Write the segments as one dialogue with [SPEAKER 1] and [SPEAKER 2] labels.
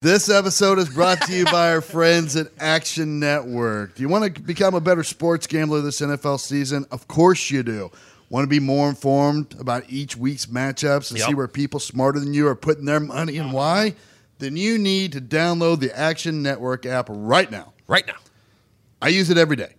[SPEAKER 1] This episode is brought to you by our friends at Action Network. Do you want to become a better sports gambler this NFL season? Of course you do. Want to be more informed about each week's matchups and see
[SPEAKER 2] Yep.
[SPEAKER 1] where people smarter than you are putting their money and why? Then you need to download the Action Network app right now.
[SPEAKER 2] Right now.
[SPEAKER 1] I use it every day.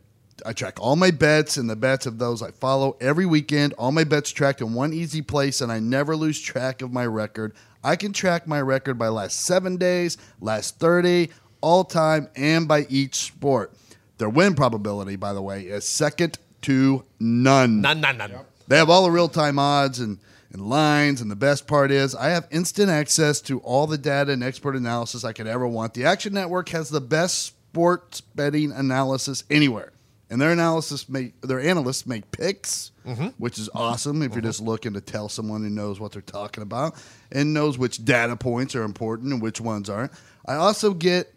[SPEAKER 1] I track all my bets and the bets of those I follow every weekend. All my bets tracked in one easy place, and I never lose track of my record. I can track my record by last seven days, last 30, all time, and by each sport. Their win probability, by the way, is second to none.
[SPEAKER 2] None, none, none.
[SPEAKER 1] They have all the real time odds and, and lines. And the best part is, I have instant access to all the data and expert analysis I could ever want. The Action Network has the best sports betting analysis anywhere. And their analysis make their analysts make picks, which is awesome if you're just looking to tell someone who knows what they're talking about and knows which data points are important and which ones aren't. I also get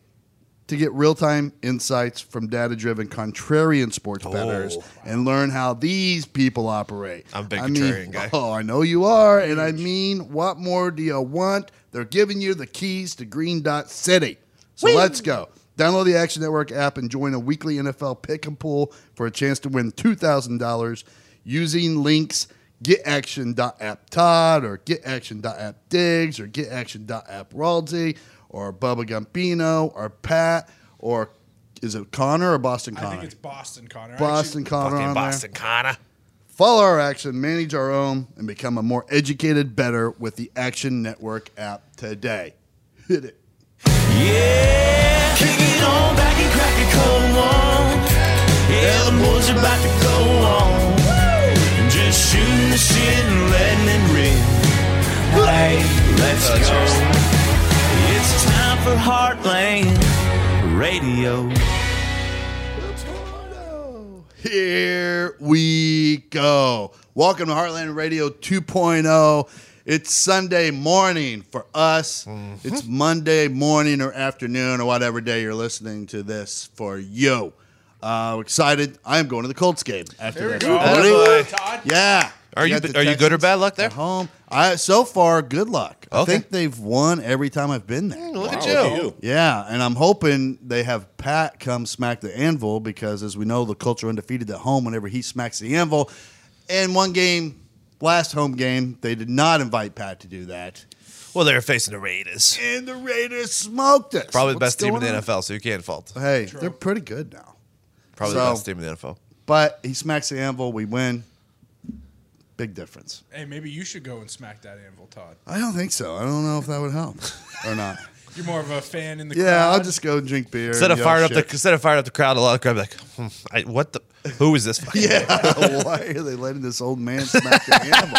[SPEAKER 1] to get real-time insights from data-driven contrarian sports bettors and learn how these people operate.
[SPEAKER 2] Oh. I'm a big
[SPEAKER 1] mean-
[SPEAKER 2] contrarian guy.
[SPEAKER 1] Oh, I know you are, and I mean, what more do you want? They're giving you the keys to Green Dot City. So let's go. Download the Action Network app and join a weekly NFL pick and pool for a chance to win $2,000 using links getaction.apptod or getaction.appdigs or getaction.appraldi or Bubba Gumpino or Pat or is it Connor or Boston Connor?
[SPEAKER 3] I think it's Boston Connor. I
[SPEAKER 1] Boston Connor
[SPEAKER 2] Fucking
[SPEAKER 1] on there
[SPEAKER 2] Boston Connor.
[SPEAKER 1] follow our action, manage our own, and become a more educated, better with the Action Network app today. Hit it.
[SPEAKER 4] Yeah, kick it on back and crack a cold one. Yeah, the boys about to go on. Just shooting the shit and letting it rip. Hey, let's go. It's time for Heartland Radio.
[SPEAKER 1] Here we go. Welcome to Heartland Radio 2.0. It's Sunday morning for us.
[SPEAKER 2] Mm-hmm.
[SPEAKER 1] It's Monday morning or afternoon or whatever day you're listening to this for you. Uh, excited. I am going to the Colts game after
[SPEAKER 3] There we
[SPEAKER 1] this.
[SPEAKER 3] go.
[SPEAKER 1] Ready?
[SPEAKER 3] Attaboy, Todd.
[SPEAKER 1] Yeah.
[SPEAKER 2] Are you
[SPEAKER 1] got the
[SPEAKER 2] are you good or
[SPEAKER 1] Texans.
[SPEAKER 2] bad luck there?
[SPEAKER 1] at home. I so far good luck. I
[SPEAKER 2] Okay. Mm,
[SPEAKER 1] think they've won every time I've been there.
[SPEAKER 2] Look at
[SPEAKER 5] Wow, look at
[SPEAKER 2] you.
[SPEAKER 5] you.
[SPEAKER 1] Yeah, and I'm hoping they have Pat come smack the anvil because, as we know, the Colts are undefeated at home whenever he smacks the anvil. And one game, last home game, they did not invite Pat to do that.
[SPEAKER 2] Well, they're facing the Raiders.
[SPEAKER 1] And the Raiders smoked us.
[SPEAKER 2] Probably the
[SPEAKER 1] What's
[SPEAKER 2] best team in
[SPEAKER 1] going
[SPEAKER 2] the
[SPEAKER 1] on?
[SPEAKER 2] NFL, so you can't fault.
[SPEAKER 1] Hey, they're pretty good now.
[SPEAKER 2] Probably
[SPEAKER 1] So-
[SPEAKER 2] the best team in the NFL.
[SPEAKER 1] But he smacks the anvil, we win. Big difference.
[SPEAKER 3] Hey, maybe you should go and smack that anvil, Todd.
[SPEAKER 1] I don't think so. I don't know if that would help or not.
[SPEAKER 3] You're more of a fan in the
[SPEAKER 1] Yeah, I'll
[SPEAKER 3] crowd.
[SPEAKER 1] just go drink beer.
[SPEAKER 2] Instead
[SPEAKER 1] and
[SPEAKER 2] of
[SPEAKER 1] yell
[SPEAKER 2] firing up the
[SPEAKER 1] shit.
[SPEAKER 2] instead of firing up the crowd, a lot of crowd be like, hmm, I, "What the? Who is this? Fucking
[SPEAKER 1] yeah, why are they letting this old man smack the animal?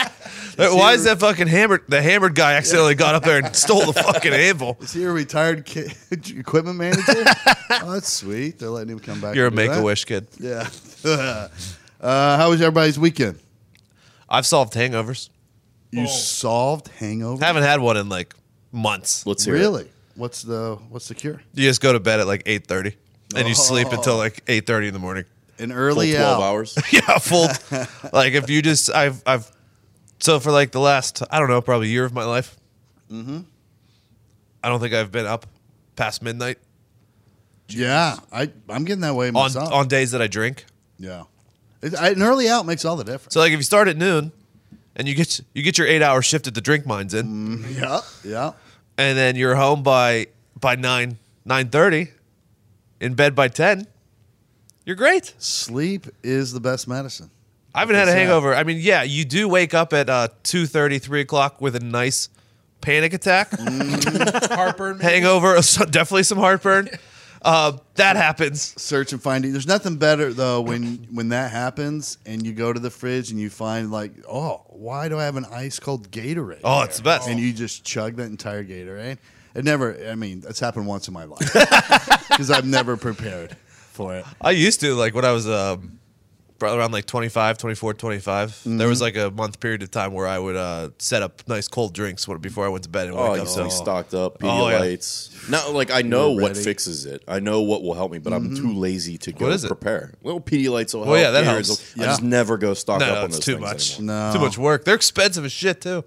[SPEAKER 2] Like, Why is that fucking hammered? The hammered guy accidentally got up there and stole the fucking anvil.
[SPEAKER 1] Is he a retired ki equipment manager? oh, that's sweet. They're letting him come back.
[SPEAKER 2] You're a
[SPEAKER 1] and do
[SPEAKER 2] make
[SPEAKER 1] that.
[SPEAKER 2] a wish kid.
[SPEAKER 1] Yeah. uh, how was everybody's weekend?
[SPEAKER 2] I've solved hangovers.
[SPEAKER 1] You
[SPEAKER 3] Oh.
[SPEAKER 1] solved hangover.
[SPEAKER 2] Haven't had one in like months.
[SPEAKER 5] Let's hear
[SPEAKER 1] really? What's the what's the cure?
[SPEAKER 2] You just go to bed at like eight thirty, and you sleep
[SPEAKER 1] Oh.
[SPEAKER 2] until like eight thirty in the morning.
[SPEAKER 1] An
[SPEAKER 5] it. Full
[SPEAKER 1] early
[SPEAKER 5] twelve
[SPEAKER 1] out.
[SPEAKER 5] hours.
[SPEAKER 2] yeah, full. like if you just, I've, I've, so for like the last, I don't know, probably year of my life. Mm-hmm. I don't think I've been up past midnight
[SPEAKER 1] Yeah, I I'm getting that way
[SPEAKER 2] on
[SPEAKER 1] myself.
[SPEAKER 2] on days that I drink.
[SPEAKER 1] yeah, it, I, an early out makes all the difference.
[SPEAKER 2] So like if you start at noon, and you get you get your eight hour shift at the drink mines in,
[SPEAKER 1] yeah, yeah.
[SPEAKER 2] and then you're home by by nine nine thirty, in bed by ten. You're great.
[SPEAKER 1] Sleep is the best medicine.
[SPEAKER 2] I haven't had a
[SPEAKER 1] It's, uh,
[SPEAKER 2] hangover. I mean, yeah, you do wake up at uh, 2.30, 3 o'clock with a nice panic attack.
[SPEAKER 3] Harper. maybe?
[SPEAKER 2] hangover, so- definitely some heartburn. Uh, that happens.
[SPEAKER 1] search and finding. There's nothing better though when when that happens and you go to the fridge and you find like, oh, why do I have an ice cold Gatorade?
[SPEAKER 2] Oh, it's the best.
[SPEAKER 1] and you just chug that entire Gatorade. It never. I mean, that's happened once in my life because I'm never prepared for it.
[SPEAKER 2] I used to, like, when I was um, probably around like 25, 24, 25, there was like a month period of time where I would uh, set up nice cold drinks when- before I went to bed. And
[SPEAKER 5] Oh,
[SPEAKER 2] wake
[SPEAKER 5] you
[SPEAKER 2] up.
[SPEAKER 5] so stocked up.
[SPEAKER 2] Oh, yeah.
[SPEAKER 5] Pedialites. Not like I know
[SPEAKER 1] You're
[SPEAKER 5] what
[SPEAKER 1] ready.
[SPEAKER 5] fixes it. I know what will help me, but I'm too lazy to go
[SPEAKER 2] Mm-hmm. What is it?
[SPEAKER 5] prepare. Little Pedialites will help.
[SPEAKER 2] Well, yeah, that
[SPEAKER 5] Gatorades
[SPEAKER 2] helps.
[SPEAKER 5] will- I
[SPEAKER 1] Yeah.
[SPEAKER 5] just never go stock
[SPEAKER 2] no,
[SPEAKER 5] up
[SPEAKER 2] no,
[SPEAKER 5] on
[SPEAKER 2] it's
[SPEAKER 5] those
[SPEAKER 2] too
[SPEAKER 5] things
[SPEAKER 2] much.
[SPEAKER 5] anymore.
[SPEAKER 1] anymore. No.
[SPEAKER 2] Too much work. They're expensive as shit, too.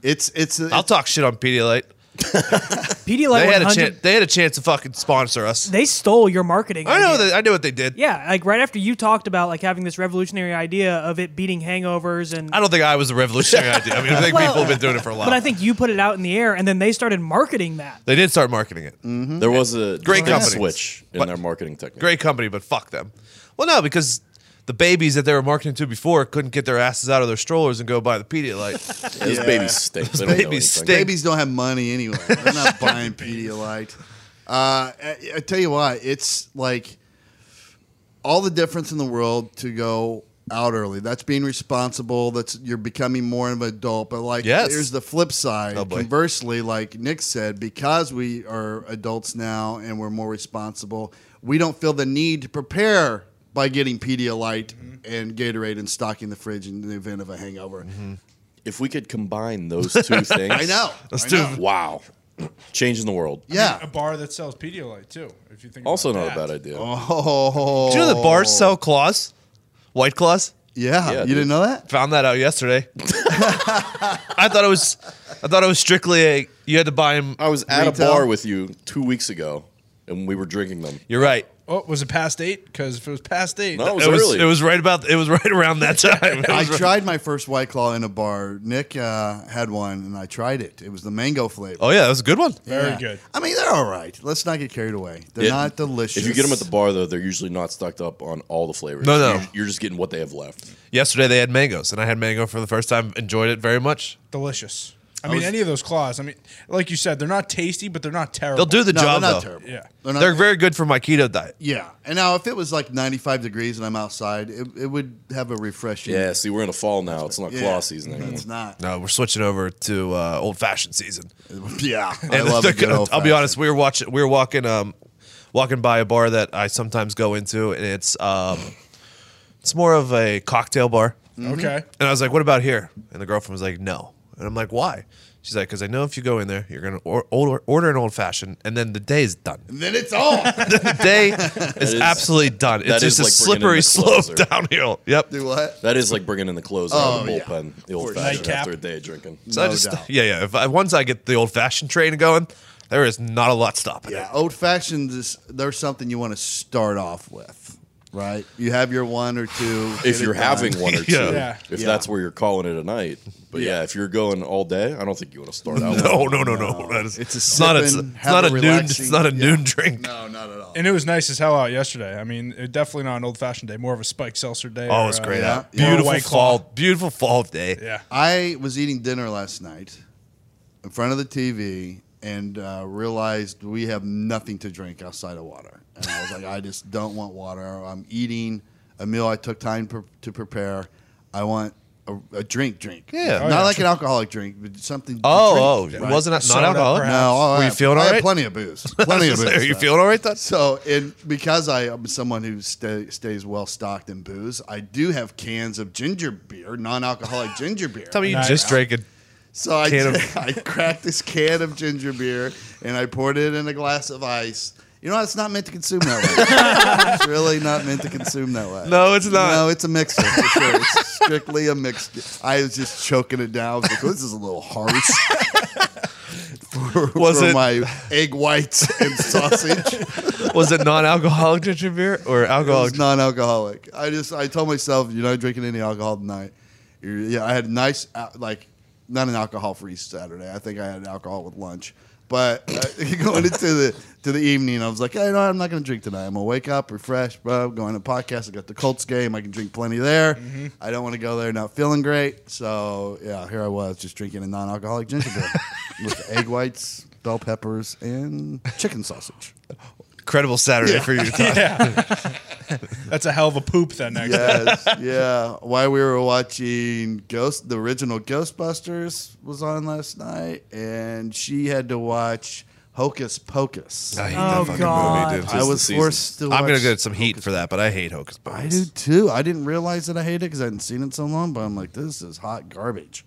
[SPEAKER 1] It's it's. it's
[SPEAKER 2] I'll talk shit on Pedialyte.
[SPEAKER 6] PD Light
[SPEAKER 2] They had a
[SPEAKER 6] 100.
[SPEAKER 2] chance. They had a chance to fucking sponsor us.
[SPEAKER 6] They stole your marketing.
[SPEAKER 2] I know
[SPEAKER 6] idea.
[SPEAKER 2] that. I know what they did.
[SPEAKER 6] Yeah, like right after you talked about like having this revolutionary idea of it beating hangovers and
[SPEAKER 2] I don't think I was a revolutionary idea. I mean, I think
[SPEAKER 6] Well,
[SPEAKER 2] people have been doing it for a while.
[SPEAKER 6] But I think you put it out in the air, and then they started marketing that.
[SPEAKER 2] they did start marketing it.
[SPEAKER 5] There was a
[SPEAKER 2] Mm-hmm. Great
[SPEAKER 5] there was a
[SPEAKER 2] companies.
[SPEAKER 5] switch in
[SPEAKER 2] But-
[SPEAKER 5] their marketing technique.
[SPEAKER 2] Great company, but fuck them. Well, no, because the babies that they were marketing to before couldn't get their asses out of their strollers and go buy the Pedialyte.
[SPEAKER 5] Those babies stink. They don't know
[SPEAKER 2] babies
[SPEAKER 5] anything.
[SPEAKER 2] stink.
[SPEAKER 1] Babies don't have money anyway. They're not buying Pedialyte. Uh, I, I tell you what, it's like all the difference in the world to go out early. That's being responsible. That's you're becoming more of an adult. But like,
[SPEAKER 2] Yes.
[SPEAKER 1] here's the flip side.
[SPEAKER 2] Oh, boy.
[SPEAKER 1] Conversely, like Nick said, because we are adults now and we're more responsible, we don't feel the need to prepare by getting Pedialyte
[SPEAKER 2] Mm-hmm.
[SPEAKER 1] and Gatorade and stocking the fridge in the event of a hangover.
[SPEAKER 2] Mm-hmm.
[SPEAKER 5] If we could combine those two things,
[SPEAKER 1] I know.
[SPEAKER 2] Let's
[SPEAKER 1] I
[SPEAKER 2] do
[SPEAKER 1] know.
[SPEAKER 2] it.
[SPEAKER 5] Wow, changing the world.
[SPEAKER 3] A
[SPEAKER 1] Yeah.
[SPEAKER 3] bar that sells Pedialyte too. If you think
[SPEAKER 5] Also,
[SPEAKER 3] about that.
[SPEAKER 5] not a bad idea.
[SPEAKER 1] Oh.
[SPEAKER 2] Do you know the bars sell claws? White claws?
[SPEAKER 1] Yeah,
[SPEAKER 5] Yeah,
[SPEAKER 1] you
[SPEAKER 5] dude.
[SPEAKER 1] didn't know that?
[SPEAKER 2] Found that out yesterday. I thought it was, I thought it was strictly a you had to buy them.
[SPEAKER 5] I was at
[SPEAKER 1] Retail?
[SPEAKER 5] a bar with you two weeks ago, and we were drinking them.
[SPEAKER 2] You're right.
[SPEAKER 3] Oh, was it past eight? Because if it was past eight,
[SPEAKER 5] No, it was
[SPEAKER 2] It was
[SPEAKER 5] early.
[SPEAKER 2] it was right about it was right around that time. It
[SPEAKER 1] I
[SPEAKER 2] was right-
[SPEAKER 1] tried my first White Claw in a bar. Nick uh, had one, and I tried it. It was the mango flavor.
[SPEAKER 2] Oh yeah, that was a good one.
[SPEAKER 3] very
[SPEAKER 1] Yeah.
[SPEAKER 3] good.
[SPEAKER 1] I mean, they're all right. Let's not get carried away. They're
[SPEAKER 5] Yeah.
[SPEAKER 1] not delicious.
[SPEAKER 5] If you get them at the bar, though, they're usually not stocked up on all the flavors.
[SPEAKER 2] No, no.
[SPEAKER 5] You're, you're just getting what they have left.
[SPEAKER 2] Yesterday they had mangoes, and I had mango for the first time. Enjoyed it very much.
[SPEAKER 3] Delicious. I, mean, any of those claws. I mean, like you said, they're not tasty, but they're not terrible.
[SPEAKER 2] They'll do the
[SPEAKER 1] no,
[SPEAKER 2] job
[SPEAKER 1] they're
[SPEAKER 2] though.
[SPEAKER 1] not terrible.
[SPEAKER 3] Yeah.
[SPEAKER 1] they're not.
[SPEAKER 2] They're very good for my keto diet.
[SPEAKER 1] yeah, and now if it was like 95 degrees and I'm outside, it, it would have a refreshing.
[SPEAKER 5] Yeah. See, we're in the fall now. It's not
[SPEAKER 1] Yeah.
[SPEAKER 5] claw season anymore.
[SPEAKER 1] It's not.
[SPEAKER 2] No, we're switching over to uh, old fashioned season.
[SPEAKER 1] Yeah, I love
[SPEAKER 2] they're
[SPEAKER 1] a good
[SPEAKER 2] gonna- I'll be
[SPEAKER 1] old-fashioned.
[SPEAKER 2] honest, we were watching, we were walking, um, walking by a bar that I sometimes go into, and it's, um, it's more of a cocktail bar.
[SPEAKER 1] Mm-hmm.
[SPEAKER 3] Okay.
[SPEAKER 2] And I was like, "What about here?" And the girlfriend was like, "No." And I'm like, "Why?" She's like, "Cause I know if you go in there, you're gonna or- order, order an old fashioned, and then the day is done.
[SPEAKER 1] And then it's on.
[SPEAKER 2] the day is,
[SPEAKER 5] is-
[SPEAKER 2] absolutely done. It's
[SPEAKER 5] that
[SPEAKER 2] just
[SPEAKER 5] is
[SPEAKER 2] a
[SPEAKER 5] like bringing in
[SPEAKER 2] slippery
[SPEAKER 5] the
[SPEAKER 2] slope
[SPEAKER 5] closer.
[SPEAKER 2] downhill. Yep.
[SPEAKER 1] Do what?
[SPEAKER 5] That is like bringing in the clothes out of the
[SPEAKER 1] Oh, yeah.
[SPEAKER 5] bullpen, the old fashioned
[SPEAKER 3] Nightcap.
[SPEAKER 5] after a day of drinking.
[SPEAKER 2] So I
[SPEAKER 1] No
[SPEAKER 2] just,
[SPEAKER 1] doubt.
[SPEAKER 2] yeah, yeah. If I, once I get the old fashioned train going, there is not a lot stopping
[SPEAKER 1] Yeah,
[SPEAKER 2] it.
[SPEAKER 1] old fashions is there's something you want to start off with, right? You have your one or two. get
[SPEAKER 5] If
[SPEAKER 1] it
[SPEAKER 5] you're
[SPEAKER 1] done.
[SPEAKER 5] having one or two,
[SPEAKER 2] Yeah.
[SPEAKER 3] Yeah.
[SPEAKER 5] if
[SPEAKER 1] Yeah.
[SPEAKER 5] that's where you're calling it a night. But yeah. if you're going all day, I don't think you want to start out. with
[SPEAKER 2] No, no, no, no. That is,
[SPEAKER 1] Oh, It's a
[SPEAKER 2] not a,
[SPEAKER 1] sipping,
[SPEAKER 2] it's
[SPEAKER 1] have
[SPEAKER 2] not
[SPEAKER 1] a
[SPEAKER 2] a noon. It's
[SPEAKER 1] relaxing-
[SPEAKER 2] not a
[SPEAKER 1] yeah.
[SPEAKER 2] noon drink.
[SPEAKER 1] No, not at all.
[SPEAKER 3] And it was nice as hell out yesterday. I mean, it, definitely not an old fashioned day, more of a spiked seltzer day.
[SPEAKER 2] Oh,
[SPEAKER 3] or,
[SPEAKER 2] it's
[SPEAKER 3] uh,
[SPEAKER 2] great.
[SPEAKER 1] yeah.
[SPEAKER 2] out.
[SPEAKER 1] Yeah.
[SPEAKER 2] Beautiful
[SPEAKER 3] White
[SPEAKER 2] fall.
[SPEAKER 3] Claw.
[SPEAKER 2] Beautiful fall day.
[SPEAKER 3] Yeah.
[SPEAKER 1] I was eating dinner last night in front of the TV and uh, realized we have nothing to drink outside of water. And I was like, I just don't want water. I'm eating a meal I took time pre- to prepare. I want a, a drink, drink.
[SPEAKER 2] Yeah.
[SPEAKER 1] Not
[SPEAKER 2] Oh, yeah,
[SPEAKER 1] like an alcoholic drink, but something. to
[SPEAKER 2] Oh,
[SPEAKER 1] drink,
[SPEAKER 2] oh,
[SPEAKER 1] right?
[SPEAKER 2] it wasn't not
[SPEAKER 3] Soda,
[SPEAKER 2] alcoholic.
[SPEAKER 1] No, all
[SPEAKER 2] Were
[SPEAKER 1] I
[SPEAKER 2] you
[SPEAKER 1] had-
[SPEAKER 2] feeling
[SPEAKER 1] I
[SPEAKER 2] all
[SPEAKER 1] had
[SPEAKER 2] right?
[SPEAKER 1] plenty of booze. Plenty of booze.
[SPEAKER 2] Are you
[SPEAKER 1] though.
[SPEAKER 2] feeling all right? That's
[SPEAKER 1] So, and because I am someone who stay, stays well stocked in booze, I do have cans of ginger beer, non-alcoholic ginger beer.
[SPEAKER 2] tell me you
[SPEAKER 3] Nice.
[SPEAKER 2] just drank it.
[SPEAKER 1] So I,
[SPEAKER 2] Can of-
[SPEAKER 1] I cracked this can of ginger beer and I poured it in a glass of ice. You know, it's not meant to consume that way. it's really not meant to consume that way.
[SPEAKER 2] No, it's not.
[SPEAKER 1] No, it's a mixer. For sure. It's strictly a mixer. I was just choking it down. I was like, this is a little harsh. for,
[SPEAKER 2] Was
[SPEAKER 1] for
[SPEAKER 2] it-
[SPEAKER 1] my egg whites and sausage.
[SPEAKER 2] Was it non-alcoholic ginger beer or
[SPEAKER 1] It
[SPEAKER 2] alcoholic?
[SPEAKER 1] was non-alcoholic. I just I told myself you're not drinking any alcohol tonight. You're, yeah, I had a nice uh, like not an alcohol free Saturday. I think I had alcohol with lunch, but uh, going into the to the evening, I was like, hey, you know, what? I'm not going to drink tonight. I'm gonna wake up refreshed, bro. I'm going to podcast. I got the Colts game. I can drink plenty there. I don't want to go there not feeling great. So yeah, here I was just drinking a non-alcoholic ginger beer with egg whites, bell peppers, and chicken sausage.
[SPEAKER 2] Incredible Saturday for you. Todd.
[SPEAKER 3] That's a hell of a poop that next day.
[SPEAKER 1] yes, yeah. Why we were watching Ghost, the original Ghostbusters was on last night, and she had to watch Hocus Pocus.
[SPEAKER 2] I hate
[SPEAKER 6] Oh,
[SPEAKER 2] that fucking
[SPEAKER 6] God.
[SPEAKER 2] movie, dude.
[SPEAKER 5] I
[SPEAKER 1] I
[SPEAKER 5] the
[SPEAKER 1] was
[SPEAKER 5] season.
[SPEAKER 1] forced to. Watch
[SPEAKER 2] I'm gonna get some heat for that, but I hate Hocus Pocus.
[SPEAKER 1] I do too. I didn't realize that I hated it because I hadn't seen it in so long. But I'm like, this is hot garbage.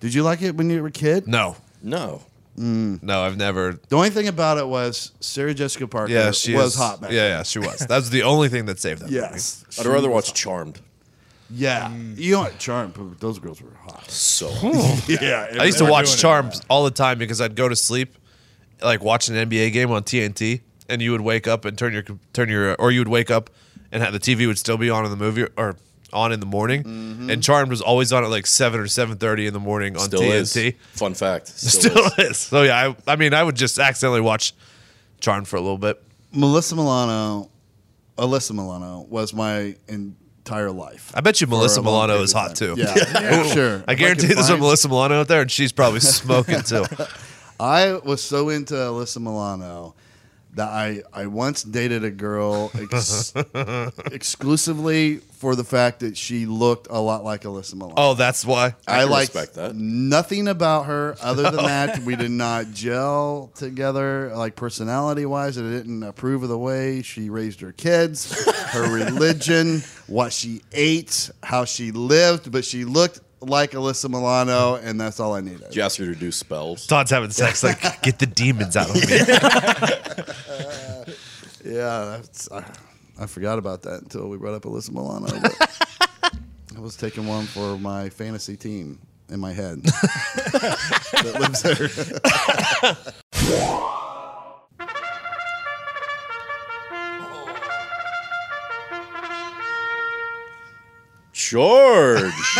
[SPEAKER 1] Did you like it when you were a kid?
[SPEAKER 2] No,
[SPEAKER 5] No.
[SPEAKER 1] Hmm.
[SPEAKER 2] no, I've never.
[SPEAKER 1] The only thing about it was Sarah Jessica Parker
[SPEAKER 2] Yeah, she
[SPEAKER 1] was
[SPEAKER 2] is-
[SPEAKER 1] hot back
[SPEAKER 2] Yeah, yeah, she was. That's the only thing that saved that.
[SPEAKER 1] then.
[SPEAKER 2] movie.
[SPEAKER 1] Yes.
[SPEAKER 5] I'd
[SPEAKER 1] She
[SPEAKER 5] rather
[SPEAKER 1] was
[SPEAKER 5] watch
[SPEAKER 1] hot.
[SPEAKER 5] Charmed.
[SPEAKER 1] Yeah.
[SPEAKER 2] Mm.
[SPEAKER 1] You know what? Charmed. but Those girls were hot.
[SPEAKER 5] So
[SPEAKER 1] Yeah.
[SPEAKER 2] I used
[SPEAKER 3] They
[SPEAKER 2] to
[SPEAKER 3] were
[SPEAKER 2] watch
[SPEAKER 3] doing it.
[SPEAKER 2] Charms all the time because I'd go to sleep like watching an NBA game on TNT, and you would wake up and turn your turn your or you would wake up and have, the TV would still be on in the movie or on in the morning,
[SPEAKER 1] Mm-hmm.
[SPEAKER 2] and Charmed was always on at like seven or seven thirty in the morning on
[SPEAKER 5] Still
[SPEAKER 2] TNT.
[SPEAKER 5] is. Fun fact. Still,
[SPEAKER 2] Still
[SPEAKER 5] is.
[SPEAKER 2] is. So yeah, I, I mean, I would just accidentally watch Charmed for a little bit.
[SPEAKER 1] Melissa Milano, Alyssa Milano was my entire life.
[SPEAKER 2] I bet you Melissa
[SPEAKER 1] a long
[SPEAKER 2] Milano
[SPEAKER 1] period
[SPEAKER 2] is
[SPEAKER 1] of time.
[SPEAKER 2] hot too.
[SPEAKER 1] Yeah, yeah, sure. If
[SPEAKER 2] I
[SPEAKER 1] I
[SPEAKER 2] guarantee
[SPEAKER 1] could
[SPEAKER 2] there's a
[SPEAKER 1] find-
[SPEAKER 2] Melissa Milano out there, and she's probably smoking too.
[SPEAKER 1] I was so into Alyssa Milano that I, I once dated a girl ex- exclusively for the fact that she looked a lot like Alyssa Milano.
[SPEAKER 2] Oh, that's why.
[SPEAKER 5] I
[SPEAKER 1] I
[SPEAKER 5] can
[SPEAKER 1] liked
[SPEAKER 5] respect that.
[SPEAKER 1] nothing about her other than that we did not gel together, like personality wise. I didn't approve of the way she raised her kids, her religion, what she ate, how she lived, but she looked like Alyssa Milano, and that's all I needed.
[SPEAKER 5] Did you ask her to do spells?
[SPEAKER 2] Todd's having sex. Like, get the demons out of me.
[SPEAKER 1] Yeah, that's, uh, I, I forgot about that until we brought up Alyssa Milano. but I was taking one for my fantasy team in my head that lives there.
[SPEAKER 5] George.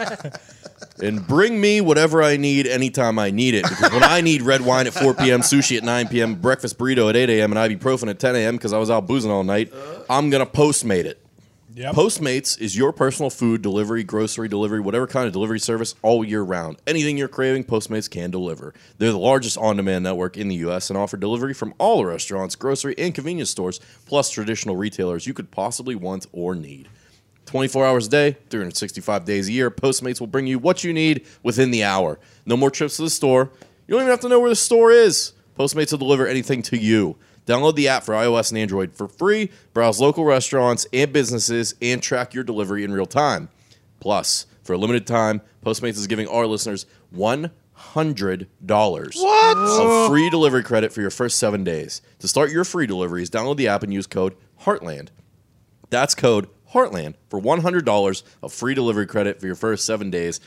[SPEAKER 5] and bring me whatever I need anytime I need it. Because when I need red wine at 4 p.m., sushi at 9 p.m., breakfast burrito at 8 a.m., and ibuprofen at 10 a.m. because I was out boozing all night, I'm going to Postmate it.
[SPEAKER 3] Yep.
[SPEAKER 5] Postmates is your personal food delivery, grocery delivery, whatever kind of delivery service all year round. Anything you're craving, Postmates can deliver. They're the largest on demand network in the U.S. and offer delivery from all the restaurants, grocery, and convenience stores, plus traditional retailers you could possibly want or need. 24 hours a day, 365 days a year, Postmates will bring you what you need within the hour. No more trips to the store. You don't even have to know where the store is. Postmates will deliver anything to you. Download the app for iOS and Android for free, browse local restaurants and businesses, and track your delivery in real time. Plus, for a limited time, Postmates is giving our listeners $100 of free delivery credit for your first seven days. To start your free deliveries, download the app and use code HEARTLAND. That's code Heartland for $100 of free delivery credit for your first seven days.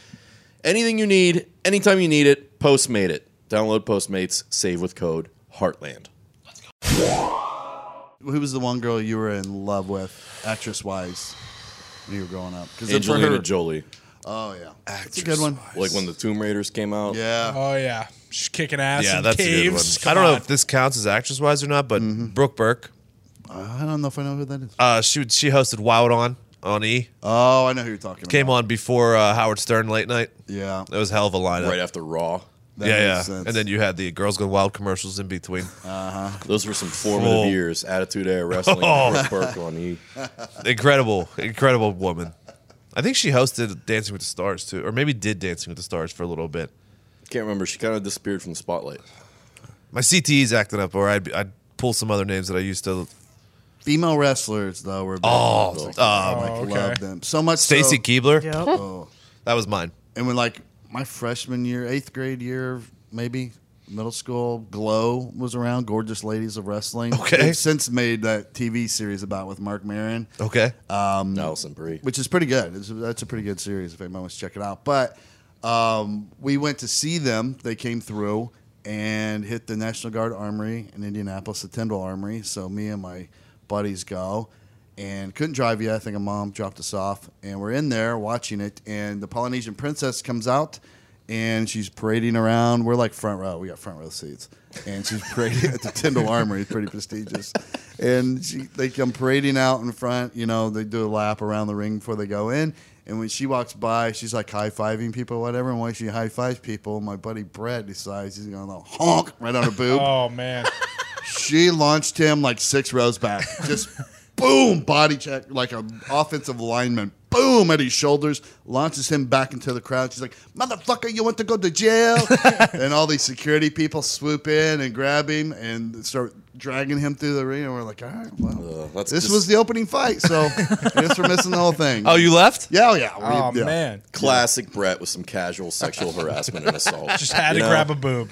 [SPEAKER 5] Anything you need, anytime you need it, Postmate it. Download Postmates, save with code Heartland.
[SPEAKER 1] Who was the one girl you were in love with, actress wise, when you were growing up? 'Cause then for
[SPEAKER 5] Angelina
[SPEAKER 1] her-
[SPEAKER 5] Jolie.
[SPEAKER 1] Oh yeah, it's a good one.
[SPEAKER 5] Like when the Tomb Raiders came out.
[SPEAKER 1] Yeah,
[SPEAKER 3] Oh yeah, she's kicking ass.
[SPEAKER 2] Yeah,
[SPEAKER 3] in
[SPEAKER 2] that's
[SPEAKER 3] caves.
[SPEAKER 2] a good one. I
[SPEAKER 3] Come
[SPEAKER 2] don't know
[SPEAKER 3] on.
[SPEAKER 2] if this counts as actress wise or not, but Brooke Burke,
[SPEAKER 1] I don't know if I know who that is.
[SPEAKER 2] uh, she would- she hosted Wild on on E.
[SPEAKER 1] Oh, I know who you're talking about.
[SPEAKER 2] Came on before uh, Howard Stern late night.
[SPEAKER 1] Yeah,
[SPEAKER 2] It was a hell of a lineup.
[SPEAKER 5] Right after Raw.
[SPEAKER 1] that
[SPEAKER 2] yeah,
[SPEAKER 1] makes
[SPEAKER 2] yeah.
[SPEAKER 1] sense.
[SPEAKER 2] And then you had the Girls Gone Wild commercials in between.
[SPEAKER 5] Those were some formative
[SPEAKER 2] Full.
[SPEAKER 5] years. Attitude Era Wrestling.
[SPEAKER 2] Oh.
[SPEAKER 5] Brooke Burke on E.
[SPEAKER 2] incredible, incredible woman. I think she hosted Dancing with the Stars too, or maybe did Dancing with the Stars for a little bit.
[SPEAKER 5] Can't remember. She kind of disappeared from the spotlight.
[SPEAKER 2] My CTE's acting up, or I'd, be- I'd pull some other names that I used to.
[SPEAKER 1] female wrestlers though were
[SPEAKER 2] Oh, uh,
[SPEAKER 1] like,
[SPEAKER 3] Oh, okay.
[SPEAKER 1] love them so much. so-
[SPEAKER 2] Stacy Keebler.
[SPEAKER 6] Yep.
[SPEAKER 2] That was mine.
[SPEAKER 1] and when like my freshman year, eighth grade year, maybe middle school, Glow was around. Gorgeous Ladies of Wrestling.
[SPEAKER 2] Okay.
[SPEAKER 1] They've since made that TV series about with Mark Maron.
[SPEAKER 2] Okay.
[SPEAKER 5] Allison Brie.
[SPEAKER 1] which is pretty good. It's, that's a pretty good series if anyone wants to check it out. But um, we went to see them. They came through and hit the National Guard Armory in Indianapolis, the Tyndall Armory. So me and my buddies go and couldn't drive yet. I think a mom dropped us off. And we're in there watching it. And the Polynesian princess comes out and she's parading around. We're like front row. We got front row seats, and she's parading at the Tyndall Armory. It's pretty prestigious, and she, they come parading out in front. You know, they do a lap around the ring before they go in. And when she walks by, she's like high fiving people, or whatever. And when she high fives people, my buddy Brett decides he's gonna honk right on her boob.
[SPEAKER 3] Oh man,
[SPEAKER 1] She launched him like six rows back. Just boom, body check, like an offensive lineman. Boom at his shoulders, launches him back into the crowd. She's like, "Motherfucker, you want to go to jail?" and all these security people swoop in and grab him and start dragging him through the ring. And we're like, "All right, well,
[SPEAKER 5] Uh, that's
[SPEAKER 1] this
[SPEAKER 5] just
[SPEAKER 1] was the opening fight, so I guess we're missing the whole thing."
[SPEAKER 2] Oh, you left?
[SPEAKER 1] yeah, oh, yeah, we-
[SPEAKER 3] oh
[SPEAKER 1] yeah.
[SPEAKER 3] man,
[SPEAKER 5] classic Brett with some casual sexual harassment and assault.
[SPEAKER 3] just had to
[SPEAKER 5] You know?
[SPEAKER 3] grab a boob.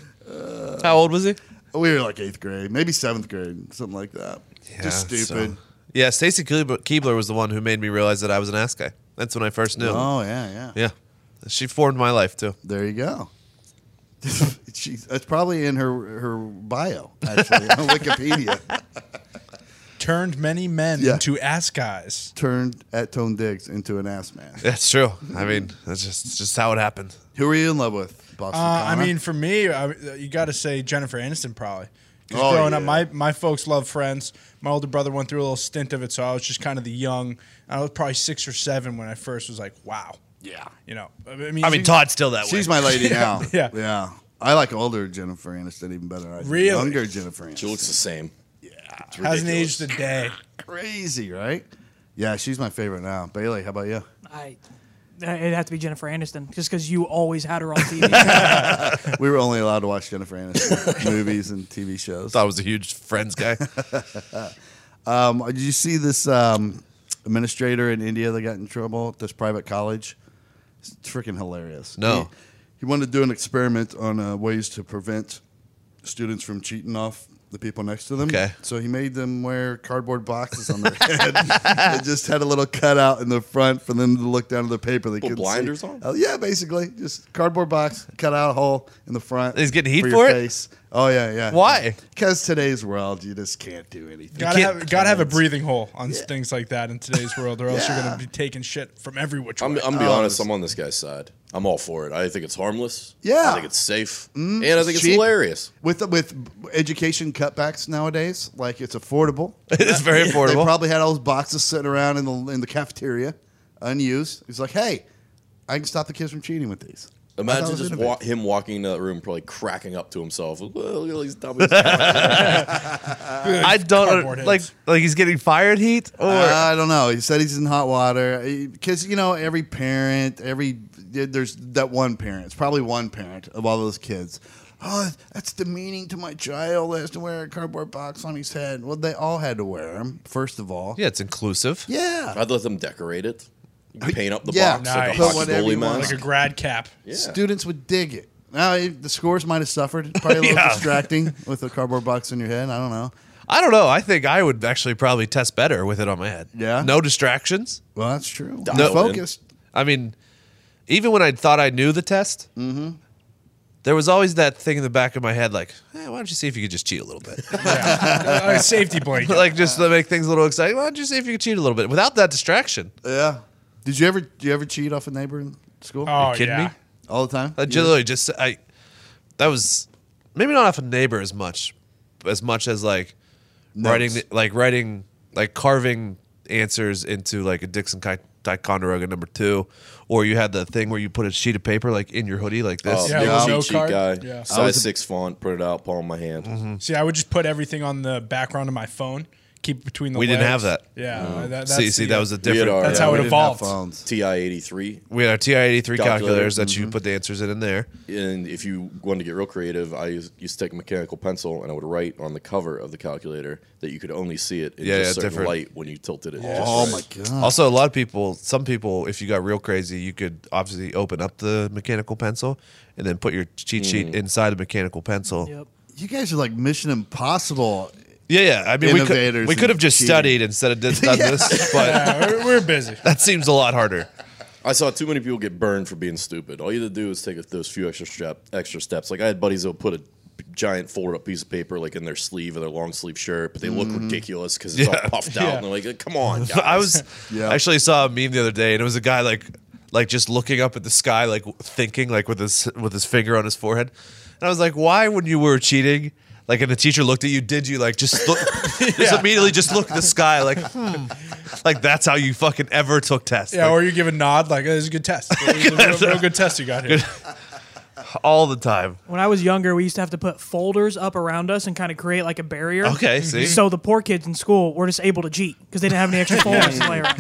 [SPEAKER 2] How old was he?
[SPEAKER 1] We were like eighth grade, maybe seventh grade, something like that. Just
[SPEAKER 2] Yeah,
[SPEAKER 1] stupid.
[SPEAKER 2] so- Yeah, Stacy Keebler Keebler was the one who made me realize that I was an ass guy. That's when I first knew.
[SPEAKER 1] Oh yeah, yeah,
[SPEAKER 2] Yeah. She formed my life too.
[SPEAKER 1] There you go. She's, that's probably in her her bio, actually, on Wikipedia.
[SPEAKER 3] Turned many men
[SPEAKER 1] Yeah.
[SPEAKER 3] into ass guys.
[SPEAKER 1] Turned at Tone Diggs into an ass man.
[SPEAKER 2] That's true. I mean, that's just it's just how it happened.
[SPEAKER 1] Who are you in love with, Boston?
[SPEAKER 3] Uh, I
[SPEAKER 1] Connor?
[SPEAKER 3] mean, for me, I, you got to say Jennifer Aniston probably. 'Cause
[SPEAKER 1] Oh,
[SPEAKER 3] growing up,
[SPEAKER 1] yeah.
[SPEAKER 3] my, my folks love Friends. My older brother went through a little stint of it, so I was just kind of the young. I was probably six or seven when I first was like, wow.
[SPEAKER 1] yeah,
[SPEAKER 3] You know, I mean,
[SPEAKER 2] I mean,
[SPEAKER 3] she-
[SPEAKER 2] Todd's still that way.
[SPEAKER 1] she's my lady now.
[SPEAKER 3] Yeah.
[SPEAKER 1] yeah. I like older Jennifer Aniston even better. than I do
[SPEAKER 3] Really?
[SPEAKER 1] younger Jennifer Aniston.
[SPEAKER 5] She looks the same.
[SPEAKER 3] hasn't aged a day.
[SPEAKER 1] crazy, right? Yeah, she's my favorite now. Bailey, how about you?
[SPEAKER 6] I. It'd have to be Jennifer Aniston, just because you always had her on TV.
[SPEAKER 1] We were only allowed to watch Jennifer Aniston movies and TV shows.
[SPEAKER 2] Thought I was a huge Friends guy.
[SPEAKER 1] Um, did you see this um, administrator in India that got in trouble at this private college? It's freaking hilarious.
[SPEAKER 2] No.
[SPEAKER 1] He, he wanted to do an experiment on uh, ways to prevent students from cheating off the people next to them.
[SPEAKER 2] Okay.
[SPEAKER 1] So he made them wear cardboard boxes on their head. it just had a little cutout in the front for them to look down to the paper. They
[SPEAKER 5] Put
[SPEAKER 1] couldn't
[SPEAKER 5] blinders
[SPEAKER 1] see.
[SPEAKER 5] on?
[SPEAKER 1] Oh, yeah, basically. Just cardboard box, cut out a hole in the front.
[SPEAKER 2] He's getting heat
[SPEAKER 1] your
[SPEAKER 2] for it?
[SPEAKER 1] Face. Oh, yeah, yeah.
[SPEAKER 2] Why?
[SPEAKER 1] Because today's world, you just can't do anything.
[SPEAKER 3] Gotta
[SPEAKER 2] can't-
[SPEAKER 3] have, gotta have a breathing hole on things like that in today's world, or else you're gonna be taking shit from every which way.
[SPEAKER 5] I'm, I'm gonna be
[SPEAKER 1] Um,
[SPEAKER 5] honest. I'm on this guy's side. I'm all for it. I think it's harmless.
[SPEAKER 1] Yeah. Mm,
[SPEAKER 5] I think it's safe, and I think it's
[SPEAKER 1] cheap.
[SPEAKER 5] hilarious.
[SPEAKER 1] with with education cutbacks nowadays, like it's affordable.
[SPEAKER 2] it's very
[SPEAKER 1] They
[SPEAKER 2] affordable.
[SPEAKER 1] probably had all those boxes sitting around in the in the cafeteria, unused. It's like, hey, I can stop the kids from cheating with these. I thought it
[SPEAKER 5] Imagine
[SPEAKER 1] was
[SPEAKER 5] just
[SPEAKER 1] innovative.
[SPEAKER 5] wa- him walking into that room, probably cracking up to himself. Well, look at all these dummies.
[SPEAKER 2] I don't
[SPEAKER 3] Cardboard
[SPEAKER 2] like
[SPEAKER 3] heads.
[SPEAKER 2] like he's getting fired heat or
[SPEAKER 1] I don't know. He said he's in hot water because you know every parent, every there's that one parent. It's probably one parent of all those kids. Oh, that's demeaning to my child. Has to wear a cardboard box on his head. Well, they all had to wear them. First of all,
[SPEAKER 2] yeah, it's inclusive.
[SPEAKER 1] yeah.
[SPEAKER 5] I'd let them decorate it, paint up the
[SPEAKER 1] Yeah.
[SPEAKER 5] box
[SPEAKER 3] Nice.
[SPEAKER 5] like a
[SPEAKER 3] Put
[SPEAKER 5] hockey
[SPEAKER 1] whatever
[SPEAKER 5] goalie
[SPEAKER 1] you want.
[SPEAKER 5] mask.
[SPEAKER 3] like a grad cap.
[SPEAKER 5] yeah.
[SPEAKER 1] students would dig it. Now it- the scores might have suffered. Probably a little
[SPEAKER 2] Yeah.
[SPEAKER 1] distracting with a cardboard box in your head. I don't know.
[SPEAKER 2] I don't know. I think I would actually probably test better with it on my head.
[SPEAKER 1] Yeah?
[SPEAKER 2] No distractions.
[SPEAKER 1] Well, that's true.
[SPEAKER 5] Dialed in.
[SPEAKER 1] focused.
[SPEAKER 2] I mean, even when I thought I knew the test,
[SPEAKER 1] Mm-hmm.
[SPEAKER 2] there was always that thing in the back of my head like, eh, why don't you see if you could just cheat a little bit?
[SPEAKER 3] Yeah. a safety blanket.
[SPEAKER 2] like, just to make things a little exciting, why don't you see if you could cheat a little bit without that distraction?
[SPEAKER 1] Yeah. Did you ever? Did you ever cheat off a neighbor in school?
[SPEAKER 3] oh
[SPEAKER 2] kidding
[SPEAKER 3] yeah.
[SPEAKER 2] me?
[SPEAKER 1] All the time.
[SPEAKER 2] I just, literally just, I, that was maybe not off a neighbor as much, as much as like writing,
[SPEAKER 1] Notes.
[SPEAKER 2] the- like writing, like carving answers into like a Dixon Chi- Ticonderoga number two, or you had the thing where you put a sheet of paper like in your hoodie like this.
[SPEAKER 5] Oh,
[SPEAKER 3] Yeah,
[SPEAKER 5] big
[SPEAKER 3] with
[SPEAKER 5] cheat
[SPEAKER 3] no
[SPEAKER 5] sheet
[SPEAKER 3] card.
[SPEAKER 5] guy,
[SPEAKER 3] Yeah.
[SPEAKER 1] I was
[SPEAKER 5] size
[SPEAKER 1] a- Mm-hmm.
[SPEAKER 5] six font, print it out, palm in my hand.
[SPEAKER 3] See, I would just put everything on the background of my phone, keep it between the.
[SPEAKER 2] We didn't
[SPEAKER 3] legs.
[SPEAKER 2] have that.
[SPEAKER 3] Yeah, that, that's
[SPEAKER 2] see, see,
[SPEAKER 3] the-
[SPEAKER 2] that was a
[SPEAKER 5] had
[SPEAKER 2] different.
[SPEAKER 5] our-
[SPEAKER 3] That's
[SPEAKER 5] Yeah,
[SPEAKER 3] how
[SPEAKER 5] we
[SPEAKER 3] it
[SPEAKER 1] Didn't have
[SPEAKER 3] evolved.
[SPEAKER 1] phones.
[SPEAKER 5] Ti eighty three.
[SPEAKER 2] We had our TI eighty three
[SPEAKER 5] Calculator.
[SPEAKER 2] calculators that you put the answers in in there.
[SPEAKER 5] And if you wanted to get real creative, I used, used to take a mechanical pencil and I would write on the cover of the calculator that you could only see it in
[SPEAKER 2] Yeah,
[SPEAKER 5] just
[SPEAKER 2] yeah,
[SPEAKER 5] certain
[SPEAKER 2] different.
[SPEAKER 5] light when you tilted it.
[SPEAKER 1] Oh
[SPEAKER 5] just
[SPEAKER 1] my
[SPEAKER 5] right.
[SPEAKER 1] god.
[SPEAKER 2] Also, a lot of people, some people, if you got real crazy, you could obviously open up the mechanical pencil and then put your cheat
[SPEAKER 1] Mm.
[SPEAKER 2] sheet inside the mechanical pencil.
[SPEAKER 6] yep.
[SPEAKER 1] You guys are like Mission Impossible.
[SPEAKER 2] Yeah, yeah. I mean, we
[SPEAKER 1] Innovators
[SPEAKER 2] could we could
[SPEAKER 1] in
[SPEAKER 2] have just
[SPEAKER 1] cheating.
[SPEAKER 2] studied instead of just done this, but
[SPEAKER 3] Yeah, we're, we're busy.
[SPEAKER 2] that seems a lot harder.
[SPEAKER 5] I saw too many people get burned for being stupid. All you had to do is take those few extra step, extra steps. Like I had buddies that would put a giant folded up piece of paper like in their sleeve of their long sleeve shirt, but they look
[SPEAKER 2] Mm-hmm.
[SPEAKER 5] ridiculous because it's all puffed out.
[SPEAKER 3] Yeah.
[SPEAKER 5] And they're like, "Come on, guys.
[SPEAKER 2] I was
[SPEAKER 1] Yeah.
[SPEAKER 2] actually saw a meme the other day, and it was a guy like like just looking up at the sky, like w- thinking, like with his with his finger on his forehead. And I was like, why when you were cheating? Like and the teacher looked at you, did you like just look just immediately just look at the sky like hmm. like that's how you fucking ever took tests.
[SPEAKER 3] Yeah,
[SPEAKER 2] like,
[SPEAKER 3] or you give a nod like, "Oh, "This is a good test. It was a real, real good test you got here."
[SPEAKER 2] all the time.
[SPEAKER 6] When I was younger, we used to have to put folders up around us and kind of create like a barrier.
[SPEAKER 2] Okay, see?
[SPEAKER 6] So the poor kids in school were just able to cheat because they didn't have any extra folders to lay around.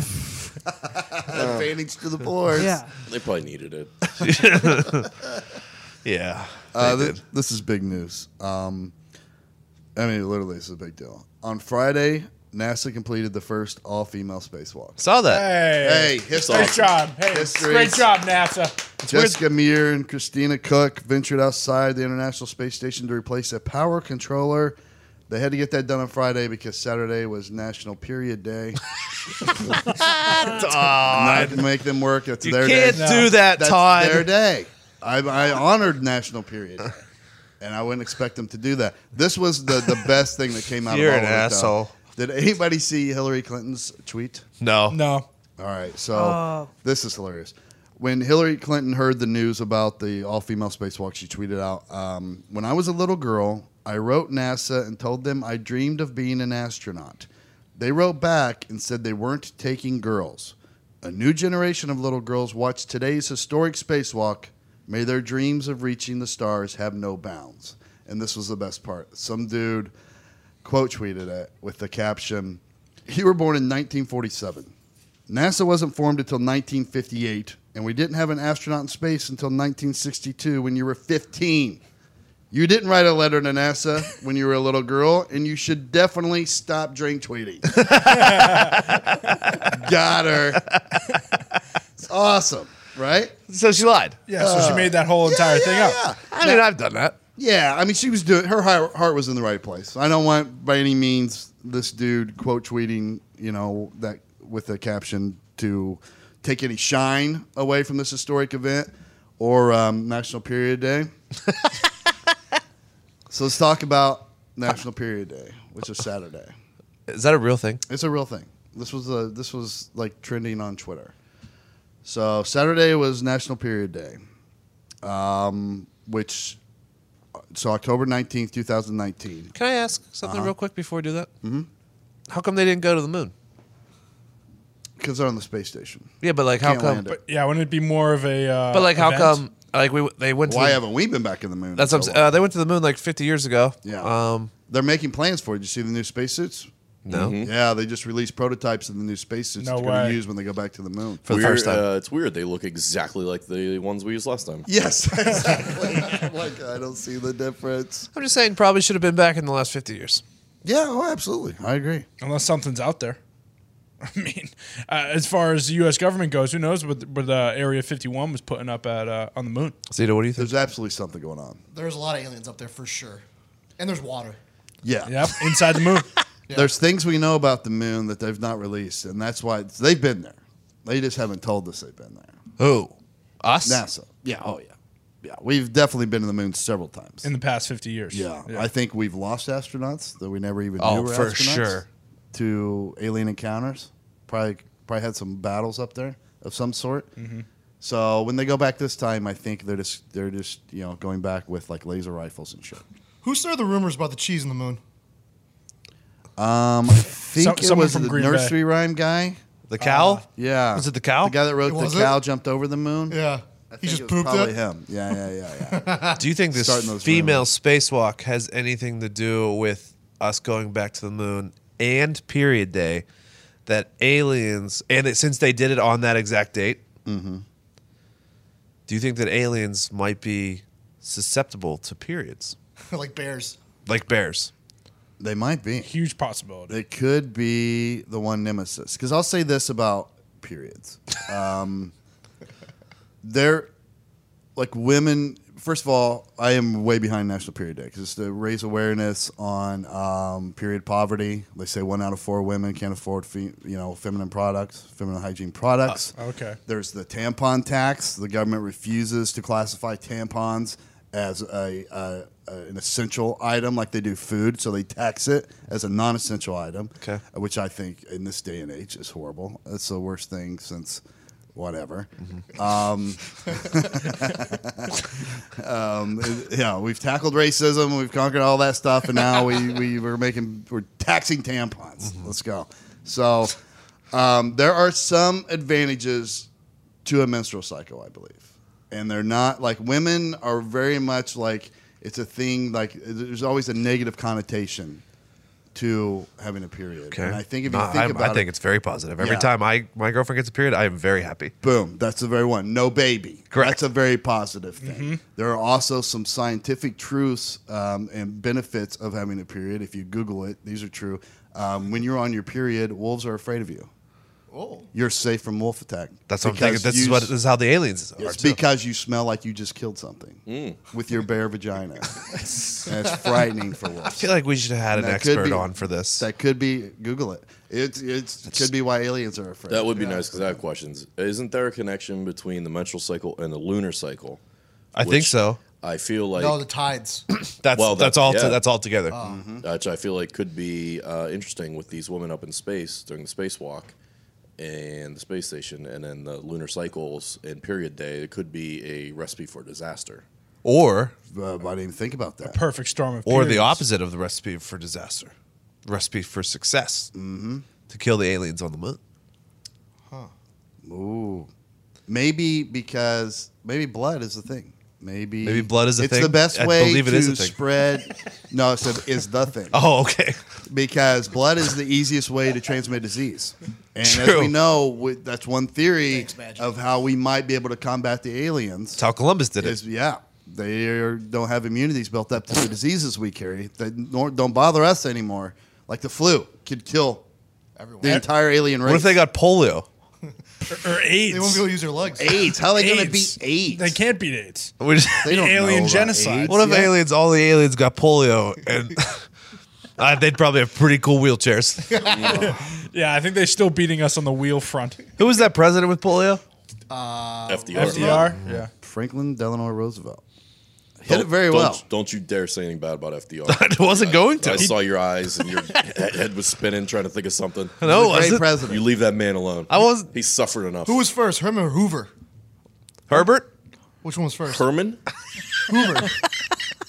[SPEAKER 1] Advantage to the boards.
[SPEAKER 6] Yeah.
[SPEAKER 5] they probably needed it."
[SPEAKER 2] Yeah.
[SPEAKER 1] Uh,
[SPEAKER 2] they
[SPEAKER 1] thi-
[SPEAKER 2] did.
[SPEAKER 1] this is big news. Um, I mean, literally, this is a big deal. On Friday, NASA completed the first all-female spacewalk.
[SPEAKER 2] Saw that.
[SPEAKER 1] Hey,
[SPEAKER 3] Hey,
[SPEAKER 1] history.
[SPEAKER 3] great job. Hey,
[SPEAKER 1] History.
[SPEAKER 3] great job, NASA.
[SPEAKER 1] Jessica Meir and Christina Cook ventured outside the International Space Station to replace a power controller. They had to get that done on Friday because Saturday was National Period Day.
[SPEAKER 2] Todd.
[SPEAKER 1] Not make them work. It's
[SPEAKER 2] You
[SPEAKER 1] their
[SPEAKER 2] can't
[SPEAKER 1] day.
[SPEAKER 2] do that,
[SPEAKER 1] That's
[SPEAKER 2] Todd.
[SPEAKER 1] their day. I, I honored National Period, Day, and I wouldn't expect them to do that. This was the, the best thing that came out.
[SPEAKER 2] You're
[SPEAKER 1] of all
[SPEAKER 2] an
[SPEAKER 1] of it, though.
[SPEAKER 2] asshole.
[SPEAKER 1] Did anybody see Hillary Clinton's tweet?
[SPEAKER 2] No.
[SPEAKER 3] No.
[SPEAKER 1] All right, so this is hilarious. When Hillary Clinton heard the news about the all female spacewalk, she tweeted out, um, When I was a little girl, I wrote NASA and told them I dreamed of being an astronaut. They wrote back and said they weren't taking girls. A new generation of little girls watch today's historic spacewalk. May their dreams of reaching the stars have no bounds. And this was the best part. Some dude quote tweeted it with the caption, "You were born in 1947. NASA wasn't formed until 1958, and we didn't have an astronaut in space until 1962 when you were 15. You didn't write a letter to NASA when you were a little girl, and you should definitely stop drink tweeting." Got her. It's awesome, right?
[SPEAKER 2] So she lied.
[SPEAKER 3] Yeah, so
[SPEAKER 2] Uh,
[SPEAKER 3] she made that whole entire
[SPEAKER 1] yeah,
[SPEAKER 3] thing
[SPEAKER 1] yeah,
[SPEAKER 3] up.
[SPEAKER 1] yeah.
[SPEAKER 2] I mean, I've done that.
[SPEAKER 1] Yeah, I mean, she was doing. Her hi- heart was in the right place. I don't want by any means this dude quote tweeting, you know, that with the caption to take any shine away from this historic event or um, National Period Day. so let's talk about National Period Day, which is Saturday.
[SPEAKER 2] Is that a real thing?
[SPEAKER 1] It's a real thing. This was a this was like trending on Twitter. So Saturday was National Period Day, um, which so October nineteenth, two thousand nineteen.
[SPEAKER 2] Can I ask something real quick before I do that? Uh-huh. Mm-hmm. How come they didn't go to the moon?
[SPEAKER 1] Because they're on the space station.
[SPEAKER 2] Yeah, but like, how
[SPEAKER 1] Can't
[SPEAKER 2] come?
[SPEAKER 1] land
[SPEAKER 2] But,
[SPEAKER 1] it.
[SPEAKER 3] Yeah, wouldn't it be more of a? Uh,
[SPEAKER 2] like, how
[SPEAKER 3] event?
[SPEAKER 2] come? Like, we they went. To
[SPEAKER 1] Why
[SPEAKER 2] the,
[SPEAKER 1] haven't we been back in the moon?
[SPEAKER 2] That's
[SPEAKER 1] in
[SPEAKER 2] what I'm
[SPEAKER 1] so
[SPEAKER 2] saying.
[SPEAKER 1] long?
[SPEAKER 2] Uh, they went to the moon like 50 years ago.
[SPEAKER 1] Yeah.
[SPEAKER 2] Um.
[SPEAKER 1] They're making plans for it. Did you see the new spacesuits?
[SPEAKER 2] No.
[SPEAKER 1] Yeah, they just released prototypes of the new spacesuits
[SPEAKER 3] No
[SPEAKER 1] that they're going
[SPEAKER 3] way.
[SPEAKER 1] to use when they go back to the moon.
[SPEAKER 2] For the first time.
[SPEAKER 5] Uh, it's weird. They look exactly like the ones we used last time.
[SPEAKER 1] yes, exactly. like I don't see the difference.
[SPEAKER 2] I'm just saying, probably should have been back in the last 50 years.
[SPEAKER 1] Yeah, oh, absolutely. I agree.
[SPEAKER 3] Unless something's out there. I mean, uh, as far as the U.S. government goes, who knows what, what uh, Area 51 was putting up at uh, on the moon?
[SPEAKER 2] Zito, what do you think?
[SPEAKER 1] There's absolutely something going on.
[SPEAKER 7] There's a lot of aliens up there for sure, and there's water.
[SPEAKER 1] Yeah.
[SPEAKER 3] Yep, inside the moon.
[SPEAKER 1] There's things we know about the moon that they've not released, and that's why it's- they've been there. They just haven't told us they've been there.
[SPEAKER 2] Who? Us?
[SPEAKER 1] NASA. Yeah. Oh, yeah. Yeah. We've definitely been to the moon several times.
[SPEAKER 3] in the past 50 years.
[SPEAKER 1] yeah. I think we've lost astronauts that we never even
[SPEAKER 2] Oh,
[SPEAKER 1] knew were
[SPEAKER 2] for
[SPEAKER 1] astronauts
[SPEAKER 2] sure.
[SPEAKER 1] to alien encounters. Probably, probably had some battles up there of some sort. So when they go back this time, I think they're just they're just you know going back with like laser rifles and shit.
[SPEAKER 7] Who started the rumors about the cheese in the moon?
[SPEAKER 1] Um, I think it
[SPEAKER 3] someone
[SPEAKER 1] was
[SPEAKER 3] from
[SPEAKER 1] the
[SPEAKER 3] Green Bay.
[SPEAKER 1] nursery rhyme guy.
[SPEAKER 2] The cow?
[SPEAKER 1] Uh, Yeah.
[SPEAKER 2] Was it the cow?
[SPEAKER 1] The guy that wrote
[SPEAKER 7] Was
[SPEAKER 1] the
[SPEAKER 7] it?
[SPEAKER 1] cow jumped over the moon?
[SPEAKER 7] Yeah,
[SPEAKER 1] I
[SPEAKER 7] he
[SPEAKER 1] think
[SPEAKER 7] just
[SPEAKER 1] it was
[SPEAKER 7] pooped
[SPEAKER 1] probably
[SPEAKER 7] it.
[SPEAKER 1] him. Yeah, yeah, yeah, yeah.
[SPEAKER 2] Do you think
[SPEAKER 1] Starting
[SPEAKER 2] this
[SPEAKER 1] those
[SPEAKER 2] female
[SPEAKER 1] rumors.
[SPEAKER 2] spacewalk has anything to do with us going back to the moon and period day? That aliens, and it, since they did it on that exact date,
[SPEAKER 1] Mm-hmm.
[SPEAKER 2] do you think that aliens might be susceptible to periods
[SPEAKER 7] like bears.
[SPEAKER 2] like bears?
[SPEAKER 1] they might be.
[SPEAKER 3] Huge possibility.
[SPEAKER 1] They could be the one nemesis. Because I'll say this about periods. Um, they're like women. First of all, I am way behind National Period Day because it's to raise awareness on um, period poverty. They say one out of four women can't afford, fe- you know, feminine products, feminine hygiene products.
[SPEAKER 3] okay.
[SPEAKER 1] There's the tampon tax. The government refuses to classify tampons as a, a, a an essential item like they do food, so they tax it as a non-essential item.
[SPEAKER 2] Okay.
[SPEAKER 1] Which I think in this day and age is horrible. It's the worst thing since whatever. Um, um, yeah, we've tackled racism, we've conquered all that stuff, and now we, we we're making we're taxing tampons.
[SPEAKER 2] Mm-hmm.
[SPEAKER 1] Let's go. So um, there are some advantages to a menstrual cycle, I believe. And they're not like women are very much like it's a thing like there's always a negative connotation to having a period. And I think if you
[SPEAKER 2] No,
[SPEAKER 1] think
[SPEAKER 2] I'm-
[SPEAKER 1] about
[SPEAKER 2] I think
[SPEAKER 1] it,
[SPEAKER 2] it's very positive. Every
[SPEAKER 1] Yeah.
[SPEAKER 2] time I my girlfriend gets a period, I am very happy.
[SPEAKER 1] boom, that's the very one. No baby.
[SPEAKER 2] Correct. Mm-hmm.
[SPEAKER 1] That's a very positive thing. There are also some scientific truths um, and benefits of having a period. If you Google it, these are true. Um, when you're on your period, wolves are afraid of you.
[SPEAKER 7] Oh,
[SPEAKER 1] You're safe from wolf attack.
[SPEAKER 2] That's what I'm
[SPEAKER 1] Because
[SPEAKER 2] thinking. This is
[SPEAKER 1] you
[SPEAKER 2] what this is Mm. how the aliens are.
[SPEAKER 1] It's
[SPEAKER 2] too.
[SPEAKER 1] because you smell like you just killed something with your bare vagina. and it's frightening for
[SPEAKER 2] I
[SPEAKER 1] wolves.
[SPEAKER 2] feel like we should have had an
[SPEAKER 1] That could
[SPEAKER 2] expert
[SPEAKER 1] be-
[SPEAKER 2] on for this.
[SPEAKER 1] That could be Google it. It it's, could be why aliens are afraid.
[SPEAKER 5] That would be nice 'cause nice because I have questions. Isn't there a connection between the menstrual cycle and the lunar cycle?
[SPEAKER 2] I think so.
[SPEAKER 5] I feel like
[SPEAKER 7] no, the tides.
[SPEAKER 2] That's
[SPEAKER 5] Well,
[SPEAKER 2] that's
[SPEAKER 5] that-
[SPEAKER 2] all.
[SPEAKER 5] yeah.
[SPEAKER 2] To, that's all together.
[SPEAKER 1] Uh-huh.
[SPEAKER 5] which I feel like could be uh, interesting with these women up in space during the spacewalk and the space station, and then the lunar cycles and period day. It could be a recipe for disaster.
[SPEAKER 2] Or
[SPEAKER 1] Uh, but I didn't even think about that.
[SPEAKER 3] Perfect storm of
[SPEAKER 2] or the
[SPEAKER 3] periods.
[SPEAKER 2] opposite of the recipe for disaster, recipe for success. Mm-hmm. To kill the aliens on the moon.
[SPEAKER 1] Ooh. Maybe because maybe blood is the thing. Maybe
[SPEAKER 2] Maybe blood is the
[SPEAKER 1] it's
[SPEAKER 2] thing?
[SPEAKER 1] the best
[SPEAKER 2] I
[SPEAKER 1] way
[SPEAKER 2] believe it
[SPEAKER 1] to
[SPEAKER 2] is the thing.
[SPEAKER 1] spread. no, it's the, is the thing
[SPEAKER 2] Oh, okay.
[SPEAKER 1] because blood is the easiest way to transmit disease. And as
[SPEAKER 2] True.
[SPEAKER 1] we know, we, that's one theory
[SPEAKER 7] Thanks, Magic.
[SPEAKER 1] of how we might be able to combat the aliens.
[SPEAKER 2] That's how Columbus did it.
[SPEAKER 1] Is yeah, they are, don't have immunities built up to the diseases we carry. They nor, don't bother us anymore. Like the flu could kill
[SPEAKER 7] Everyone.
[SPEAKER 1] the entire alien race.
[SPEAKER 2] What if they got polio?
[SPEAKER 3] or AIDS.
[SPEAKER 7] They won't be able to use their legs.
[SPEAKER 1] AIDS? How are they going to
[SPEAKER 3] AIDS.
[SPEAKER 1] beat AIDS?
[SPEAKER 3] They can't beat AIDS.
[SPEAKER 2] We just-
[SPEAKER 1] They don't know
[SPEAKER 3] alien
[SPEAKER 1] about
[SPEAKER 3] genocide.
[SPEAKER 1] AIDS
[SPEAKER 2] what if
[SPEAKER 1] yet.
[SPEAKER 2] aliens? All the aliens got polio, and uh, they'd probably have pretty cool wheelchairs.
[SPEAKER 3] Yeah, I think they're still beating us on the wheel front.
[SPEAKER 2] Who was that president with polio?
[SPEAKER 5] FDR.
[SPEAKER 3] FDR. Yeah.
[SPEAKER 1] Franklin Delano Roosevelt. Hit
[SPEAKER 5] Don't-
[SPEAKER 1] it very
[SPEAKER 5] don't-
[SPEAKER 1] well.
[SPEAKER 5] Don't you dare say anything bad about FDR.
[SPEAKER 2] I wasn't going to.
[SPEAKER 5] I saw your eyes and your he- head was spinning, trying to think of something.
[SPEAKER 2] No, it
[SPEAKER 1] Great
[SPEAKER 2] wasn't.
[SPEAKER 1] president.
[SPEAKER 5] You leave that man alone.
[SPEAKER 2] I wasn't-
[SPEAKER 5] He suffered enough.
[SPEAKER 7] Who was first, Herman or Hoover?
[SPEAKER 2] Herbert.
[SPEAKER 7] Which one was first?
[SPEAKER 5] Herman
[SPEAKER 7] Hoover.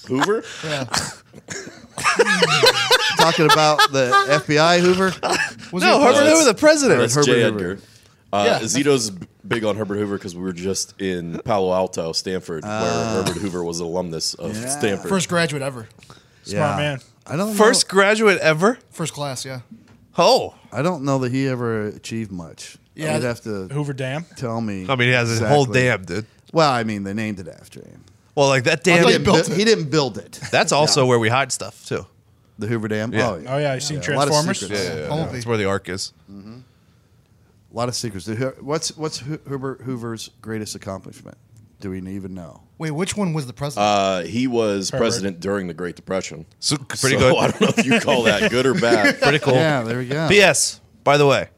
[SPEAKER 5] Hoover?
[SPEAKER 7] Yeah.
[SPEAKER 1] Talking about the FBI Hoover.
[SPEAKER 7] Was
[SPEAKER 2] No,
[SPEAKER 7] he a
[SPEAKER 2] Herbert
[SPEAKER 7] president?
[SPEAKER 2] Hoover, the president.
[SPEAKER 5] That's
[SPEAKER 1] Herbert
[SPEAKER 5] J.
[SPEAKER 1] Hoover.
[SPEAKER 5] Edgar. Uh,
[SPEAKER 7] Yeah.
[SPEAKER 5] Zito's big on Herbert Hoover because we were just in Palo Alto, Stanford, where Herbert Hoover was an alumnus of
[SPEAKER 1] Ah. Yeah.
[SPEAKER 5] Stanford.
[SPEAKER 7] First graduate ever.
[SPEAKER 1] Smart
[SPEAKER 3] man.
[SPEAKER 1] I don't
[SPEAKER 2] First
[SPEAKER 1] know.
[SPEAKER 2] graduate ever.
[SPEAKER 7] First class, yeah.
[SPEAKER 2] Oh,
[SPEAKER 1] I don't know that he ever achieved much.
[SPEAKER 7] Yeah,
[SPEAKER 1] You'd have to
[SPEAKER 3] Hoover Dam.
[SPEAKER 1] tell me.
[SPEAKER 2] I mean, he has a whole
[SPEAKER 1] exactly.
[SPEAKER 2] dam, dude.
[SPEAKER 1] Well, I mean, they named it after him.
[SPEAKER 2] Well, like that
[SPEAKER 1] He
[SPEAKER 2] dam.
[SPEAKER 7] thought
[SPEAKER 1] didn't,
[SPEAKER 7] built
[SPEAKER 1] bu-
[SPEAKER 7] it.
[SPEAKER 1] he didn't build it.
[SPEAKER 2] That's also where we hide stuff too.
[SPEAKER 1] The Hoover Dam.
[SPEAKER 2] Yeah.
[SPEAKER 1] Oh, yeah.
[SPEAKER 3] Oh yeah, you seen
[SPEAKER 1] A lot of
[SPEAKER 3] Transformers?
[SPEAKER 1] secrets.
[SPEAKER 7] yeah. Bumblebee.
[SPEAKER 2] That's where the ark is.
[SPEAKER 1] A lot of secrets. The Hoo- What's what's Hoo- Herbert Hoover's greatest accomplishment? Do we even know?
[SPEAKER 7] Wait, which one was the president?
[SPEAKER 5] Uh, he was
[SPEAKER 3] Herbert.
[SPEAKER 5] president during the Great Depression.
[SPEAKER 2] So pretty
[SPEAKER 5] So I
[SPEAKER 2] good.
[SPEAKER 5] don't know if you call that good or bad.
[SPEAKER 2] Pretty cool.
[SPEAKER 1] Yeah, there we go.
[SPEAKER 2] P.S. By the way,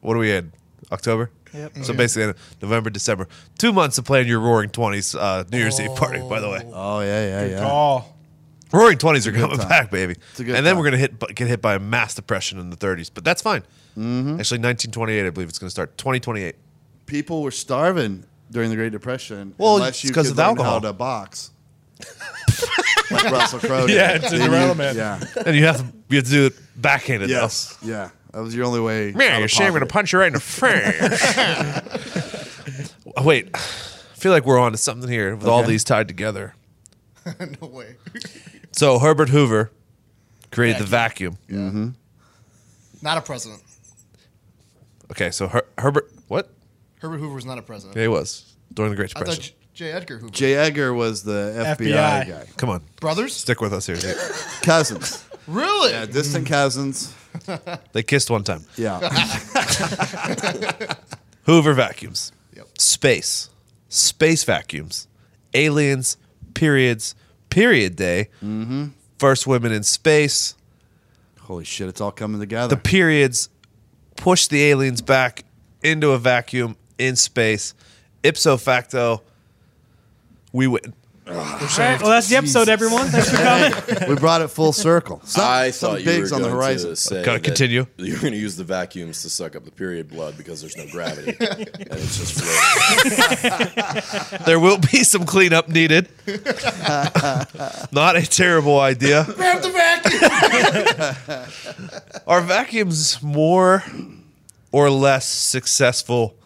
[SPEAKER 2] what are we in? October. Yep. So basically, November, December, two months of playing your Roaring Twenties uh, New Year's Eve party. By the way,
[SPEAKER 1] Oh yeah, yeah, yeah.
[SPEAKER 3] Oh.
[SPEAKER 2] Roaring Twenties are coming
[SPEAKER 1] time.
[SPEAKER 2] back, baby.
[SPEAKER 1] a good
[SPEAKER 2] and then
[SPEAKER 1] time.
[SPEAKER 2] we're gonna hit bu- get hit by a mass depression in the 30s, but that's fine.
[SPEAKER 1] Mm-hmm.
[SPEAKER 2] Actually, 1928, I believe it's gonna start. 2028.
[SPEAKER 1] People were starving during the Great Depression.
[SPEAKER 2] Well,
[SPEAKER 1] unless
[SPEAKER 2] it's
[SPEAKER 1] you
[SPEAKER 2] 'cause
[SPEAKER 1] could
[SPEAKER 2] of
[SPEAKER 1] learn
[SPEAKER 2] alcohol.
[SPEAKER 1] how to box. like Russell Crowe. did.
[SPEAKER 3] Yeah, it's
[SPEAKER 1] Then you-
[SPEAKER 3] irrelevant.
[SPEAKER 1] Yeah.
[SPEAKER 2] and you have to you have to do it backhanded. though.
[SPEAKER 1] Yes. Yeah. That was your only way.
[SPEAKER 2] Man,
[SPEAKER 1] out
[SPEAKER 2] you're
[SPEAKER 1] of
[SPEAKER 2] shaming to
[SPEAKER 1] poverty.
[SPEAKER 2] punch you right in the face. Wait, I feel like we're on to something here with all
[SPEAKER 1] Okay.
[SPEAKER 2] these tied together.
[SPEAKER 7] no way.
[SPEAKER 2] So Herbert Hoover created the vacuum.
[SPEAKER 7] Not a president.
[SPEAKER 2] Okay, so Her- Herbert, what?
[SPEAKER 7] Herbert Hoover was not a president.
[SPEAKER 2] Yeah, he was during the Great
[SPEAKER 7] I thought
[SPEAKER 2] Depression.
[SPEAKER 7] J- J. Edgar Hoover.
[SPEAKER 1] J. Edgar was the FBI,
[SPEAKER 3] FBI.
[SPEAKER 1] guy.
[SPEAKER 2] Come on,
[SPEAKER 7] Brothers?
[SPEAKER 2] stick with us here. They,
[SPEAKER 1] Cousins.
[SPEAKER 7] Really?
[SPEAKER 1] Yeah, distant cousins.
[SPEAKER 2] they kissed one time.
[SPEAKER 1] Yeah.
[SPEAKER 2] Hoover vacuums.
[SPEAKER 7] Yep.
[SPEAKER 2] Space. Space vacuums. Aliens. Periods. Period day. Mm-hmm. First women in space.
[SPEAKER 1] Holy shit, it's all coming together.
[SPEAKER 2] the periods push the aliens back into a vacuum in space. Ipso facto, we win.
[SPEAKER 6] All right, well, that's the episode, everyone. Thanks for coming.
[SPEAKER 1] we brought it full circle. Some,
[SPEAKER 5] I
[SPEAKER 1] some
[SPEAKER 5] thought you
[SPEAKER 1] bigs
[SPEAKER 5] were
[SPEAKER 1] on the
[SPEAKER 5] going
[SPEAKER 1] horizon.
[SPEAKER 5] to say
[SPEAKER 2] Gotta
[SPEAKER 5] that
[SPEAKER 2] continue.
[SPEAKER 5] You were going to use the vacuums to suck up the period blood because there's no gravity, and it's just floating.
[SPEAKER 2] There will be some cleanup needed. Not a terrible idea.
[SPEAKER 7] Grab the vacuum.
[SPEAKER 2] Are vacuums more or less successful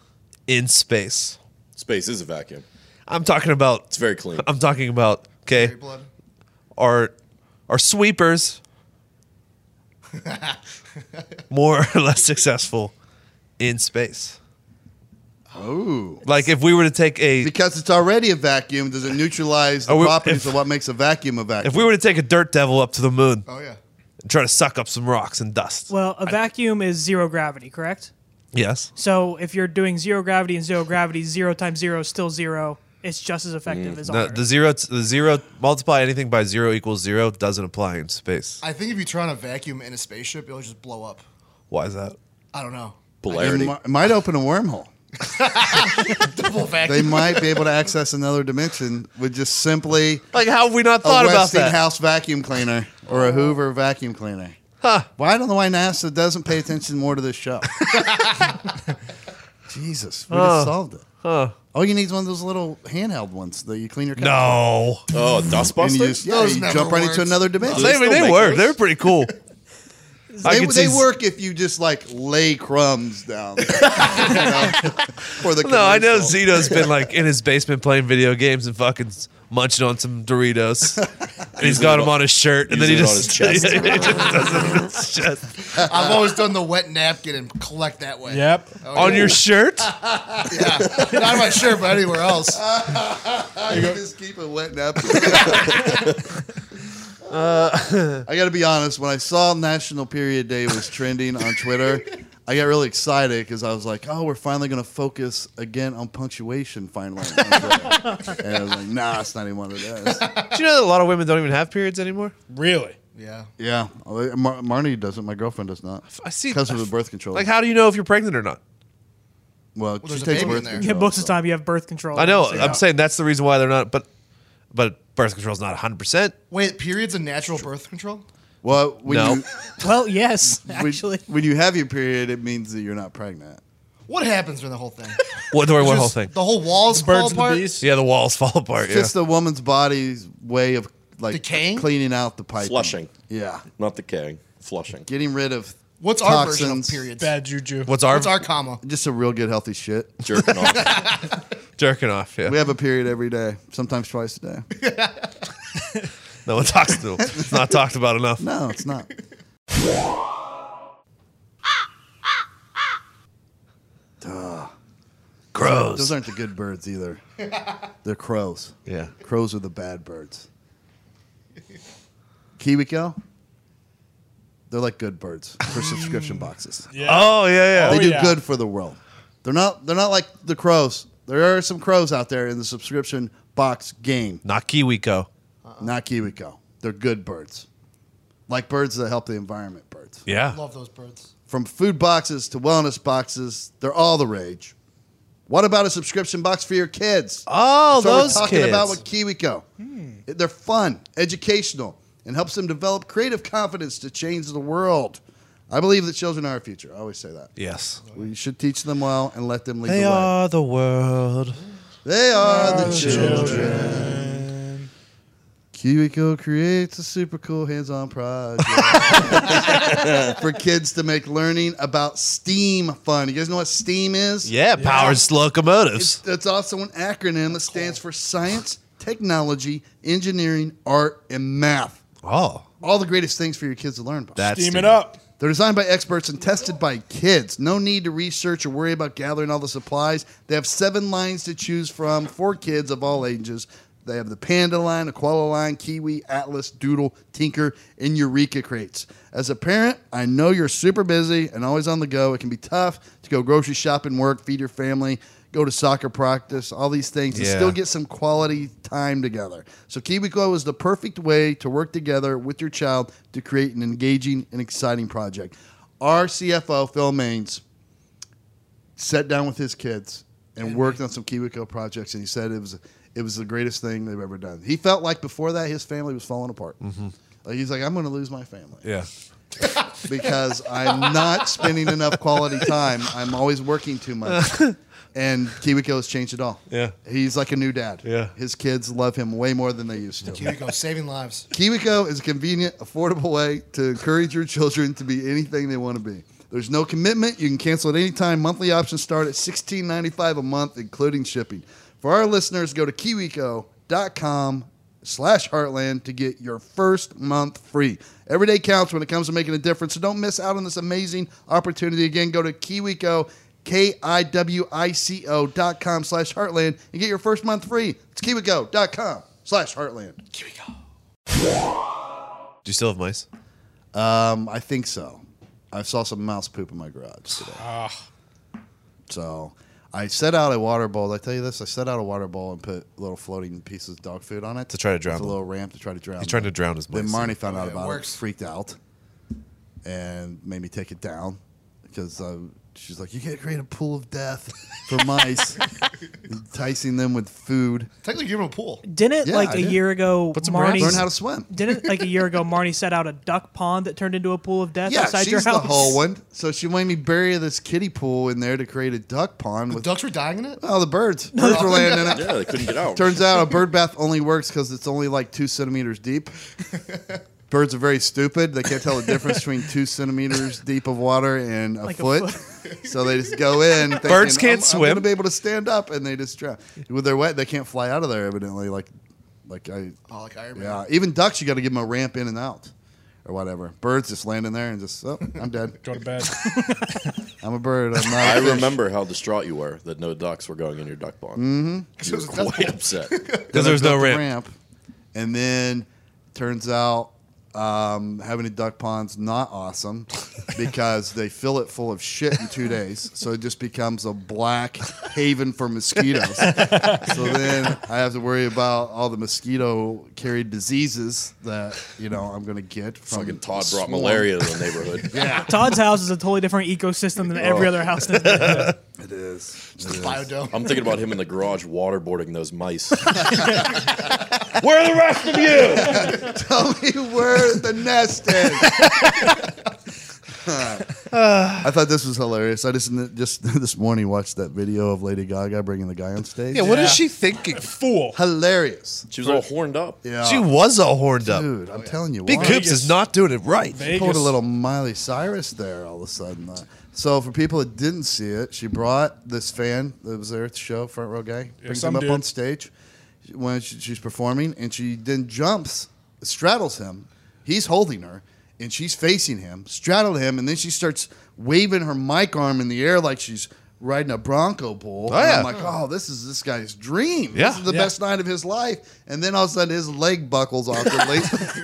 [SPEAKER 2] in space?
[SPEAKER 5] Space is a vacuum.
[SPEAKER 2] I'm talking about.
[SPEAKER 5] It's very clean.
[SPEAKER 2] I'm talking about. Okay,
[SPEAKER 7] Blood.
[SPEAKER 2] are are sweepers more or less successful in space?
[SPEAKER 7] Oh.
[SPEAKER 1] Ooh.
[SPEAKER 2] Like if we were to take a
[SPEAKER 1] Because it's already a vacuum, does it neutralize the
[SPEAKER 2] Are we-
[SPEAKER 1] properties
[SPEAKER 2] if-
[SPEAKER 1] of what makes a vacuum a vacuum?
[SPEAKER 2] if we were to take a dirt devil up to the moon
[SPEAKER 7] Oh, yeah.
[SPEAKER 2] and try to suck up some rocks and dust.
[SPEAKER 6] Well, a vacuum is zero gravity, correct?
[SPEAKER 2] yes.
[SPEAKER 6] So if you're doing zero gravity and zero gravity, zero times zero is still zero. It's just as
[SPEAKER 1] Mm,
[SPEAKER 6] effective as on
[SPEAKER 2] No,
[SPEAKER 6] Earth.
[SPEAKER 2] the zero the zero multiply anything by zero equals zero doesn't apply in space.
[SPEAKER 7] I think if you try on a vacuum in a spaceship, it'll just blow up.
[SPEAKER 2] Why is that?
[SPEAKER 7] I don't know.
[SPEAKER 1] It
[SPEAKER 5] Polarity.
[SPEAKER 1] mi- might open a wormhole.
[SPEAKER 7] Double vacuum.
[SPEAKER 1] They might be able to access another dimension with just simply
[SPEAKER 2] Like, how have we not
[SPEAKER 1] a
[SPEAKER 2] thought about that?
[SPEAKER 1] Westinghouse vacuum cleaner or a Hoover vacuum cleaner. Huh. Well, I don't know why NASA doesn't pay attention more to this show. Jesus, we just solved it. Huh. All you need is one of those little handheld ones that you clean your couch with.
[SPEAKER 2] no.
[SPEAKER 5] Oh, Dustbuster.
[SPEAKER 1] And you, just- yeah,
[SPEAKER 7] Those
[SPEAKER 1] you
[SPEAKER 7] never
[SPEAKER 1] jump right
[SPEAKER 7] worked.
[SPEAKER 1] into another dimension.
[SPEAKER 2] They,
[SPEAKER 5] still
[SPEAKER 2] they
[SPEAKER 5] make
[SPEAKER 2] were.
[SPEAKER 5] those?
[SPEAKER 2] They were pretty cool. I
[SPEAKER 1] They,
[SPEAKER 2] could
[SPEAKER 1] they
[SPEAKER 2] see-
[SPEAKER 1] work if you just like lay crumbs down you know, for the
[SPEAKER 2] No, I know
[SPEAKER 1] commercial.
[SPEAKER 2] Zito's been like in his basement playing video games and fucking s- munching on some Doritos, and he's got
[SPEAKER 5] it
[SPEAKER 2] them
[SPEAKER 5] on-
[SPEAKER 2] on his shirt, and then he
[SPEAKER 5] using it on
[SPEAKER 2] just
[SPEAKER 5] his chest.
[SPEAKER 2] he just does it on his chest.
[SPEAKER 7] I've always done the wet napkin and collect that way.
[SPEAKER 3] Yep.
[SPEAKER 7] Oh,
[SPEAKER 2] on
[SPEAKER 7] yeah.
[SPEAKER 2] your shirt.
[SPEAKER 7] Not on my shirt, but anywhere else.
[SPEAKER 1] You just keep it wet napkin. I got to be honest. When I saw National Period Day was trending on Twitter, I got really excited because I was like, "Oh, we're finally going to focus again on punctuation finally." on Twitter." and I was like, "Nah, it's not even one of those."
[SPEAKER 2] Do you know that a lot of women don't even have periods anymore?
[SPEAKER 3] Really?
[SPEAKER 7] Yeah.
[SPEAKER 1] Yeah, uh, Mar- Marnie doesn't. My girlfriend does not
[SPEAKER 2] I see.
[SPEAKER 1] because of the birth control.
[SPEAKER 2] Like, how do you know if you're pregnant or not?
[SPEAKER 1] well, she
[SPEAKER 7] there's a
[SPEAKER 1] takes
[SPEAKER 7] baby in
[SPEAKER 1] birth
[SPEAKER 7] there.
[SPEAKER 1] control.
[SPEAKER 7] Yeah,
[SPEAKER 6] Yeah, most of
[SPEAKER 1] so-
[SPEAKER 6] the time you have birth control.
[SPEAKER 2] I know.
[SPEAKER 6] So,
[SPEAKER 2] I'm saying that's the reason why they're not. But, but birth control is not 100. percent
[SPEAKER 7] Wait, periods of natural birth control?
[SPEAKER 1] Well, when
[SPEAKER 2] No.
[SPEAKER 1] you
[SPEAKER 6] Well, yes,
[SPEAKER 1] when-
[SPEAKER 6] actually.
[SPEAKER 1] when you have your period, it means that you're not pregnant.
[SPEAKER 7] What happens during the whole thing?
[SPEAKER 2] What do I want? Whole
[SPEAKER 7] Just
[SPEAKER 2] thing.
[SPEAKER 7] The whole walls fall
[SPEAKER 3] Birds and
[SPEAKER 7] apart.
[SPEAKER 3] the bees.
[SPEAKER 2] yeah, the walls fall apart. Yeah.
[SPEAKER 1] just the woman's body's way of like
[SPEAKER 7] Decaying?
[SPEAKER 1] cleaning out the pipe,
[SPEAKER 5] Flushing.
[SPEAKER 1] Yeah,
[SPEAKER 5] Not the K. Flushing.
[SPEAKER 1] getting rid of
[SPEAKER 7] What's our
[SPEAKER 1] toxins.
[SPEAKER 7] version of periods?
[SPEAKER 3] Bad juju.
[SPEAKER 2] What's our,
[SPEAKER 7] What's our comma?
[SPEAKER 1] Just a real good healthy shit.
[SPEAKER 5] Jerking off.
[SPEAKER 2] jerking off? Yeah.
[SPEAKER 1] We have a period every day, sometimes twice a day.
[SPEAKER 2] no one talks to. It's not talked about enough.
[SPEAKER 1] No, it's not. Those
[SPEAKER 2] Gross.
[SPEAKER 1] aren't the good birds either. They're crows.
[SPEAKER 2] Yeah.
[SPEAKER 1] Crows are the bad birds. Kiwiko? They're like good birds for subscription boxes.
[SPEAKER 7] Mm.
[SPEAKER 2] Oh yeah, yeah.
[SPEAKER 1] they
[SPEAKER 3] Oh,
[SPEAKER 1] do
[SPEAKER 3] yeah.
[SPEAKER 1] good for the world. They're not they're not like the crows. There are some crows out there in the subscription box game,
[SPEAKER 2] Not Kiwiko.
[SPEAKER 1] not Kiwiko. They're good birds. Like birds that help the environment birds.
[SPEAKER 2] Yeah.
[SPEAKER 7] Love those birds.
[SPEAKER 1] From food boxes to wellness boxes, they're all the rage. What about a subscription box for your kids?
[SPEAKER 2] Oh,
[SPEAKER 1] That's what
[SPEAKER 2] those
[SPEAKER 1] we're talking
[SPEAKER 2] kids.
[SPEAKER 1] about with KiwiCo. They're fun, educational, and helps them develop creative confidence to change the world. I believe that children are our future. I always say that.
[SPEAKER 2] yes.
[SPEAKER 1] We should teach them well and let them lead
[SPEAKER 2] They
[SPEAKER 1] the way.
[SPEAKER 2] are the world.
[SPEAKER 1] They are the children. KiwiCo creates a super cool hands-on project for kids to make learning about STEAM fun. You guys know what STEAM is?
[SPEAKER 2] Yeah, powers locomotives.
[SPEAKER 1] That's also an acronym that stands for science, technology, engineering, art, and math.
[SPEAKER 2] Oh,
[SPEAKER 1] All the greatest things for your kids to learn about.
[SPEAKER 2] that's
[SPEAKER 3] Steam it up.
[SPEAKER 1] They're designed by experts and tested by kids. No need to research or worry about gathering all the supplies. They have seven lines to choose from for kids of all ages. They have the Panda line, Aquala line, Kiwi, Atlas, Doodle, Tinker, and Eureka crates. As a parent, I know you're super busy and always on the go. It can be tough to go grocery shopping, work, feed your family, go to soccer practice, all these things, and
[SPEAKER 2] Yeah.
[SPEAKER 1] still get some quality time together. So KiwiCo is the perfect way to work together with your child to create an engaging and exciting project. Our CFO, Phil Maines, sat down with his kids and worked on some KiwiCo projects, and he said it was it was the greatest thing they've ever done. He felt like before that his family was falling apart. Like he's like, I'm going to lose my family
[SPEAKER 2] Yeah.
[SPEAKER 1] because I'm not spending enough quality time. I'm always working too much. And Kiwiko has changed it all.
[SPEAKER 2] Yeah.
[SPEAKER 1] He's like a new dad.
[SPEAKER 2] Yeah.
[SPEAKER 1] His kids love him way more than they used to.
[SPEAKER 7] Here we go, saving lives.
[SPEAKER 1] Kiwico is a convenient, affordable way to encourage your children to be anything they want to be. There's no commitment. You can cancel at any time. Monthly options start at $16.95 a month, including shipping. For our listeners, go to kiwico.com slash heartland to get your first month free. Every day counts when it comes to making a difference, so don't miss out on this amazing opportunity. Again, go to kiwico, K-I-W-I-C-O dot com slash heartland and get your first month free. It's kiwico.com slash heartland.
[SPEAKER 2] Do you still have mice?
[SPEAKER 1] Um, I think so. I saw some mouse poop in my garage today.
[SPEAKER 6] Ah.
[SPEAKER 1] So I set out a water bowl. Did I tell you this? I set out a water bowl and put little floating pieces of dog food on it
[SPEAKER 2] To try to drown
[SPEAKER 1] It's a
[SPEAKER 2] them.
[SPEAKER 1] little ramp to try to drown.
[SPEAKER 2] He's trying to
[SPEAKER 1] them.
[SPEAKER 2] drown his mice.
[SPEAKER 1] Then Marnie found out
[SPEAKER 7] Yeah, it
[SPEAKER 1] about it,
[SPEAKER 7] works.
[SPEAKER 1] freaked out, and made me take it down. because she's like, you can't create a pool of death for mice, enticing them with food.
[SPEAKER 7] Technically, give him a pool.
[SPEAKER 6] Didn't
[SPEAKER 1] Yeah,
[SPEAKER 6] like
[SPEAKER 1] I
[SPEAKER 6] a
[SPEAKER 1] did.
[SPEAKER 6] year ago,
[SPEAKER 2] Put some
[SPEAKER 6] Marnie
[SPEAKER 2] wraps-
[SPEAKER 1] Learn how to swim.
[SPEAKER 6] didn't like a year ago Marnie set out a duck pond that turned into a pool of death
[SPEAKER 1] Yeah,
[SPEAKER 6] outside
[SPEAKER 1] she's
[SPEAKER 6] your
[SPEAKER 1] the
[SPEAKER 6] house.
[SPEAKER 1] whole one. So she made me bury this kiddie pool in there to create a duck pond
[SPEAKER 7] The
[SPEAKER 1] with
[SPEAKER 7] ducks were dying in it.
[SPEAKER 1] oh the birds. Birds were laying in it.
[SPEAKER 5] Yeah, they couldn't get out.
[SPEAKER 1] Turns out a bird bath only works because it's only like two centimeters deep. Birds are very stupid. They can't tell the difference between two centimeters deep of water and a
[SPEAKER 6] Like a
[SPEAKER 1] foot. so they just go in. Thinking,
[SPEAKER 2] Birds can't
[SPEAKER 1] I'm, I'm gonna
[SPEAKER 2] swim.
[SPEAKER 1] be able to stand up, and they just drown. With their wet, they can't fly out of there. Evidently, like, like I,
[SPEAKER 7] Oh, like Iron Man.
[SPEAKER 1] yeah. Even ducks, you got to give them a ramp in and out, or whatever. Birds just land in there and just, oh, I'm dead.
[SPEAKER 3] Go to bed.
[SPEAKER 1] I'm a bird. I'm not. a
[SPEAKER 5] I
[SPEAKER 1] fish."
[SPEAKER 5] remember how distraught you were that no ducks were going in your duck pond.
[SPEAKER 1] Mm-hmm.
[SPEAKER 5] You were quite upset.
[SPEAKER 2] because
[SPEAKER 1] Then I
[SPEAKER 2] there's
[SPEAKER 1] built
[SPEAKER 2] no
[SPEAKER 1] the
[SPEAKER 2] ramp.
[SPEAKER 1] And then turns out um, having a duck pond's not awesome because they fill it full of shit in two days. So it just becomes a black haven for mosquitoes. so then I have to worry about all the mosquito carried diseases that, you know, I'm going to get from
[SPEAKER 5] Fucking Todd brought
[SPEAKER 1] swarm.
[SPEAKER 5] malaria to the neighborhood. yeah.
[SPEAKER 6] Todd's house is a totally different ecosystem than
[SPEAKER 1] Oh,
[SPEAKER 6] every other house. That
[SPEAKER 1] It is. It
[SPEAKER 7] Just
[SPEAKER 1] is.
[SPEAKER 7] a biodome.
[SPEAKER 5] I'm thinking about him in the garage waterboarding those mice.
[SPEAKER 1] Tell me where the nest is. I thought this was hilarious. I just just this morning watched that video of Lady Gaga bringing the guy on stage.
[SPEAKER 2] Yeah, what is
[SPEAKER 3] Yeah.
[SPEAKER 2] she thinking?
[SPEAKER 3] Fool.
[SPEAKER 1] hilarious.
[SPEAKER 5] She was all horned up.
[SPEAKER 1] Yeah,
[SPEAKER 2] She was all horned up.
[SPEAKER 1] dude. I'm telling you,
[SPEAKER 2] Big
[SPEAKER 1] why?
[SPEAKER 2] Coops is not doing it right.
[SPEAKER 3] Vegas.
[SPEAKER 1] pulled a little Miley Cyrus there all of a sudden. Uh, so for people that didn't see it, she brought this fan that was there at the show, front row guy, brings
[SPEAKER 3] some
[SPEAKER 1] him up
[SPEAKER 3] dude.
[SPEAKER 1] on stage when she, she's performing, and she then jumps, straddles him. He's holding her, and she's facing him, straddled him, and then she starts waving her mic arm in the air like she's riding a bronco bull. And
[SPEAKER 2] Oh,
[SPEAKER 1] I'm
[SPEAKER 2] yeah.
[SPEAKER 1] like, oh, this is this guy's dream.
[SPEAKER 2] Yeah.
[SPEAKER 1] This is the
[SPEAKER 3] Yeah.
[SPEAKER 1] best night of his life. And then all of a sudden his leg buckles awkwardly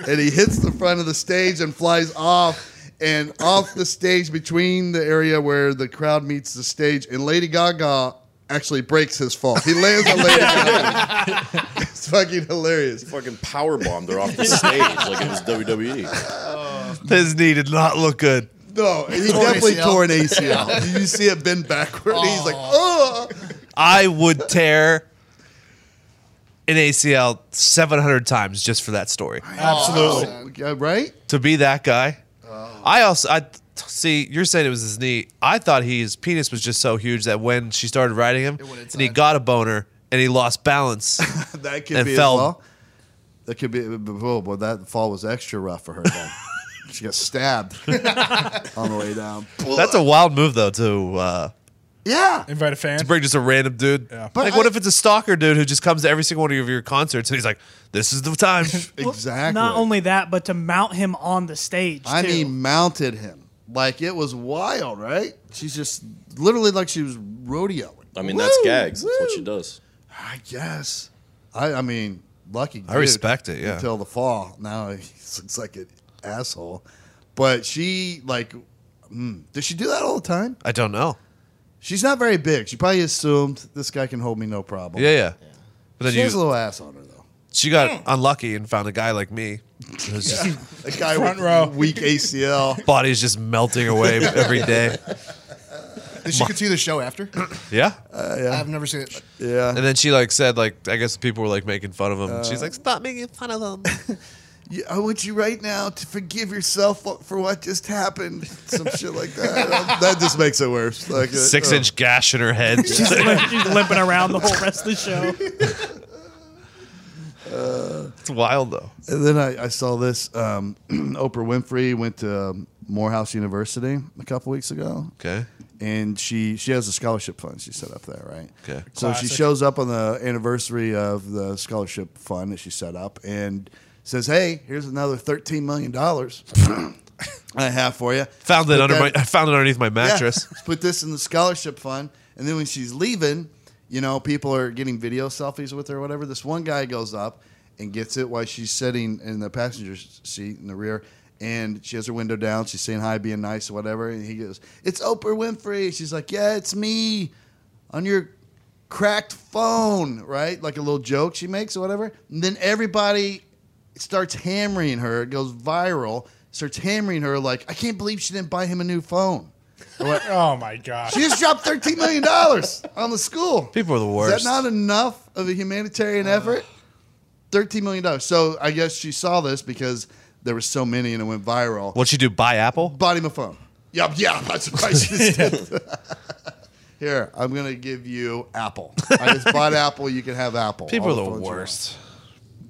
[SPEAKER 1] and he hits the front of the stage and flies off and off the stage between the area where the crowd meets the stage and Lady Gaga actually breaks his fall. He lands on Lady Gaga. It's fucking hilarious.
[SPEAKER 5] Fucking power bombed her off the stage like it was E. WWE.
[SPEAKER 2] His knee did not look good.
[SPEAKER 1] No, he
[SPEAKER 7] Torn
[SPEAKER 1] definitely
[SPEAKER 7] ACL.
[SPEAKER 1] tore an ACL. you see it bend backward. and He's like, oh.
[SPEAKER 2] I would tear an ACL 700 times just for that story.
[SPEAKER 3] Absolutely.
[SPEAKER 1] Yeah, Right?
[SPEAKER 2] To be that guy.
[SPEAKER 1] Oh.
[SPEAKER 2] I also I see you're saying it was his knee. I thought his penis was just so huge that when she started riding him
[SPEAKER 7] went
[SPEAKER 2] and he
[SPEAKER 7] inside.
[SPEAKER 2] got a boner and he lost balance.
[SPEAKER 1] That could
[SPEAKER 2] And
[SPEAKER 1] be
[SPEAKER 2] fell.
[SPEAKER 1] as well. That could be. Oh, boy, that fall was extra rough for her. Then. she got stabbed on the way down.
[SPEAKER 2] That's a wild move though to uh
[SPEAKER 1] Yeah,
[SPEAKER 3] Invite a fan.
[SPEAKER 2] to bring just a random dude.
[SPEAKER 3] Yeah.
[SPEAKER 1] But
[SPEAKER 2] Like what
[SPEAKER 1] I-
[SPEAKER 2] if it's a stalker dude who just comes to every single one of your concerts and he's like, This is the time.
[SPEAKER 1] exactly.
[SPEAKER 6] Not only that, but to mount him on the stage.
[SPEAKER 1] I
[SPEAKER 6] too.
[SPEAKER 1] mean, mounted him like it was wild, right? She's just literally like she was rodeoing.
[SPEAKER 5] I mean, that's
[SPEAKER 1] Woo,
[SPEAKER 5] gags. That's what
[SPEAKER 1] woo.
[SPEAKER 5] she does.
[SPEAKER 1] I guess. I, I mean, lucky.
[SPEAKER 2] I
[SPEAKER 1] dude
[SPEAKER 2] respect it, yeah.
[SPEAKER 1] Until the fall, now he looks like an asshole. But she like, mm, does she do that all the time?
[SPEAKER 2] I don't know.
[SPEAKER 1] She's not very big. She probably assumed this guy can hold me no problem.
[SPEAKER 2] Yeah, yeah. But then
[SPEAKER 1] She has a
[SPEAKER 2] you,
[SPEAKER 1] little ass on her though.
[SPEAKER 2] she got unlucky and found a guy like me. whose
[SPEAKER 1] A guy
[SPEAKER 3] Front
[SPEAKER 1] with
[SPEAKER 3] row.
[SPEAKER 1] weak ACL.
[SPEAKER 2] Body is just melting away every day.
[SPEAKER 7] Did she continue the show after?
[SPEAKER 2] Yeah.
[SPEAKER 7] I've never seen it.
[SPEAKER 1] yeah.
[SPEAKER 2] And then she like said like I guess people were like making fun of him. and She's like, stop making fun of him.
[SPEAKER 1] I want you right now to forgive yourself for- for what just happened. Some shit like that. that just makes it worse. Like uh,
[SPEAKER 2] Six
[SPEAKER 1] uh,
[SPEAKER 2] inch gash in her head.
[SPEAKER 6] she's, lim- she's limping around the whole rest of the show.
[SPEAKER 2] It's wild though.
[SPEAKER 1] And then I, I saw this. Um, Oprah Winfrey went to um, Morehouse University a couple weeks ago.
[SPEAKER 2] Okay.
[SPEAKER 1] and she she has a scholarship fund she set up there, right?
[SPEAKER 2] Okay.
[SPEAKER 1] So she
[SPEAKER 3] Classic.
[SPEAKER 1] shows up on the anniversary of the scholarship fund that she set up and says, "Hey, here's another thirteen million dollars I have for you."
[SPEAKER 2] Found it
[SPEAKER 1] Put
[SPEAKER 2] under
[SPEAKER 1] that-
[SPEAKER 2] my I found it underneath my
[SPEAKER 1] yeah,
[SPEAKER 2] mattress.
[SPEAKER 1] let's put this in the scholarship fund, and then when she's leaving, you know, people are getting video selfies with her or whatever. This one guy goes up and gets it while she's sitting in the passenger s- seat in the rear. And she has her window down. She's saying hi, being nice, or whatever. And he goes, "It's Oprah Winfrey." She's like, "Yeah, it's me, on your cracked phone, right? Like a little joke she makes or whatever." And then everybody starts hammering her. It goes viral. Starts hammering her like, "I can't believe she didn't buy him a new phone."
[SPEAKER 3] Oh my god.
[SPEAKER 1] She just dropped $13 million on the school.
[SPEAKER 2] People are the
[SPEAKER 1] Is
[SPEAKER 2] worst.
[SPEAKER 1] that not enough of a humanitarian
[SPEAKER 5] Uh.
[SPEAKER 1] effort? $13 million. So I guess she saw this because there were so many and it went viral.
[SPEAKER 2] What'd she do? Buy Apple?
[SPEAKER 1] Bought him a phone. Yup, yeah, that's what I just did. Here, I'm going to give you Apple. I just bought Apple. You can have Apple.
[SPEAKER 2] People
[SPEAKER 1] All
[SPEAKER 2] are the
[SPEAKER 1] phones you want.
[SPEAKER 2] worst.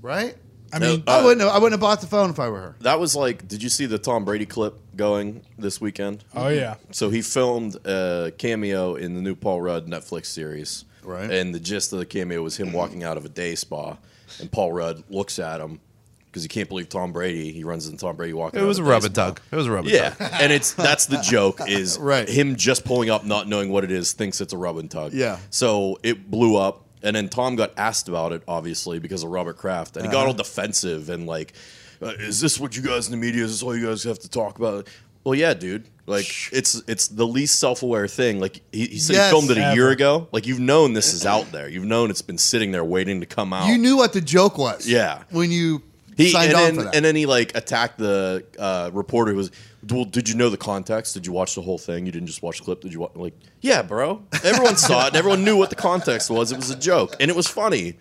[SPEAKER 1] Right?
[SPEAKER 3] I
[SPEAKER 5] No,
[SPEAKER 3] mean,
[SPEAKER 5] uh,
[SPEAKER 1] I, wouldn't have, I wouldn't have bought the phone if I were her.
[SPEAKER 5] that was like, did you see the Tom Brady clip going this weekend?
[SPEAKER 3] oh yeah.
[SPEAKER 5] So he filmed a cameo in the new Paul Rudd Netflix series.
[SPEAKER 1] Right.
[SPEAKER 5] And the gist of the cameo was him walking out of a day spa, and Paul Rudd looks at him because he can't believe Tom Brady. He runs into Tom Brady walking.
[SPEAKER 2] It
[SPEAKER 5] out
[SPEAKER 2] was a
[SPEAKER 5] of
[SPEAKER 2] rub
[SPEAKER 5] day
[SPEAKER 2] and
[SPEAKER 5] spa.
[SPEAKER 2] tug. It was a rub and
[SPEAKER 5] Yeah,
[SPEAKER 2] tug.
[SPEAKER 5] and it's that's the joke is
[SPEAKER 1] Right.
[SPEAKER 5] him just pulling up, not knowing what it is, thinks it's a rub and tug.
[SPEAKER 1] Yeah.
[SPEAKER 5] So it blew up, and then Tom got asked about it, obviously because of Robert Kraft, and he
[SPEAKER 1] Uh-huh.
[SPEAKER 5] got all defensive and like, uh, "Is this what you guys in the media? Is this all you guys have to talk about?" Well, yeah, dude. Like it's it's the least self aware thing. Like he, he said,
[SPEAKER 1] Yes.
[SPEAKER 5] he filmed it a year
[SPEAKER 3] Ever.
[SPEAKER 5] ago. Like you've known this is out there. You've known it's been sitting there waiting to come out.
[SPEAKER 1] You knew what the joke was.
[SPEAKER 5] Yeah.
[SPEAKER 1] When you
[SPEAKER 5] He
[SPEAKER 1] signed
[SPEAKER 5] and
[SPEAKER 1] on
[SPEAKER 5] then,
[SPEAKER 1] for that.
[SPEAKER 5] and then he like attacked the uh, reporter who was, well, did you know the context? Did you watch the whole thing? You didn't just watch the clip? Did you watch? Like, yeah, bro. Everyone saw it. And everyone knew what the context was. It was a joke, and it was funny.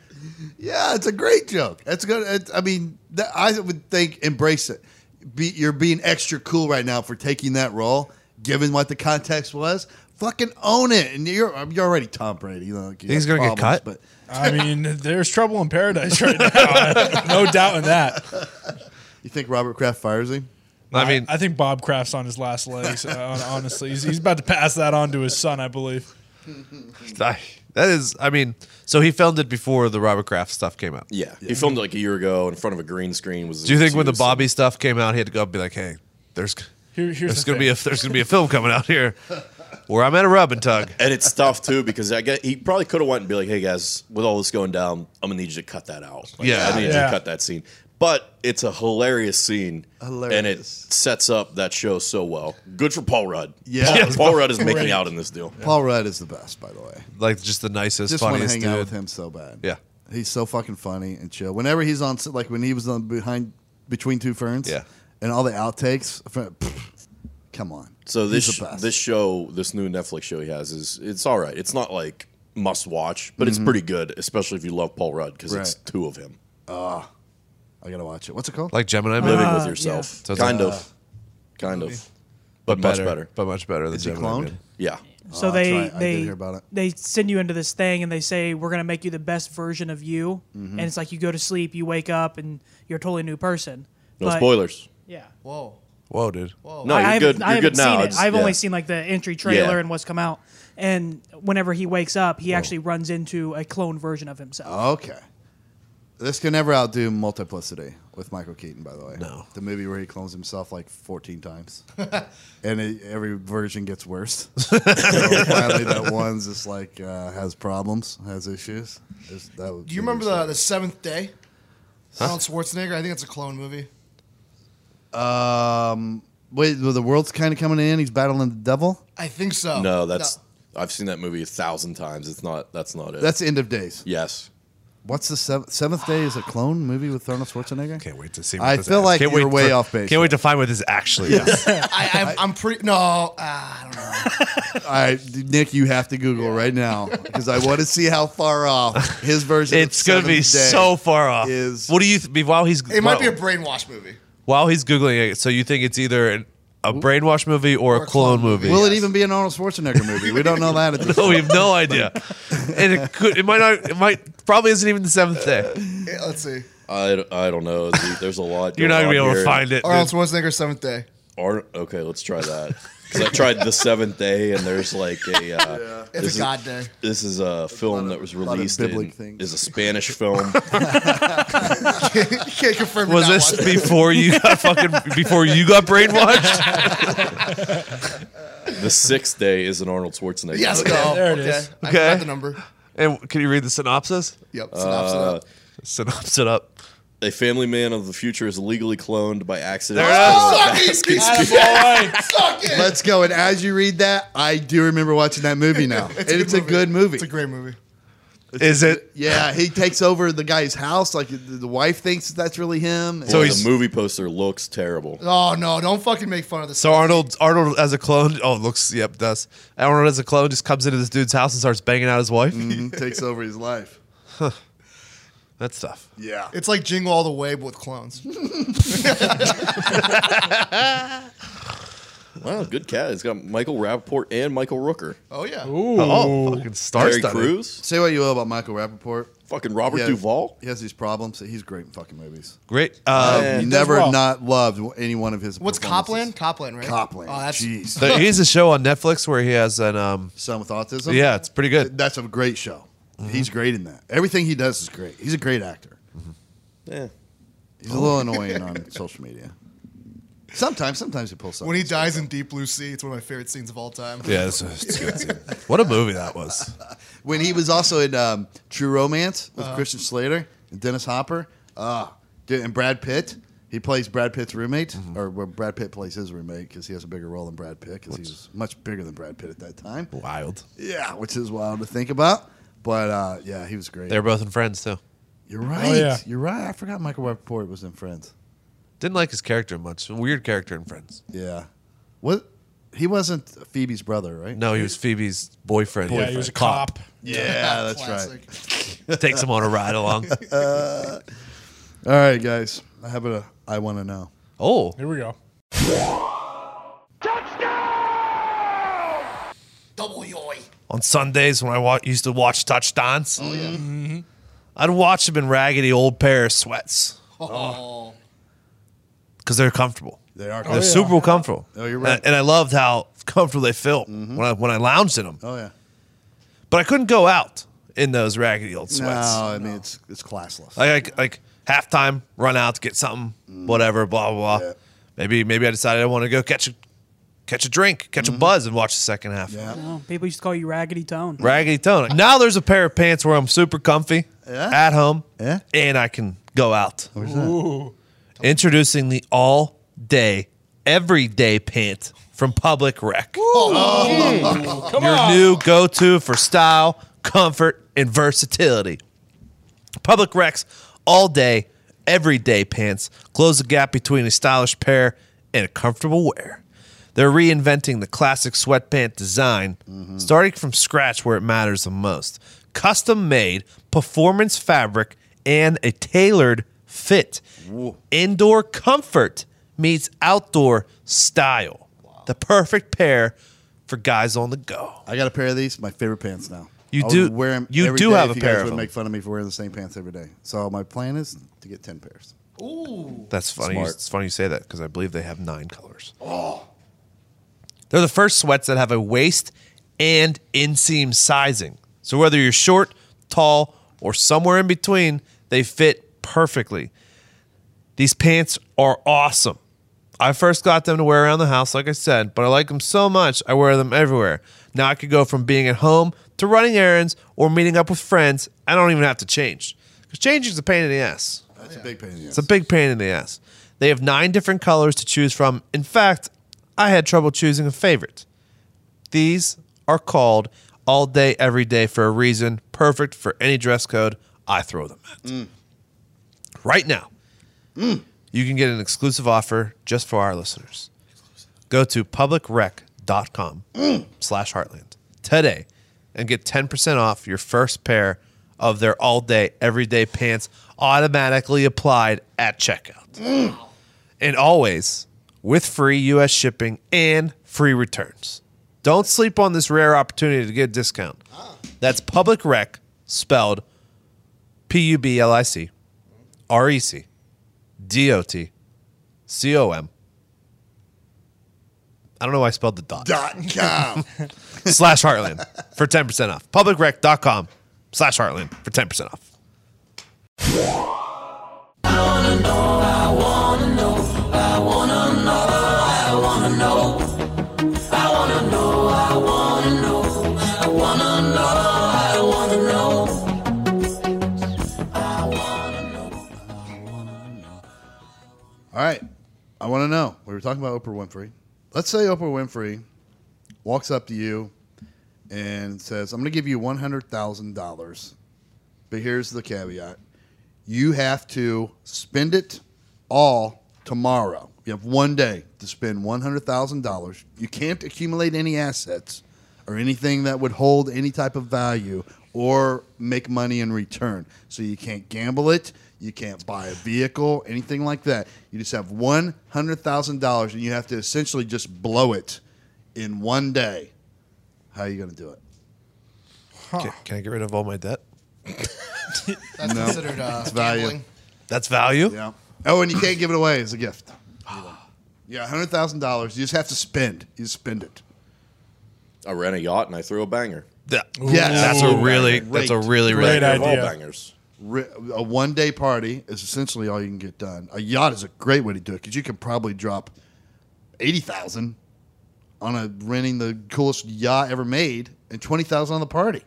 [SPEAKER 1] Yeah, it's a great joke. It's good. It, I mean, that, I would think embrace it. Be, you're being extra cool right now for taking that role, given what the context was. Fucking own it, and you're you're already Tom Brady. You know, like, you
[SPEAKER 2] He's
[SPEAKER 1] got
[SPEAKER 2] gonna get
[SPEAKER 1] problems,
[SPEAKER 2] cut?
[SPEAKER 1] but
[SPEAKER 3] I mean, there's trouble in paradise right now. no doubt in that.
[SPEAKER 1] you think Robert Kraft fires him?
[SPEAKER 2] I mean,
[SPEAKER 3] I, think Bob Kraft's on his last legs. uh, honestly, he's, he's about to pass that on to his son, I believe.
[SPEAKER 2] I- that is, I mean, so he filmed it before the Robert Kraft stuff came out.
[SPEAKER 5] Yeah, he filmed it like a year ago in front of a green screen. Was
[SPEAKER 2] Do you think when the
[SPEAKER 5] so-
[SPEAKER 2] Bobby stuff came out, he had to go up and be like, "Hey, there's
[SPEAKER 3] Here- here's
[SPEAKER 2] there's
[SPEAKER 3] the
[SPEAKER 2] gonna be a there's gonna be a film coming out here where I'm at a rub and tug."
[SPEAKER 5] and it's tough too because I get he probably could have went and be like, hey guys, with all this going down, I'm gonna need you to cut that out. Like,
[SPEAKER 2] Yeah.
[SPEAKER 5] I need you
[SPEAKER 3] Yeah.
[SPEAKER 5] to cut that scene. But it's a hilarious scene, and it
[SPEAKER 1] Hilarious.
[SPEAKER 5] sets up that show so well. Good for Paul Rudd.
[SPEAKER 1] Yeah.
[SPEAKER 5] Paul,
[SPEAKER 1] Yes,
[SPEAKER 5] Paul Rudd is making
[SPEAKER 3] Great.
[SPEAKER 5] out in this deal.
[SPEAKER 1] Paul Rudd is the best, by the way.
[SPEAKER 2] Like just the nicest,
[SPEAKER 1] Just want to
[SPEAKER 2] funniest
[SPEAKER 1] hang
[SPEAKER 2] dude.
[SPEAKER 1] out with him so bad.
[SPEAKER 2] Yeah.
[SPEAKER 1] he's so fucking funny and chill. Whenever he's on, like when he was on behind between two ferns.
[SPEAKER 2] Yeah.
[SPEAKER 1] and all the outtakes. fr- pfft, come on.
[SPEAKER 5] So
[SPEAKER 1] He's
[SPEAKER 5] this
[SPEAKER 1] the best.
[SPEAKER 5] this show, this new Netflix show he has is it's all right. It's not like must watch, but it's pretty good, especially if you love Paul Rudd because it's
[SPEAKER 1] Right.
[SPEAKER 5] two of him
[SPEAKER 1] I gotta watch it. What's it called?
[SPEAKER 2] Like Gemini Man,
[SPEAKER 5] living
[SPEAKER 6] Ah,
[SPEAKER 5] with yourself.
[SPEAKER 2] yeah. So it's
[SPEAKER 5] kind
[SPEAKER 2] like-
[SPEAKER 5] of, kind of, but much better.
[SPEAKER 2] but much better than
[SPEAKER 1] he
[SPEAKER 2] Gemini
[SPEAKER 1] cloned?
[SPEAKER 2] Man.
[SPEAKER 5] Yeah,
[SPEAKER 6] So
[SPEAKER 1] Oh, that's
[SPEAKER 6] they
[SPEAKER 1] right. I did
[SPEAKER 6] they
[SPEAKER 1] hear about it.
[SPEAKER 6] they send you into this thing and they say we're gonna make you the best version of you,
[SPEAKER 1] Mm-hmm.
[SPEAKER 6] and it's like you go to sleep, you wake up, and you're a totally new person.
[SPEAKER 5] no
[SPEAKER 6] But-
[SPEAKER 5] spoilers.
[SPEAKER 6] Yeah.
[SPEAKER 7] Whoa.
[SPEAKER 2] Whoa, dude!
[SPEAKER 5] No, you're
[SPEAKER 6] I haven't,
[SPEAKER 5] good.
[SPEAKER 6] I
[SPEAKER 5] You're
[SPEAKER 6] haven't
[SPEAKER 5] good now.
[SPEAKER 6] seen it.
[SPEAKER 5] It's-
[SPEAKER 6] I've
[SPEAKER 5] yeah.
[SPEAKER 6] only seen like the entry trailer
[SPEAKER 5] Yeah.
[SPEAKER 6] and what's come out. And whenever he wakes up, he actually runs into a clone version of himself.
[SPEAKER 1] Okay. This can never outdo Multiplicity with Michael Keaton, by the way.
[SPEAKER 2] No.
[SPEAKER 1] The movie where he clones himself like 14 times. and it, every version gets worse. so finally, that one's just like uh, has problems, has issues. There's- that would
[SPEAKER 7] Do you
[SPEAKER 1] be
[SPEAKER 7] remember
[SPEAKER 1] yourself.
[SPEAKER 7] the, the Seventh Day? Arnold Schwarzenegger. I think it's a clone movie.
[SPEAKER 1] Um, wait, well, the world's kind of coming in. He's battling the devil.
[SPEAKER 7] I think so.
[SPEAKER 5] No, that's I've seen that movie a thousand times. It's not. That's not it.
[SPEAKER 1] That's End of Days.
[SPEAKER 5] yes.
[SPEAKER 1] What's the seventh, seventh Day? Is a clone movie with Arnold Schwarzenegger?
[SPEAKER 2] Can't wait to see.
[SPEAKER 1] I
[SPEAKER 2] this
[SPEAKER 1] feel
[SPEAKER 2] is.
[SPEAKER 1] like
[SPEAKER 2] Can't
[SPEAKER 1] you're
[SPEAKER 2] wait
[SPEAKER 1] way
[SPEAKER 2] for-
[SPEAKER 1] off base.
[SPEAKER 2] Can't wait to find what this actually is.
[SPEAKER 7] I, I, I'm pretty. No, uh, I don't know.
[SPEAKER 1] All right, Nick, you have to Google right now because I want to see how far off his version.
[SPEAKER 2] It's
[SPEAKER 1] going
[SPEAKER 2] gonna
[SPEAKER 1] to
[SPEAKER 2] be so far off.
[SPEAKER 1] is-
[SPEAKER 2] what do you th- while he's
[SPEAKER 7] It might
[SPEAKER 2] while,
[SPEAKER 7] be a brainwash movie.
[SPEAKER 2] while he's googling it? So you think it's either an, a brainwash movie or, a clone, movie?
[SPEAKER 1] Will it even be an Arnold Schwarzenegger movie? We don't know that at this
[SPEAKER 2] No,
[SPEAKER 1] point.
[SPEAKER 2] we have no idea. and it could. It might not. It might. Probably isn't even the seventh day.
[SPEAKER 7] Eh, let's see.
[SPEAKER 5] I, d- I don't know. dude. There's a lot.
[SPEAKER 2] You're not gonna be able to find it.
[SPEAKER 7] Arnold
[SPEAKER 2] dude.
[SPEAKER 7] Schwarzenegger, Seventh Day.
[SPEAKER 5] Or, okay, let's try that. Because I tried the seventh day, and there's like a. Uh,
[SPEAKER 7] It's
[SPEAKER 5] this
[SPEAKER 7] a god day.
[SPEAKER 5] This is a film that was
[SPEAKER 1] lot of
[SPEAKER 5] released.
[SPEAKER 1] biblic
[SPEAKER 5] In,
[SPEAKER 1] things.
[SPEAKER 5] is a Spanish film.
[SPEAKER 7] you can't confirm.
[SPEAKER 2] Was
[SPEAKER 7] you're not
[SPEAKER 2] this
[SPEAKER 7] watching it.
[SPEAKER 2] before you got fucking before you got brainwashed?
[SPEAKER 5] the sixth day is an Arnold Schwarzenegger.
[SPEAKER 7] Yes,
[SPEAKER 5] movie.
[SPEAKER 7] no.
[SPEAKER 3] There it
[SPEAKER 7] okay. Uh,
[SPEAKER 3] is.
[SPEAKER 7] I
[SPEAKER 2] Okay.
[SPEAKER 7] got the number.
[SPEAKER 2] And can you read the synopsis?
[SPEAKER 7] Yep. Synopsis. up.
[SPEAKER 2] Synopsis it up.
[SPEAKER 5] A family man of the future is legally cloned by accident.
[SPEAKER 7] Suck it, dude. Suck it.
[SPEAKER 1] Let's go. And as you read that, I do remember watching that movie now. It's,
[SPEAKER 7] a
[SPEAKER 1] and
[SPEAKER 7] good
[SPEAKER 1] it's a
[SPEAKER 7] movie.
[SPEAKER 1] good movie.
[SPEAKER 7] It's a great movie.
[SPEAKER 2] Is it?
[SPEAKER 1] Yeah, he takes over the guy's house. Like the, the wife thinks that's really him.
[SPEAKER 2] So
[SPEAKER 5] Boy,
[SPEAKER 2] he's-
[SPEAKER 5] the movie poster looks terrible.
[SPEAKER 7] Oh no! Don't fucking make fun of this.
[SPEAKER 2] So Arnold, Arnold as a clone. Oh, looks. Yep, does. Arnold as a clone just comes into this dude's house and starts banging out his wife.
[SPEAKER 7] Mm-hmm.
[SPEAKER 1] Mhm, takes over his life.
[SPEAKER 2] That's tough.
[SPEAKER 1] Yeah.
[SPEAKER 7] it's like Jingle All the Way but with clones.
[SPEAKER 5] Wow, good cat. It's got Michael Rappaport and Michael Rooker.
[SPEAKER 7] Oh yeah.
[SPEAKER 2] Oh, fucking star
[SPEAKER 5] Terry
[SPEAKER 2] studded.
[SPEAKER 5] Crews.
[SPEAKER 1] Say what you will about Michael Rappaport.
[SPEAKER 5] Fucking Robert
[SPEAKER 1] Yeah.
[SPEAKER 5] Duvall.
[SPEAKER 1] He has these problems. He's great in fucking movies.
[SPEAKER 2] Great. Uh,
[SPEAKER 5] Yeah.
[SPEAKER 1] I've
[SPEAKER 5] He
[SPEAKER 7] does
[SPEAKER 1] never
[SPEAKER 7] well.
[SPEAKER 1] not loved any one of his.
[SPEAKER 7] What's
[SPEAKER 1] performances.
[SPEAKER 7] Copland? Copland, right?
[SPEAKER 1] Copland.
[SPEAKER 7] Oh, that's
[SPEAKER 1] jeez.
[SPEAKER 2] there- He's a show on Netflix where he has an um.
[SPEAKER 1] Son with autism.
[SPEAKER 2] Yeah, it's pretty good.
[SPEAKER 1] that's a great show. He's great in that. Everything he does is great. He's a great actor.
[SPEAKER 5] Yeah.
[SPEAKER 1] He's a little annoying on social media. Sometimes, sometimes he pulls something.
[SPEAKER 7] when he dies in Deep Blue Sea. It's one of my favorite scenes of all time.
[SPEAKER 2] Yeah, that's, that's a good scene. What a movie that was.
[SPEAKER 1] when he was also in um, True Romance
[SPEAKER 2] Uh-huh.
[SPEAKER 1] with Christian Slater and Dennis Hopper, uh, dude, and Brad Pitt. He plays Brad Pitt's roommate,
[SPEAKER 2] Mm-hmm.
[SPEAKER 1] or well, Brad Pitt plays his roommate because he has a bigger role than Brad Pitt because he was much bigger than Brad Pitt at that time.
[SPEAKER 2] Wild.
[SPEAKER 1] Yeah, which is wild to think about. But uh, yeah, he was great.
[SPEAKER 2] They're both in Friends too.
[SPEAKER 1] You're right.
[SPEAKER 3] yeah.
[SPEAKER 1] You're right. I forgot Michael Rappaport was in Friends.
[SPEAKER 2] Didn't like his character much. Weird character in Friends.
[SPEAKER 1] Yeah. What? He wasn't Phoebe's brother, right?
[SPEAKER 2] No, he was Phoebe's boyfriend.
[SPEAKER 3] Yeah, he was a cop.
[SPEAKER 1] Yeah, that's right.
[SPEAKER 7] Classic.
[SPEAKER 2] Takes him on a ride along.
[SPEAKER 1] All right, guys. I have a. I want to know.
[SPEAKER 2] Oh,
[SPEAKER 3] Here we go.
[SPEAKER 7] Double yoy.
[SPEAKER 2] on Sundays when I wa- used to watch Touchdowns. Oh yeah. I'd watch them in raggedy old pair of sweats
[SPEAKER 7] Oh.
[SPEAKER 2] because they're comfortable.
[SPEAKER 1] They are.
[SPEAKER 2] They're super comfortable.
[SPEAKER 1] Oh, you're right. Mm-hmm.
[SPEAKER 2] And, and I loved how comfortable they felt when I when I lounged in them.
[SPEAKER 1] Oh yeah.
[SPEAKER 2] But I couldn't go out in those raggedy old sweats.
[SPEAKER 1] No, I mean it's it's classless.
[SPEAKER 2] Like I, like halftime, run out to get something, whatever, blah blah blah.
[SPEAKER 1] Mm. Yeah.
[SPEAKER 2] Maybe maybe I decided I want to go catch a catch a drink, catch a buzz, and watch the second half.
[SPEAKER 1] Mm-hmm. yeah.
[SPEAKER 6] Oh, people used to call you Raggedy Tone.
[SPEAKER 2] Raggedy Tone. Now there's a pair of pants where I'm super comfy
[SPEAKER 1] Yeah.
[SPEAKER 2] at home,
[SPEAKER 1] Yeah.
[SPEAKER 2] and I can go out.
[SPEAKER 1] Where's that?
[SPEAKER 2] Introducing the all day, everyday pant from Public Rec.
[SPEAKER 3] Oh,
[SPEAKER 2] Oh,
[SPEAKER 3] Come
[SPEAKER 2] Your
[SPEAKER 3] on.
[SPEAKER 2] new go to for style, comfort, and versatility. Public Recs all day, everyday pants close the gap between a stylish pair and a comfortable wear. They're reinventing the classic sweatpant design, starting from scratch where it matters the most. Custom made performance fabric and a tailored fit. Indoor comfort meets outdoor style. The perfect pair for guys on the go.
[SPEAKER 1] I got a pair of these. My favorite pants now.
[SPEAKER 2] You
[SPEAKER 1] I
[SPEAKER 2] do-
[SPEAKER 1] would wear 'em
[SPEAKER 2] you
[SPEAKER 1] every
[SPEAKER 2] do
[SPEAKER 1] day
[SPEAKER 2] have
[SPEAKER 1] if
[SPEAKER 2] a
[SPEAKER 1] you
[SPEAKER 2] pair
[SPEAKER 1] guys
[SPEAKER 2] of
[SPEAKER 1] would
[SPEAKER 2] 'em.
[SPEAKER 1] make fun of me for wearing the same pants every day. So my plan is to get ten pairs.
[SPEAKER 2] That's funny.
[SPEAKER 5] Smart.
[SPEAKER 2] It's funny you say that because I believe they have nine colors. Oh. They're the first sweats that have a waist and inseam sizing. So whether you're short, tall, or somewhere in between, they fit perfectly. These pants are awesome. I first got them to wear around the house, like I said, but I like them so much, I wear them everywhere. Now I could go from being at home to running errands or meeting up with friends. I don't even have to change. Because changing is a pain in the ass.
[SPEAKER 1] That's a big pain in the
[SPEAKER 2] It's a big pain in the ass. They have nine different colors to choose from. In fact, I had trouble choosing a favorite. These are called all day, every day for a reason, perfect for any dress code. I throw them at. Right now, you can get an exclusive offer just for our listeners. Go to publicrec.com slash heartland today and get 10% off your first pair of their all day, everyday pants automatically applied at checkout. And always with free U.S. shipping and free returns. Don't sleep on this rare opportunity to get a discount. That's Public Rec, spelled P U B L I C R E C D O T C O M. I don't know why I spelled the dot.
[SPEAKER 1] Dot com.
[SPEAKER 2] slash Heartland for 10% off. Publicrec.com slash Heartland for 10% off.
[SPEAKER 1] All right. I want to know. We were talking about Oprah Winfrey. Let's say Oprah Winfrey walks up to you and says, I'm going to give you $100,000 But here's the caveat you have to spend it all tomorrow. You have one day to spend $100,000. You can't accumulate any assets or anything that would hold any type of value or make money in return. So you can't gamble it. You can't buy a vehicle, anything like that. You just have $100,000 and you have to essentially just blow it in one day. How are you going to do it?
[SPEAKER 2] Can, can I get rid of all my debt?
[SPEAKER 7] That's
[SPEAKER 1] No.
[SPEAKER 7] considered uh,
[SPEAKER 1] It's value.
[SPEAKER 7] gambling.
[SPEAKER 2] That's value.
[SPEAKER 1] Yeah. Oh, and you can't give it away as a gift. Yeah, hundred thousand dollars. You just have to spend. You just spend it.
[SPEAKER 5] I ran a yacht and I threw a banger.
[SPEAKER 2] That-
[SPEAKER 1] Yes.
[SPEAKER 2] that's a
[SPEAKER 1] Ooh.
[SPEAKER 2] really
[SPEAKER 1] Great.
[SPEAKER 2] that's a really
[SPEAKER 3] Great
[SPEAKER 2] really.
[SPEAKER 5] Banger of all
[SPEAKER 3] idea.
[SPEAKER 5] bangers.
[SPEAKER 1] Ri- A one day party is essentially all you can get done. A yacht is a great way to do it because you can probably drop eighty thousand on a renting the coolest yacht ever made and twenty thousand on the party.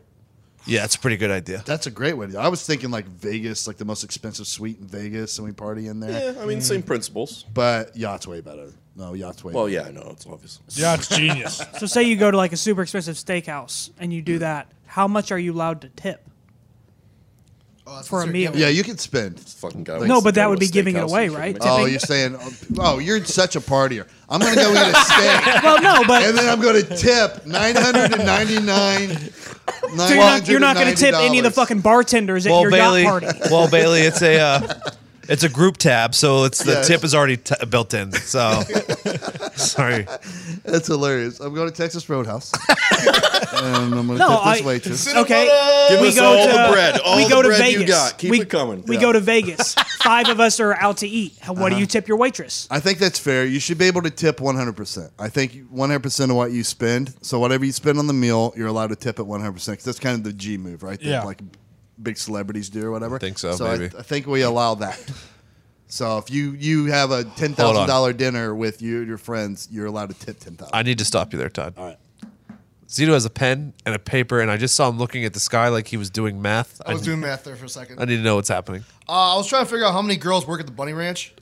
[SPEAKER 2] Yeah, it's a pretty good idea.
[SPEAKER 1] That's a great way to. do it. I was thinking like Vegas, like the most expensive suite in Vegas, and we party in there.
[SPEAKER 5] Yeah, I mean,
[SPEAKER 2] Mm.
[SPEAKER 5] same principles.
[SPEAKER 1] But yacht's way better. No, yacht's way.
[SPEAKER 5] Well, yeah, I know it's obvious.
[SPEAKER 3] Yeah, it's genius.
[SPEAKER 6] So say you go to like a super expensive steakhouse and you do that. How much are you allowed to tip?
[SPEAKER 7] Oh, that's
[SPEAKER 6] For a
[SPEAKER 7] considered
[SPEAKER 6] meal.
[SPEAKER 7] gambling.
[SPEAKER 1] yeah, you can spend.
[SPEAKER 5] Fucking guy.
[SPEAKER 6] No,
[SPEAKER 5] wants
[SPEAKER 6] but
[SPEAKER 5] to
[SPEAKER 6] that
[SPEAKER 5] go to
[SPEAKER 6] would
[SPEAKER 5] a
[SPEAKER 6] be giving it
[SPEAKER 5] steakhouse
[SPEAKER 6] away,
[SPEAKER 5] and shouldn't
[SPEAKER 6] right?
[SPEAKER 5] make-
[SPEAKER 1] Oh,
[SPEAKER 6] Tipping-
[SPEAKER 1] you're saying, oh, you're such a partier. I'm gonna go eat a steak.
[SPEAKER 6] Well, no, but
[SPEAKER 1] and then I'm going to tip nine hundred and ninety nine.
[SPEAKER 6] so you're not, you're not going to tip any of the fucking bartenders at
[SPEAKER 2] Well,
[SPEAKER 6] your
[SPEAKER 2] Bailey.
[SPEAKER 6] yacht party.
[SPEAKER 2] Well, Bailey, it's a uh, it's a group tab, so it's the
[SPEAKER 1] Yes.
[SPEAKER 2] tip is already t- built in. So sorry.
[SPEAKER 1] That's hilarious. I'm going to Texas Roadhouse, and I'm going to tip
[SPEAKER 6] No,
[SPEAKER 1] this
[SPEAKER 6] I-
[SPEAKER 1] waitress.
[SPEAKER 6] Okay,
[SPEAKER 5] Give
[SPEAKER 6] we
[SPEAKER 5] us
[SPEAKER 6] go
[SPEAKER 5] all
[SPEAKER 6] to
[SPEAKER 5] the bread. All
[SPEAKER 6] we
[SPEAKER 5] the
[SPEAKER 6] go to
[SPEAKER 5] bread
[SPEAKER 6] Vegas.
[SPEAKER 5] you got. Keep
[SPEAKER 6] we,
[SPEAKER 5] it coming.
[SPEAKER 6] We
[SPEAKER 5] Yeah. Uh-huh.
[SPEAKER 6] go to Vegas. Five of us are out to eat. How- What do you tip your waitress?
[SPEAKER 1] I think that's fair. You should be able to tip 100%. I think 100% of what you spend. So whatever you spend on the meal, you're allowed to tip at 100% because that's kind of the G move, right? That,
[SPEAKER 3] Yeah.
[SPEAKER 1] Like big celebrities do or whatever. I
[SPEAKER 2] think so,
[SPEAKER 1] I,
[SPEAKER 2] maybe.
[SPEAKER 1] I think we allow that. So if you you have a ten thousand dollar dinner with you and your friends, you're allowed to tip ten thousand.
[SPEAKER 2] I need to stop you there, Todd. All right. Zito has a pen and a paper, and I just saw him looking at the sky like he was doing math.
[SPEAKER 7] I was
[SPEAKER 2] I-
[SPEAKER 7] doing math there for a second.
[SPEAKER 2] I need to know what's happening.
[SPEAKER 7] Uh, I was trying to figure out how many girls work at the Bunny Ranch,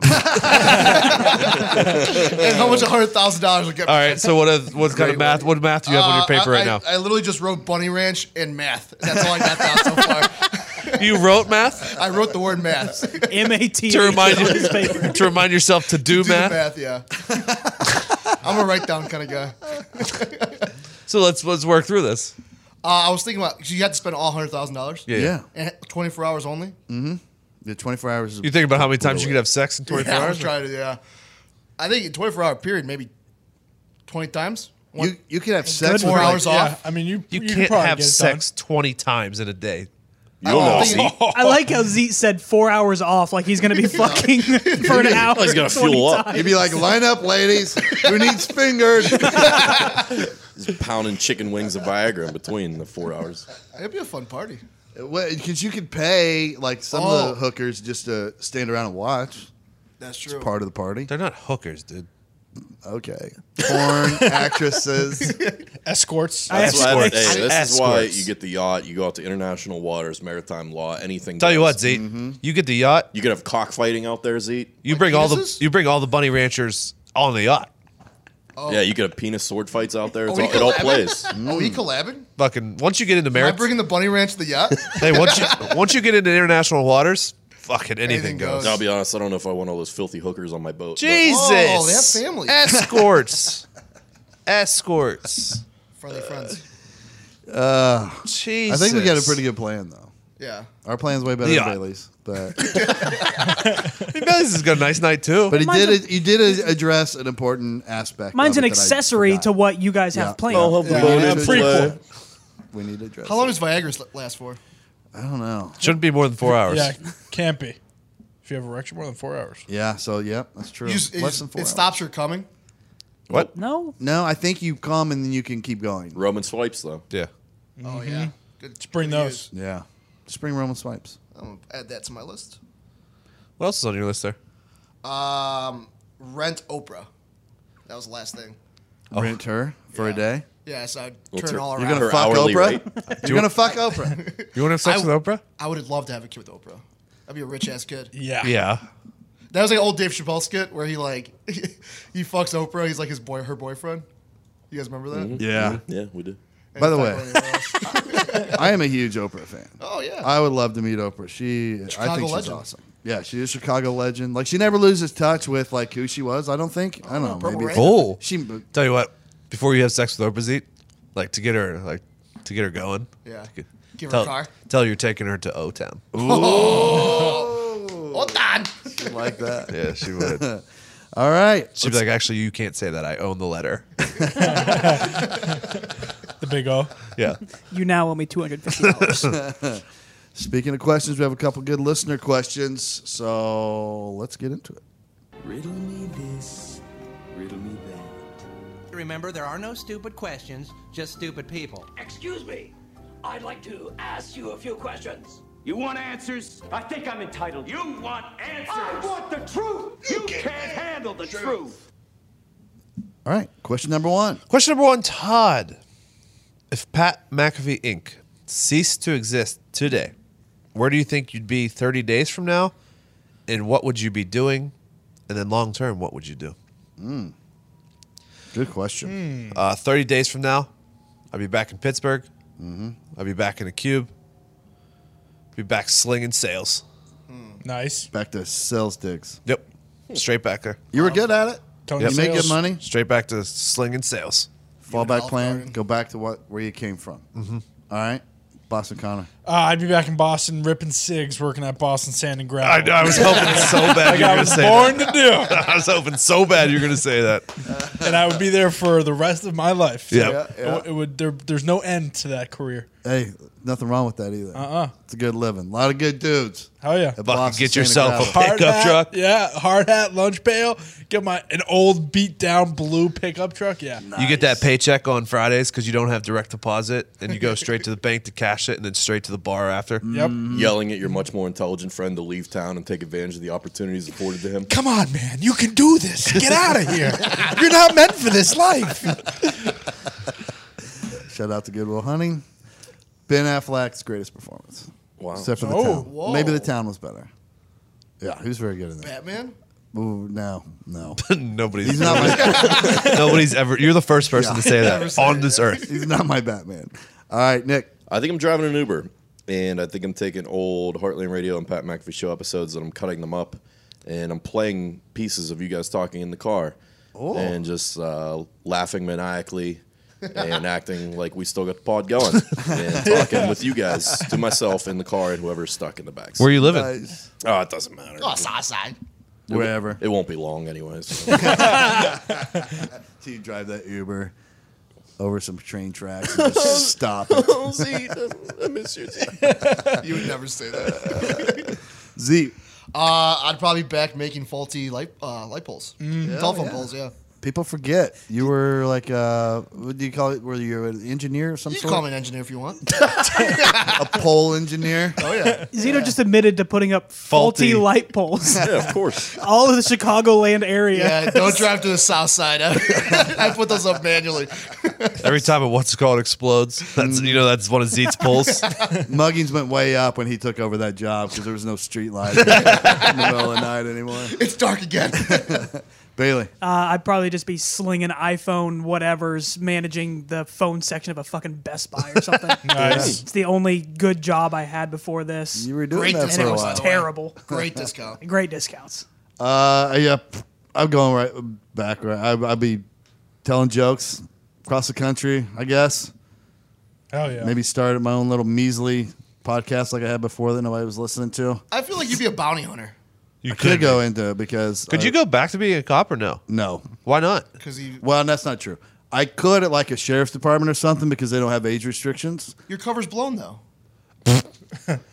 [SPEAKER 7] and how much hundred thousand dollars would get.
[SPEAKER 2] All right. So what? Are, what kind of math? What math do you have on your paper
[SPEAKER 7] Uh, I,
[SPEAKER 2] right
[SPEAKER 7] I- I literally just wrote Bunny Ranch and math. That's all I got down so far.
[SPEAKER 2] now? you wrote math
[SPEAKER 7] I wrote the word math. Do
[SPEAKER 6] M A T.
[SPEAKER 2] to remind
[SPEAKER 6] on his
[SPEAKER 2] you
[SPEAKER 6] paper.
[SPEAKER 2] to remind yourself to do,
[SPEAKER 7] the
[SPEAKER 2] math.
[SPEAKER 7] math, yeah. I'm a write down kind of guy. Uh,
[SPEAKER 2] So let's let's work through this.
[SPEAKER 7] Uh, I was thinking about 'cause you had to spend all hundred thousand dollars.
[SPEAKER 2] Yeah. Mm-hmm.
[SPEAKER 1] yeah,
[SPEAKER 7] And 24 hours only.
[SPEAKER 1] the twenty four hours. Is
[SPEAKER 2] You think about how many times you could have sex in 24
[SPEAKER 7] yeah, I was
[SPEAKER 2] hours?
[SPEAKER 7] trying to. Yeah, I think in 24 hour period maybe 20 times. One,
[SPEAKER 1] You you could have sex
[SPEAKER 7] four
[SPEAKER 1] with
[SPEAKER 7] hours
[SPEAKER 1] like,
[SPEAKER 7] off.
[SPEAKER 3] I mean, you
[SPEAKER 2] You,
[SPEAKER 3] could
[SPEAKER 2] can't
[SPEAKER 3] probably
[SPEAKER 2] have
[SPEAKER 3] get it
[SPEAKER 2] sex 20 times in a day.
[SPEAKER 5] You don't know.
[SPEAKER 7] Oh.
[SPEAKER 5] see?
[SPEAKER 6] I like how Zeke said four hours off, like he's going to be fucking for an hour.
[SPEAKER 5] he's gonna
[SPEAKER 6] and 20
[SPEAKER 5] fuel up.
[SPEAKER 6] times.
[SPEAKER 1] You'd be like, line up, ladies. Who needs fingered?
[SPEAKER 5] He's pounding chicken wings of Viagra in between the four hours.
[SPEAKER 7] done. It'd be a fun party.
[SPEAKER 1] Because you could pay like some
[SPEAKER 7] Oh.
[SPEAKER 1] of the hookers just to stand around and watch.
[SPEAKER 7] That's true.
[SPEAKER 1] Part of the party.
[SPEAKER 2] They're not hookers, dude.
[SPEAKER 1] Okay. Porn actresses.
[SPEAKER 3] done. escorts.
[SPEAKER 6] I-
[SPEAKER 5] That's why, hey,
[SPEAKER 6] Escorts.
[SPEAKER 5] this is why
[SPEAKER 2] Escorts.
[SPEAKER 5] you get the yacht. You go out to international waters, maritime law, anything.
[SPEAKER 2] Tell you
[SPEAKER 5] goes.
[SPEAKER 2] what, Zeke, you get the yacht.
[SPEAKER 5] you could have cockfighting out there, Zeke.
[SPEAKER 2] You bring all the
[SPEAKER 7] penises?
[SPEAKER 2] you bring all the bunny ranchers on the yacht.
[SPEAKER 5] Yeah, you could have penis sword fights out there. It's
[SPEAKER 7] we
[SPEAKER 5] all, it
[SPEAKER 7] could
[SPEAKER 5] all
[SPEAKER 7] have-
[SPEAKER 5] plays.
[SPEAKER 7] Oh, he collabing?
[SPEAKER 2] Fucking once you get into
[SPEAKER 7] Am I
[SPEAKER 2] marriage,
[SPEAKER 7] bringing the Bunny Ranch to the yacht?
[SPEAKER 2] hey, once you once you get into international waters, fucking anything,
[SPEAKER 7] Anything
[SPEAKER 2] goes.
[SPEAKER 7] goes.
[SPEAKER 5] I'll be honest. I don't know if I want all those filthy hookers on my boat. but-
[SPEAKER 2] Jesus,
[SPEAKER 7] Whoa, oh, they have families.
[SPEAKER 2] escorts, escorts.
[SPEAKER 7] Friendly friends.
[SPEAKER 1] I
[SPEAKER 2] Jesus,
[SPEAKER 1] think we got a pretty good plan though.
[SPEAKER 7] Yeah.
[SPEAKER 1] Our plan's way better
[SPEAKER 2] Yeah.
[SPEAKER 1] than Bailey's, but
[SPEAKER 2] good. This has got a nice night too.
[SPEAKER 1] but he
[SPEAKER 6] Mine's
[SPEAKER 1] did
[SPEAKER 6] a-
[SPEAKER 1] it. You did a- address an important aspect.
[SPEAKER 6] Mine's
[SPEAKER 1] of it
[SPEAKER 6] an
[SPEAKER 1] that I
[SPEAKER 6] accessory
[SPEAKER 1] forgot.
[SPEAKER 6] to what you guys
[SPEAKER 1] Yeah.
[SPEAKER 6] have planned.
[SPEAKER 5] I'll have the
[SPEAKER 7] Yeah,
[SPEAKER 5] boat
[SPEAKER 7] yeah,
[SPEAKER 5] in play.
[SPEAKER 7] prequel.
[SPEAKER 1] We need to address.
[SPEAKER 7] How long does Viagra sl- last for?
[SPEAKER 1] I don't know.
[SPEAKER 2] Shouldn't be more than four hours.
[SPEAKER 3] yeah, can't be. If you have erection more than four hours.
[SPEAKER 1] Yeah. So yeah, that's true.
[SPEAKER 7] You just- it
[SPEAKER 1] Less
[SPEAKER 7] just-
[SPEAKER 1] than four.
[SPEAKER 7] it
[SPEAKER 1] hours.
[SPEAKER 7] stops your coming.
[SPEAKER 2] What?
[SPEAKER 6] No,
[SPEAKER 1] No, I think you come and then you can keep going.
[SPEAKER 5] Roman swipes though.
[SPEAKER 2] Yeah.
[SPEAKER 7] Oh yeah. Good. Let's
[SPEAKER 3] bring those.
[SPEAKER 1] Yeah. Spring Roman swipes.
[SPEAKER 7] I'm gonna add that to my list.
[SPEAKER 2] What else is on your list there?
[SPEAKER 7] Um, rent Oprah. That was the last thing.
[SPEAKER 1] Rent her for a
[SPEAKER 7] Oh. Yeah.
[SPEAKER 1] day.
[SPEAKER 7] Yeah, so I'd
[SPEAKER 5] Well,
[SPEAKER 7] turn
[SPEAKER 5] tur-
[SPEAKER 7] all
[SPEAKER 5] you're
[SPEAKER 1] You're
[SPEAKER 7] around.
[SPEAKER 1] gonna
[SPEAKER 5] Her
[SPEAKER 1] fuck
[SPEAKER 5] hourly
[SPEAKER 1] Oprah. You're gonna fuck Oprah.
[SPEAKER 2] You want to have sex
[SPEAKER 7] I-
[SPEAKER 2] with Oprah?
[SPEAKER 7] I would have loved to have a kid with Oprah. I'd be a rich ass kid.
[SPEAKER 3] Yeah.
[SPEAKER 2] Yeah.
[SPEAKER 7] That was like an old Dave Chappelle skit where he like he fucks Oprah. He's like his boy, her boyfriend. You guys remember that?
[SPEAKER 1] Yeah.
[SPEAKER 5] Mm-hmm. Yeah, we do.
[SPEAKER 1] Mm-hmm. By the
[SPEAKER 7] Fuck
[SPEAKER 1] way,
[SPEAKER 7] one of the girls.
[SPEAKER 1] I am a huge Oprah fan.
[SPEAKER 7] Oh, yeah.
[SPEAKER 1] I would love to meet Oprah. She, I
[SPEAKER 7] Chicago
[SPEAKER 1] think she's
[SPEAKER 7] legend.
[SPEAKER 1] awesome. Yeah, she's a Chicago legend. Like she never loses touch with like who she was. I don't think. I don't know.
[SPEAKER 7] Purple
[SPEAKER 1] maybe
[SPEAKER 7] Rain.
[SPEAKER 2] Oh.
[SPEAKER 1] she.
[SPEAKER 2] Tell you what, before you have sex with Opazit, like to get her like to get her going.
[SPEAKER 7] Yeah.
[SPEAKER 2] to get-
[SPEAKER 7] Give her
[SPEAKER 2] tell,
[SPEAKER 7] a car.
[SPEAKER 2] Tell her you're taking her to O Town.
[SPEAKER 7] Hold on.
[SPEAKER 1] like that.
[SPEAKER 2] Yeah, she would.
[SPEAKER 1] All right.
[SPEAKER 2] She'd be like, actually, you can't say that. I own the letter.
[SPEAKER 3] The big O.
[SPEAKER 2] Yeah.
[SPEAKER 6] You now owe me two hundred fifty dollars.
[SPEAKER 1] Speaking of questions, we have a couple good listener questions. So let's get into it.
[SPEAKER 8] Riddle me this, riddle me that.
[SPEAKER 9] Remember, there are no stupid questions, just stupid people.
[SPEAKER 10] Excuse me. I'd like to ask you a few questions. You want answers? I think I'm entitled. You want answers? I want the truth. You, can't, handle the truth.
[SPEAKER 1] All right. Question number one.
[SPEAKER 2] Question number one, Todd. If Pat McAfee Inc. ceased to exist today, where do you think you'd be 30 days from now? And what would you be doing? And then long term, what would you do?
[SPEAKER 1] Good
[SPEAKER 7] Hmm.
[SPEAKER 1] question.
[SPEAKER 2] Uh, 30 days from now, I'd be back in Pittsburgh. I'd be back in a cube. Be back slinging sales.
[SPEAKER 3] Nice.
[SPEAKER 1] Back to sales digs.
[SPEAKER 2] Yep. Straight back there.
[SPEAKER 1] You
[SPEAKER 7] Um,
[SPEAKER 1] were good at it.
[SPEAKER 3] Tony
[SPEAKER 1] You make
[SPEAKER 3] Sales.
[SPEAKER 1] good money.
[SPEAKER 2] Straight back to slinging sales.
[SPEAKER 1] Fallback
[SPEAKER 7] Olive
[SPEAKER 1] plan.
[SPEAKER 7] Garden.
[SPEAKER 1] Go back to what where you came from. Mm-hmm. right. Boston Connor.
[SPEAKER 3] Uh, I'd be back in Boston ripping cigs, working at Boston Sand and Gravel.
[SPEAKER 2] I was hoping so bad you were going
[SPEAKER 3] I
[SPEAKER 2] to
[SPEAKER 3] was
[SPEAKER 2] say
[SPEAKER 3] born
[SPEAKER 2] that.
[SPEAKER 3] to do,
[SPEAKER 2] I was hoping so bad you were going to say that.
[SPEAKER 3] and I would be there for the rest of my life.
[SPEAKER 2] Yeah.
[SPEAKER 1] Yeah,
[SPEAKER 3] It w- It would. There, there's no end to that career.
[SPEAKER 1] Hey, nothing wrong with that either. Uh
[SPEAKER 7] Uh-uh.
[SPEAKER 1] uh It's a good living. A lot of good dudes.
[SPEAKER 3] Hell yeah.
[SPEAKER 1] At
[SPEAKER 2] Fucking
[SPEAKER 1] Boston
[SPEAKER 2] get
[SPEAKER 1] Santa
[SPEAKER 2] yourself a
[SPEAKER 1] Clara.
[SPEAKER 2] pickup
[SPEAKER 3] hat,
[SPEAKER 2] truck.
[SPEAKER 3] Yeah, hard hat, lunch pail. Get my an old beat down blue pickup truck. Yeah.
[SPEAKER 2] You get that paycheck on Fridays because you don't have direct deposit, and you go straight to the bank to cash it, and then straight to the bar after.
[SPEAKER 3] Yep.
[SPEAKER 5] Yelling at your much more intelligent friend to leave town and take advantage of the opportunities afforded to him.
[SPEAKER 3] Come on, man. You can do this. Get out of here. You're not meant for this life.
[SPEAKER 1] Shout out to Goodwill Hunting. Ben Affleck's greatest performance.
[SPEAKER 5] Wow.
[SPEAKER 1] Except for the
[SPEAKER 3] Oh,
[SPEAKER 1] town.
[SPEAKER 7] whoa.
[SPEAKER 1] Maybe the town was better. Yeah, he was very good in that.
[SPEAKER 7] Batman?
[SPEAKER 1] Ooh, no, no.
[SPEAKER 2] nobody's
[SPEAKER 1] He's not my
[SPEAKER 2] nobody's ever. You're the first person to say that
[SPEAKER 7] said
[SPEAKER 2] on
[SPEAKER 7] it.
[SPEAKER 2] this earth.
[SPEAKER 1] he's not my Batman. All right, Nick.
[SPEAKER 5] I think I'm driving an Uber, and I think I'm taking old Heartland Radio and Pat McAfee show episodes, and I'm cutting them up, and I'm playing pieces of you guys talking in the car,
[SPEAKER 1] Oh.
[SPEAKER 5] and just uh, laughing maniacally. and acting like we still got the pod going and talking with you guys to myself in the car and whoever's stuck in the back.
[SPEAKER 2] Where are you living?
[SPEAKER 1] Guys,
[SPEAKER 5] Oh, it doesn't matter.
[SPEAKER 7] Oh, Southside.
[SPEAKER 1] wherever.
[SPEAKER 5] It won't be long, anyways.
[SPEAKER 1] So you drive that Uber over some train tracks and just stop Oh, it.
[SPEAKER 5] I miss you.
[SPEAKER 7] You would never say that.
[SPEAKER 1] Z,
[SPEAKER 7] Uh, I'd probably be back making faulty light uh, light poles, telephone poles. Yeah,
[SPEAKER 1] people forget you were like, uh, what do you call it? Were you an engineer or some
[SPEAKER 7] you can
[SPEAKER 1] sort?
[SPEAKER 7] call me an engineer if you want.
[SPEAKER 1] a pole engineer.
[SPEAKER 7] oh yeah,
[SPEAKER 6] Zito just admitted to putting up faulty,
[SPEAKER 2] Faulty.
[SPEAKER 6] light poles
[SPEAKER 5] Yeah, of course.
[SPEAKER 6] all of the Chicagoland area.
[SPEAKER 7] yeah. Don't drive to the south side. I put those up manually.
[SPEAKER 2] Every time it what's it called explodes, that's you know that's one of Zeet's pulls.
[SPEAKER 1] Muggings went way up when he took over that job because there was no street light in the middle of the night anymore.
[SPEAKER 7] It's dark again.
[SPEAKER 1] Bailey,
[SPEAKER 6] Uh, I'd probably just be slinging iPhone whatever's managing the phone section of a fucking Best Buy or something.
[SPEAKER 3] Nice.
[SPEAKER 6] It's the only good job I had before this.
[SPEAKER 1] you were doing
[SPEAKER 7] Great
[SPEAKER 1] that
[SPEAKER 7] to
[SPEAKER 1] for
[SPEAKER 6] and
[SPEAKER 1] a
[SPEAKER 6] it
[SPEAKER 7] know.
[SPEAKER 1] while.
[SPEAKER 6] was terrible.
[SPEAKER 7] Great discount.
[SPEAKER 6] Great discounts.
[SPEAKER 1] Uh, yeah, p- I'm going right back. Right, I, I'll be telling jokes across the country. I guess
[SPEAKER 3] Hell yeah.
[SPEAKER 1] maybe start my own little measly podcast like I had before that nobody was listening to.
[SPEAKER 7] I feel like you'd be a bounty hunter
[SPEAKER 2] You
[SPEAKER 1] Could go into it because
[SPEAKER 2] Could
[SPEAKER 1] I-
[SPEAKER 2] you go back to being a cop or no?
[SPEAKER 1] No.
[SPEAKER 2] Why not?
[SPEAKER 7] because you,
[SPEAKER 1] Well, that's not true. I could at like a sheriff's department or something because they don't have age restrictions.
[SPEAKER 7] your cover's blown though.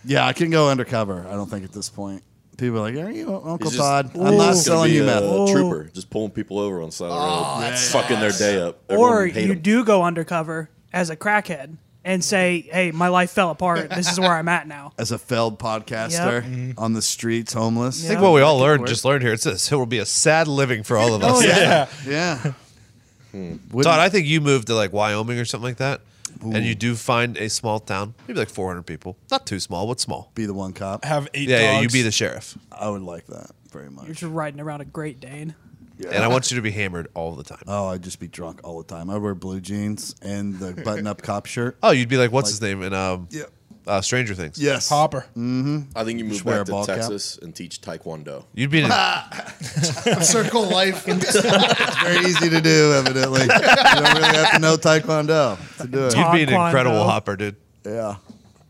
[SPEAKER 1] Yeah, I can go undercover. I don't think at this point. People are like, "Are you Uncle
[SPEAKER 5] He's just-
[SPEAKER 1] Todd?" I'm not
[SPEAKER 5] It's gonna
[SPEAKER 1] selling
[SPEAKER 5] be
[SPEAKER 1] you
[SPEAKER 5] a
[SPEAKER 1] meth. Oh,
[SPEAKER 5] Trooper just pulling people over on the side of the road, fucking their day up.
[SPEAKER 6] Or
[SPEAKER 5] Everyone hate
[SPEAKER 6] you
[SPEAKER 5] him.
[SPEAKER 6] do go undercover as a crackhead and say, hey, my life fell apart. This is where I'm at now.
[SPEAKER 1] As a failed podcaster
[SPEAKER 6] Yep.
[SPEAKER 1] on the streets, homeless.
[SPEAKER 2] I think
[SPEAKER 6] Yeah.
[SPEAKER 2] what we all learned just learned here. It's this. It will be a sad living for all of us.
[SPEAKER 3] yeah.
[SPEAKER 1] Yeah.
[SPEAKER 2] Todd,
[SPEAKER 1] Wouldn't-
[SPEAKER 2] I think you moved to like Wyoming or something like that, and you do find a small town, maybe like 400 people. Not too small. What's small?
[SPEAKER 1] be the one cop.
[SPEAKER 3] Have eight
[SPEAKER 2] Yeah, yeah, you
[SPEAKER 3] dogs.
[SPEAKER 2] be the sheriff.
[SPEAKER 1] I would like that very much.
[SPEAKER 6] You're just riding around a Great Dane.
[SPEAKER 2] and I want you to be hammered all the time.
[SPEAKER 1] Oh, I'd just be drunk all the time. I wear blue jeans and the button-up cop shirt.
[SPEAKER 2] Oh, you'd be like, what's his name in um,
[SPEAKER 1] Yeah.
[SPEAKER 2] uh, Stranger Things?
[SPEAKER 1] Yes.
[SPEAKER 3] Hopper.
[SPEAKER 2] Mm,
[SPEAKER 5] I think you move
[SPEAKER 1] wear a
[SPEAKER 5] back to
[SPEAKER 1] ball cap.
[SPEAKER 5] Texas and teach Taekwondo.
[SPEAKER 2] You'd be in a,
[SPEAKER 1] Circle life. it's very easy to do, evidently. You don't really have to know Taekwondo to do it.
[SPEAKER 2] you'd be an incredible
[SPEAKER 6] Taekwondo.
[SPEAKER 2] hopper, dude.
[SPEAKER 1] Yeah,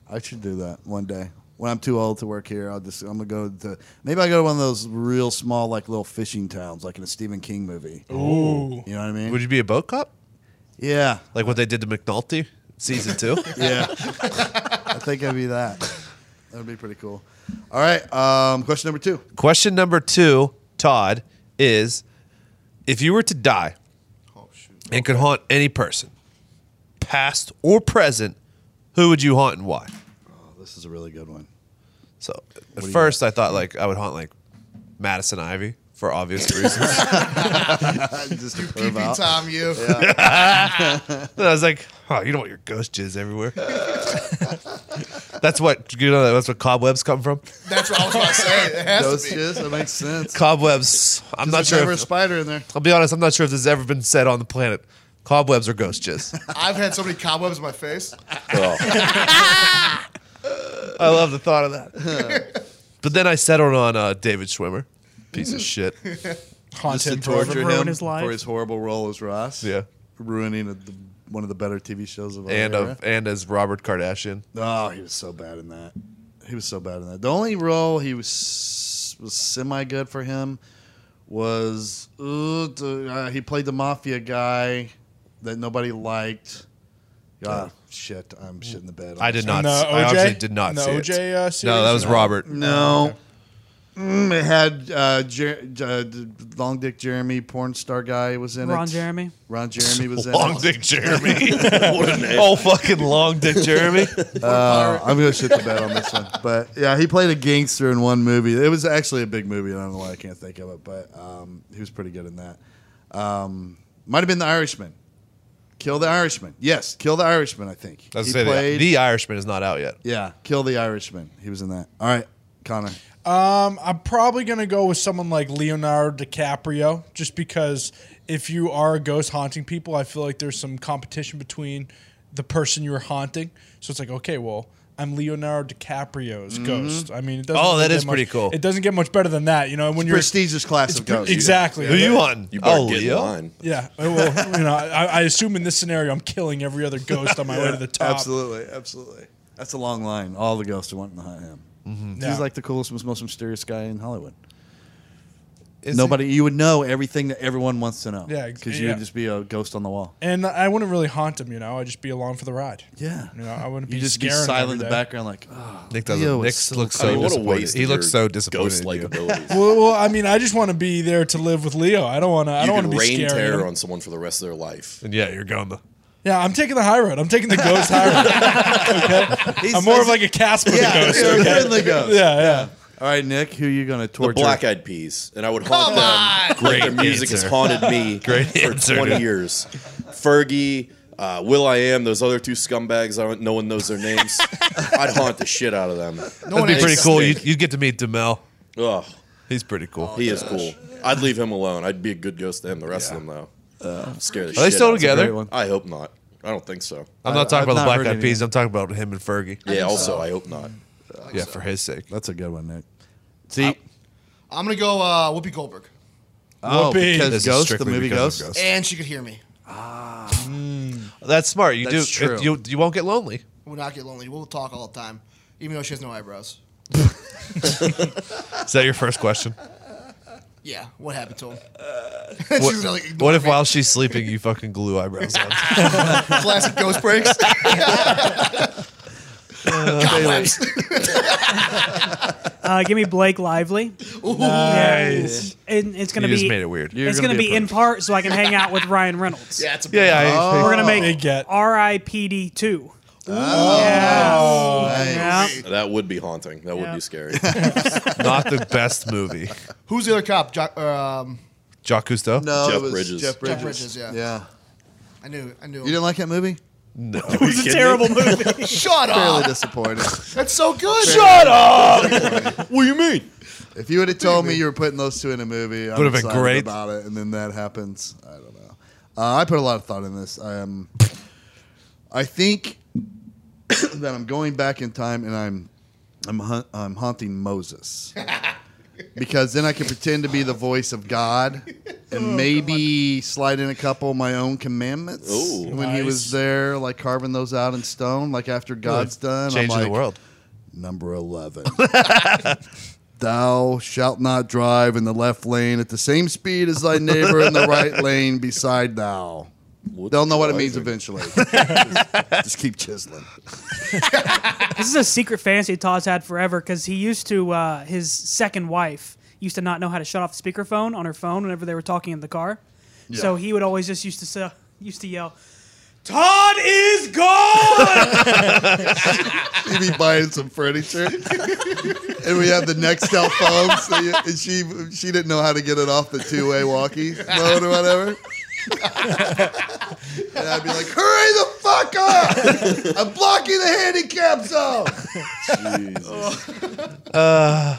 [SPEAKER 1] I should do that one day. When I'm too old to work here, I'll just I'm gonna go to maybe I go to one of those real small like little fishing towns, like in a Stephen King movie.
[SPEAKER 3] Ooh.
[SPEAKER 1] You know what I mean?
[SPEAKER 2] Would you be a boat cop?
[SPEAKER 1] yeah,
[SPEAKER 2] Like what they did to McNulty season two?
[SPEAKER 1] yeah. I think I'd be that. That'd be pretty cool. All right, um, question number two.
[SPEAKER 2] Question number two, Todd, is if you were to die and could haunt any person, past or present, who would you haunt and why?
[SPEAKER 1] Oh, this is a really good one.
[SPEAKER 2] So at first I thought like I would haunt like Madison Ivy for obvious reasons.
[SPEAKER 1] just to
[SPEAKER 7] Pee
[SPEAKER 1] prove out.
[SPEAKER 7] Tom, you.
[SPEAKER 2] then I was like, oh, you don't want your ghost jizz everywhere. that's what you know. That's what cobwebs come from.
[SPEAKER 7] That's what I was going to say. It has
[SPEAKER 1] Ghost
[SPEAKER 7] to be.
[SPEAKER 1] jizz, that makes sense.
[SPEAKER 2] Cobwebs. I'm not
[SPEAKER 1] There's
[SPEAKER 2] sure.
[SPEAKER 1] never a
[SPEAKER 2] If,
[SPEAKER 1] spider in there.
[SPEAKER 2] I'll be honest. I'm not sure if this has ever been said on the planet. Cobwebs or ghost jizz.
[SPEAKER 7] I've had so many cobwebs in my face.
[SPEAKER 2] I love the thought of that. but then I settled on uh, David Schwimmer. Piece of shit.
[SPEAKER 1] Just to
[SPEAKER 3] Haunted
[SPEAKER 1] torture
[SPEAKER 6] ruin
[SPEAKER 1] him
[SPEAKER 6] his life.
[SPEAKER 1] for his horrible role as Ross.
[SPEAKER 2] Yeah.
[SPEAKER 1] ruining a, the, one of the better TV shows of our
[SPEAKER 2] And
[SPEAKER 1] era.
[SPEAKER 2] of and as Robert Kardashian.
[SPEAKER 1] Oh, he was so bad in that. He was so bad in that. The only role he was was semi good for him was uh, d- uh, he played the mafia guy that nobody liked. Ah, shit, I'm shitting the bed.
[SPEAKER 2] I did
[SPEAKER 3] And uh,
[SPEAKER 2] not.
[SPEAKER 3] the
[SPEAKER 2] I
[SPEAKER 3] OJ?
[SPEAKER 2] actually did not
[SPEAKER 3] And the
[SPEAKER 2] see
[SPEAKER 3] OJ,
[SPEAKER 2] it.
[SPEAKER 3] uh,
[SPEAKER 2] no, that
[SPEAKER 3] series?
[SPEAKER 2] was Robert.
[SPEAKER 1] No. Mm, it had uh, Jer- uh, d- Long Dick Jeremy, porn star guy, was in it.
[SPEAKER 6] Ron Jeremy.
[SPEAKER 1] Ron Jeremy was in
[SPEAKER 2] Long
[SPEAKER 1] it.
[SPEAKER 2] Dick Jeremy. oh, fucking Long Dick Jeremy.
[SPEAKER 1] Uh, I'm gonna shit the bed on this one, but yeah, he played a gangster in one movie. It was actually a big movie. and I don't know why I can't think of it, but um, he was pretty good in that. Um, might have been The Irishman. Kill the Irishman. Yes, Kill the Irishman. I think
[SPEAKER 2] I was
[SPEAKER 1] he
[SPEAKER 2] gonna say the,
[SPEAKER 1] played.
[SPEAKER 2] the Irishman is not out yet.
[SPEAKER 1] yeah, Kill the Irishman. He was in that. All right, Connor.
[SPEAKER 3] Um, I'm probably gonna go with someone like Leonardo DiCaprio, just because if you are a ghost haunting people, I feel like there's some competition between the person you're haunting. So it's like, okay, well, I'm Leonardo DiCaprio's ghost. I mean, it doesn't
[SPEAKER 2] Mm-hmm. Oh, that
[SPEAKER 3] get
[SPEAKER 2] is pretty
[SPEAKER 3] much-
[SPEAKER 2] cool.
[SPEAKER 3] It doesn't get much better than that, you know. When you're
[SPEAKER 1] Prestigious class of ghosts.
[SPEAKER 3] exactly,
[SPEAKER 2] Who you on?
[SPEAKER 5] You better
[SPEAKER 2] oh,
[SPEAKER 5] get
[SPEAKER 2] Leo.
[SPEAKER 5] in line.
[SPEAKER 3] Yeah, well, you know, I, I assume in this scenario, I'm killing every other ghost on my way to the top.
[SPEAKER 1] Absolutely, absolutely. That's a long line. All the ghosts are wanting to hunt him.
[SPEAKER 3] Yeah.
[SPEAKER 1] He's like the coolest, most mysterious guy in Hollywood.
[SPEAKER 2] Is
[SPEAKER 1] Nobody, you would know everything that everyone wants to know.
[SPEAKER 3] Yeah, ex-
[SPEAKER 1] because you would
[SPEAKER 3] yeah.
[SPEAKER 1] just be a ghost on the wall.
[SPEAKER 3] and I wouldn't really haunt him, you know. I'd just be along for the ride.
[SPEAKER 1] Yeah.
[SPEAKER 3] you know, I wouldn't
[SPEAKER 1] You
[SPEAKER 3] be
[SPEAKER 1] just be
[SPEAKER 3] scaring him
[SPEAKER 1] silent in
[SPEAKER 3] every
[SPEAKER 1] the
[SPEAKER 3] day.
[SPEAKER 1] background, like, oh,
[SPEAKER 2] he? Nick doesn't.
[SPEAKER 1] Leo
[SPEAKER 2] Nick
[SPEAKER 1] is so
[SPEAKER 2] looks
[SPEAKER 5] I
[SPEAKER 2] so
[SPEAKER 5] mean, what a
[SPEAKER 2] disappointed.
[SPEAKER 5] waste.
[SPEAKER 2] He
[SPEAKER 5] of
[SPEAKER 2] looks
[SPEAKER 5] your
[SPEAKER 2] so disappointed. in
[SPEAKER 5] Ghost-like
[SPEAKER 2] you.
[SPEAKER 5] abilities.
[SPEAKER 3] Well, well, I mean, I just want to be there to live with Leo. I don't want to. I
[SPEAKER 5] you
[SPEAKER 3] don't
[SPEAKER 5] can
[SPEAKER 3] want to be
[SPEAKER 5] rain
[SPEAKER 3] scared.
[SPEAKER 5] terror on someone for the rest of their life.
[SPEAKER 2] And yeah, you're going the.
[SPEAKER 3] Yeah, I'm taking the high road. I'm taking the ghost high road. Okay? I'm more of like a Casper the
[SPEAKER 1] Yeah,
[SPEAKER 3] ghost.
[SPEAKER 1] you're a
[SPEAKER 3] okay?
[SPEAKER 1] friendly ghost.
[SPEAKER 3] Yeah, yeah.
[SPEAKER 1] All right, Nick, who are you going to
[SPEAKER 5] The
[SPEAKER 1] torture?
[SPEAKER 5] Black Eyed Peas, and I would haunt them.
[SPEAKER 2] Great
[SPEAKER 5] their music
[SPEAKER 2] answer.
[SPEAKER 5] has haunted me
[SPEAKER 2] Great
[SPEAKER 5] for
[SPEAKER 2] answer,
[SPEAKER 5] 20
[SPEAKER 2] dude.
[SPEAKER 5] years. Fergie, uh, Will I Am, those other two scumbags. I don't, no one knows their names. I'd haunt the shit out of them.
[SPEAKER 7] No
[SPEAKER 2] That'd
[SPEAKER 7] one
[SPEAKER 2] be pretty
[SPEAKER 7] else.
[SPEAKER 2] cool. You you get to meet Demel.
[SPEAKER 5] Ugh,
[SPEAKER 2] He's pretty cool.
[SPEAKER 5] he is cool. I'd leave him alone. I'd be a good ghost to him. The rest of them though, scare the shit.
[SPEAKER 2] Are they
[SPEAKER 5] out
[SPEAKER 2] still
[SPEAKER 5] of them.
[SPEAKER 1] great
[SPEAKER 2] together?
[SPEAKER 1] one.
[SPEAKER 5] I hope not. I don't think so.
[SPEAKER 2] I'm not
[SPEAKER 1] I've
[SPEAKER 2] talking
[SPEAKER 1] not
[SPEAKER 2] about the
[SPEAKER 1] heard
[SPEAKER 2] Black Eyed
[SPEAKER 1] any
[SPEAKER 2] Peas. I'm talking about him and Fergie.
[SPEAKER 5] Yeah. Also, I hope not.
[SPEAKER 2] Yeah, for his sake.
[SPEAKER 1] That's a good one, Nick. See,
[SPEAKER 7] I'm going to go uh, Whoopi Goldberg.
[SPEAKER 1] oh,
[SPEAKER 3] Whoopee.
[SPEAKER 2] This
[SPEAKER 1] because
[SPEAKER 2] is
[SPEAKER 1] Ghost, the
[SPEAKER 2] strictly
[SPEAKER 1] movie
[SPEAKER 2] because
[SPEAKER 1] Ghost.
[SPEAKER 2] of
[SPEAKER 7] And she could hear me.
[SPEAKER 2] That's smart. You
[SPEAKER 1] That's
[SPEAKER 2] do.
[SPEAKER 1] true.
[SPEAKER 2] It, you you won't get lonely.
[SPEAKER 7] We'll not get lonely. We'll talk all the time, even though she has no eyebrows.
[SPEAKER 2] Is that your first question?
[SPEAKER 7] Yeah, what happened to him?
[SPEAKER 2] What,
[SPEAKER 1] Uh,
[SPEAKER 7] She's gonna, like,
[SPEAKER 2] what if
[SPEAKER 7] ignore
[SPEAKER 2] while she's sleeping you fucking glue eyebrows on?
[SPEAKER 7] me. classic ghost breaks?
[SPEAKER 1] Uh,
[SPEAKER 7] Cobwebs.
[SPEAKER 6] Uh, give me Blake Lively. Uh,
[SPEAKER 3] Nice.
[SPEAKER 6] And it's gonna
[SPEAKER 2] You
[SPEAKER 6] be
[SPEAKER 2] just made it weird. You're
[SPEAKER 6] it's
[SPEAKER 1] gonna
[SPEAKER 6] gonna,
[SPEAKER 1] be
[SPEAKER 6] be in
[SPEAKER 1] approached.
[SPEAKER 6] part so I can hang out with Ryan Reynolds.
[SPEAKER 7] Yeah, Oh. it's a
[SPEAKER 2] Yeah, yeah. I-
[SPEAKER 1] Oh.
[SPEAKER 6] We're gonna make
[SPEAKER 3] Big get.
[SPEAKER 6] R.I.P.D. two. yeah. yeah.
[SPEAKER 5] That would be haunting. That would
[SPEAKER 6] Yeah.
[SPEAKER 5] be scary.
[SPEAKER 2] Not the best movie.
[SPEAKER 7] Who's the other cop? Jo- um,
[SPEAKER 2] Jacques Cousteau.
[SPEAKER 1] No,
[SPEAKER 5] Jeff
[SPEAKER 1] it was
[SPEAKER 5] Bridges.
[SPEAKER 1] Jeff Bridges.
[SPEAKER 7] Bridges, yeah.
[SPEAKER 1] Yeah.
[SPEAKER 7] I knew. I knew.
[SPEAKER 1] You didn't like that movie?
[SPEAKER 2] No.
[SPEAKER 6] It was a terrible movie.
[SPEAKER 7] Shut
[SPEAKER 3] Ah.
[SPEAKER 1] Fairly
[SPEAKER 7] up.
[SPEAKER 1] disappointed.
[SPEAKER 7] That's so good.
[SPEAKER 5] Shut up! what do you mean?
[SPEAKER 1] If you would have told me you were putting those two in a movie, I
[SPEAKER 2] Would've been great.
[SPEAKER 1] about it. And then that happens. I don't know. Uh, I put a lot of thought in this. I am. I think that I'm going back in time and I'm I'm hunt, I'm haunting Moses because then I can pretend to be the voice of God and maybe slide in a couple of my own commandments
[SPEAKER 5] Ooh.
[SPEAKER 1] when he was
[SPEAKER 3] Nice.
[SPEAKER 1] there, like carving those out in stone. Like after God's done, I'm
[SPEAKER 2] Changing
[SPEAKER 1] like,
[SPEAKER 2] the world.
[SPEAKER 1] number 11. Thou shalt not drive in the left lane at the same speed as thy neighbor in the right lane beside thou. They'll know what it means eventually. just, just keep chiseling.
[SPEAKER 6] This is a secret fantasy Todd's had forever because he used to, uh, his second wife used to not know how to shut off the speakerphone on her phone whenever they were talking in the car. So he would always just used to say, used to yell, Todd is gone!
[SPEAKER 1] She'd be buying some furniture. and we have the Nextel phone. So you, and she, she didn't know how to get it off the two way walkie mode or whatever. and I'd be like, hurry the fuck up! I'm blocking the handicap zone!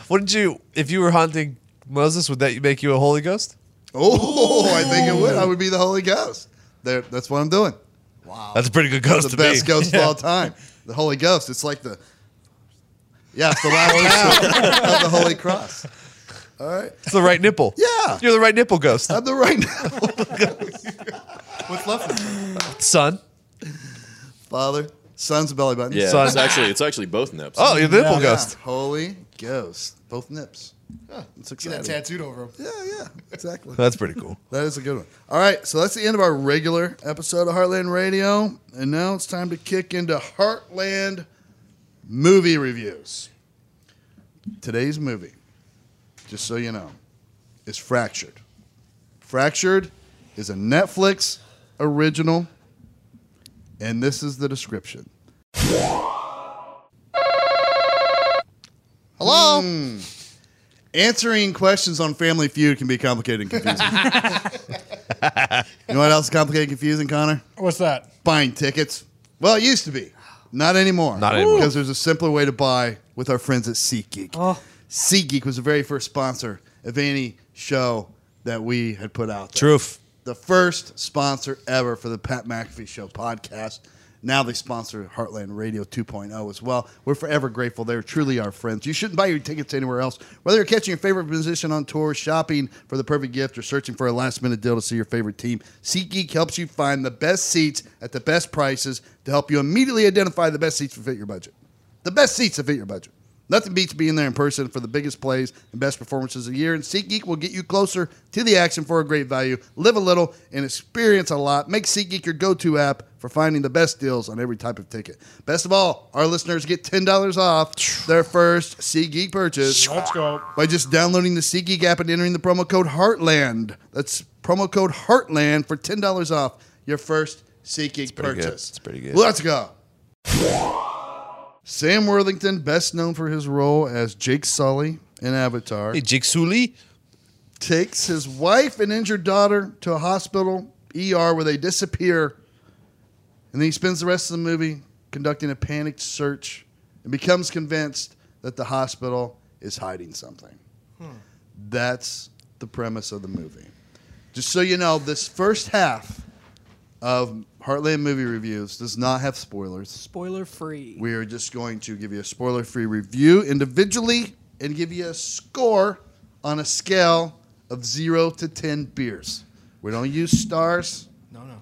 [SPEAKER 2] Wouldn't you, if you were haunting Moses, would that make you a Holy Ghost?
[SPEAKER 1] Oh, I think it would. I would be the Holy Ghost. There, that's what I'm doing.
[SPEAKER 2] That's a pretty good ghost
[SPEAKER 1] Um, The
[SPEAKER 2] to
[SPEAKER 1] best
[SPEAKER 2] be.
[SPEAKER 1] ghost of all time. The Holy Ghost. It's like the yeah, it's the last half of the Holy Cross.
[SPEAKER 2] It's the right nipple.
[SPEAKER 1] Yeah.
[SPEAKER 2] You're the right nipple ghost.
[SPEAKER 1] I'm the right What's left?
[SPEAKER 2] Son.
[SPEAKER 1] Father, son's belly button.
[SPEAKER 5] Yeah,
[SPEAKER 2] Son.
[SPEAKER 5] it's actually it's actually both nips.
[SPEAKER 2] Oh, you're the nipple
[SPEAKER 3] Yeah.
[SPEAKER 1] Yeah,
[SPEAKER 2] ghost.
[SPEAKER 1] Holy Ghost. Both nips. Yeah, it's
[SPEAKER 7] Get that
[SPEAKER 1] exciting.
[SPEAKER 7] tattooed over him.
[SPEAKER 1] Yeah, yeah, exactly.
[SPEAKER 2] That's pretty cool.
[SPEAKER 1] That is a good one. All right, so that's the end of our regular episode of Heartland Radio, and now it's time to kick into Heartland movie reviews. Today's movie, just so you know, is Fractured. Fractured is a Netflix original, and this is the description. Hello. Hmm. Answering questions on Family Feud can be complicated and confusing. you know what else is complicated and confusing, Connor?
[SPEAKER 3] What's that?
[SPEAKER 1] Buying tickets. Well, it used to be. Not anymore.
[SPEAKER 2] Not anymore.
[SPEAKER 1] Because there's a simpler way to buy with our friends at SeatGeek.
[SPEAKER 6] Oh.
[SPEAKER 1] SeatGeek was the very first sponsor of any show that we had put out. there.
[SPEAKER 2] Truth.
[SPEAKER 1] The first sponsor ever for the Pat McAfee Show podcast. Now they sponsor Heartland Radio 2.0 as well. We're forever grateful. They're truly our friends. You shouldn't buy your tickets anywhere else. Whether you're catching your favorite musician on tour, shopping for the perfect gift, or searching for a last minute deal to see your favorite team, SeatGeek helps you find the best seats at the best prices to help you immediately identify the best seats to fit your budget. The best seats to fit your budget. Nothing beats being there in person for the biggest plays and best performances of the year. And SeatGeek will get you closer to the action for a great value. Live a little and experience a lot. Make SeatGeek your go to app for finding the best deals on every type of ticket. Best of all, our listeners get $10 off their first SeatGeek purchase
[SPEAKER 3] Let's go.
[SPEAKER 1] by just downloading the SeatGeek app and entering the promo code HEARTLAND. That's promo code HEARTLAND for $10 off your first SeatGeek
[SPEAKER 2] pretty good.
[SPEAKER 1] purchase.
[SPEAKER 2] It's pretty good.
[SPEAKER 1] Let's go. Sam Worthington, best known for his role as Jake Sully in Avatar,
[SPEAKER 2] Hey, Jake Sully.
[SPEAKER 1] takes his wife and injured daughter to a hospital ER where they disappear. And then he spends the rest of the movie conducting a panicked search and becomes convinced that the hospital is hiding something. That's the premise of the movie. Just so you know, this first half of Heartland movie reviews does not have spoilers.
[SPEAKER 6] Spoiler free.
[SPEAKER 1] We are just going to give you a spoiler free review individually and give you a score on a scale of zero to 10 beers. We don't use stars,
[SPEAKER 7] No, no.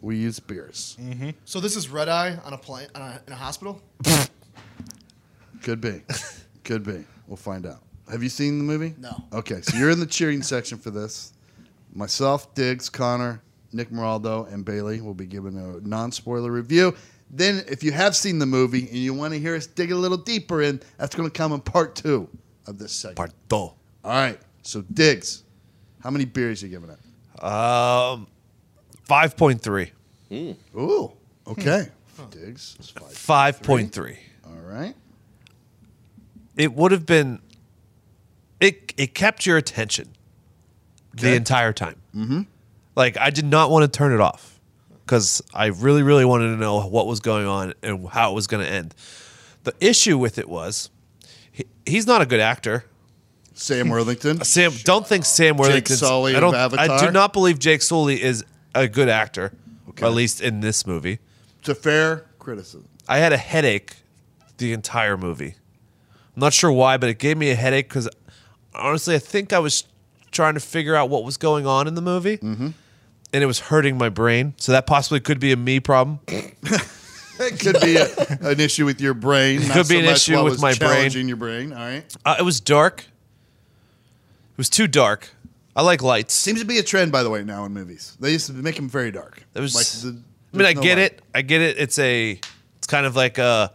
[SPEAKER 1] we use beers.
[SPEAKER 7] So this is red eye on a plane on a, in a hospital.
[SPEAKER 1] Could be. Could be. We'll find out. Have you seen the movie?
[SPEAKER 7] No.
[SPEAKER 1] Okay, so you're in the cheering section for this. Myself, Diggs, Connor, Nick Moraldo, and Bailey will be giving a non spoiler review. Then, if you have seen the movie and you want to hear us dig a little deeper in, that's going to come in part two of this segment.
[SPEAKER 2] Part dos.
[SPEAKER 1] All right. So Diggs, how many beers you giving it?
[SPEAKER 2] Um, 5.3.
[SPEAKER 1] Ooh. Okay. Diggs is five.
[SPEAKER 2] 5.3.
[SPEAKER 1] All right.
[SPEAKER 2] It would have been, it, it kept your attention the
[SPEAKER 1] Okay.
[SPEAKER 2] entire time. Mm-hmm. Like, I did not want to turn it off. because I really, really wanted to know what was going on and how it was going to end. The issue with it was he, he's not a good actor.
[SPEAKER 1] Sam Worthington.
[SPEAKER 2] Sam, don't think Sam Worthington.
[SPEAKER 1] Sully
[SPEAKER 2] I
[SPEAKER 1] of
[SPEAKER 2] don't. I
[SPEAKER 1] Avatar?
[SPEAKER 2] do not believe Jake Sully is a good actor, at least in this movie.
[SPEAKER 1] It's a fair criticism.
[SPEAKER 2] I had a headache the entire movie. I'm not sure why, but it gave me a headache because honestly, I think I was trying to figure out what was going on in the movie,
[SPEAKER 1] Mm-hmm.
[SPEAKER 2] and it was hurting my brain. So that possibly could be a me problem.
[SPEAKER 1] It could be a, an issue with your brain. Not
[SPEAKER 2] could be
[SPEAKER 1] so
[SPEAKER 2] an
[SPEAKER 1] much
[SPEAKER 2] issue
[SPEAKER 1] what
[SPEAKER 2] with
[SPEAKER 1] was
[SPEAKER 2] my brain.
[SPEAKER 1] challenging your brain. All right.
[SPEAKER 2] Uh, it was dark. It was too dark. I like lights.
[SPEAKER 1] Seems to be a trend, by the way, now in movies. They used to make them very dark.
[SPEAKER 2] It was.
[SPEAKER 1] Like the-
[SPEAKER 2] I mean, I
[SPEAKER 1] there's no
[SPEAKER 2] get
[SPEAKER 1] light.
[SPEAKER 2] it. I get it. It's a. It's kind of like a,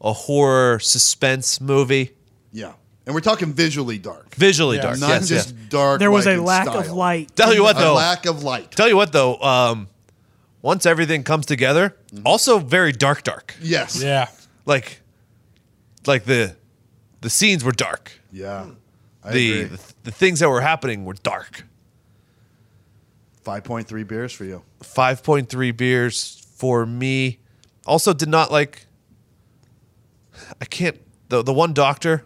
[SPEAKER 2] a horror suspense movie.
[SPEAKER 1] Yeah, and we're talking visually dark,
[SPEAKER 2] Visually
[SPEAKER 3] Yeah,
[SPEAKER 2] dark.
[SPEAKER 1] not
[SPEAKER 2] yes,
[SPEAKER 1] just
[SPEAKER 2] yeah.
[SPEAKER 1] dark.
[SPEAKER 6] There was
[SPEAKER 1] like
[SPEAKER 6] a
[SPEAKER 1] in
[SPEAKER 6] lack of
[SPEAKER 1] style.
[SPEAKER 6] light.
[SPEAKER 2] Tell you what,
[SPEAKER 1] A
[SPEAKER 2] though.
[SPEAKER 1] lack of light.
[SPEAKER 2] Tell you what, though. Um, once everything comes together, also very dark, dark.
[SPEAKER 1] Yes.
[SPEAKER 3] Yeah.
[SPEAKER 2] Like, like the, the scenes were dark.
[SPEAKER 1] Yeah. I
[SPEAKER 2] the,
[SPEAKER 1] agree.
[SPEAKER 2] the the things that were happening were dark.
[SPEAKER 1] Five point three beers for you.
[SPEAKER 2] Five point three beers for me. Also, did not like. I can't the the one doctor,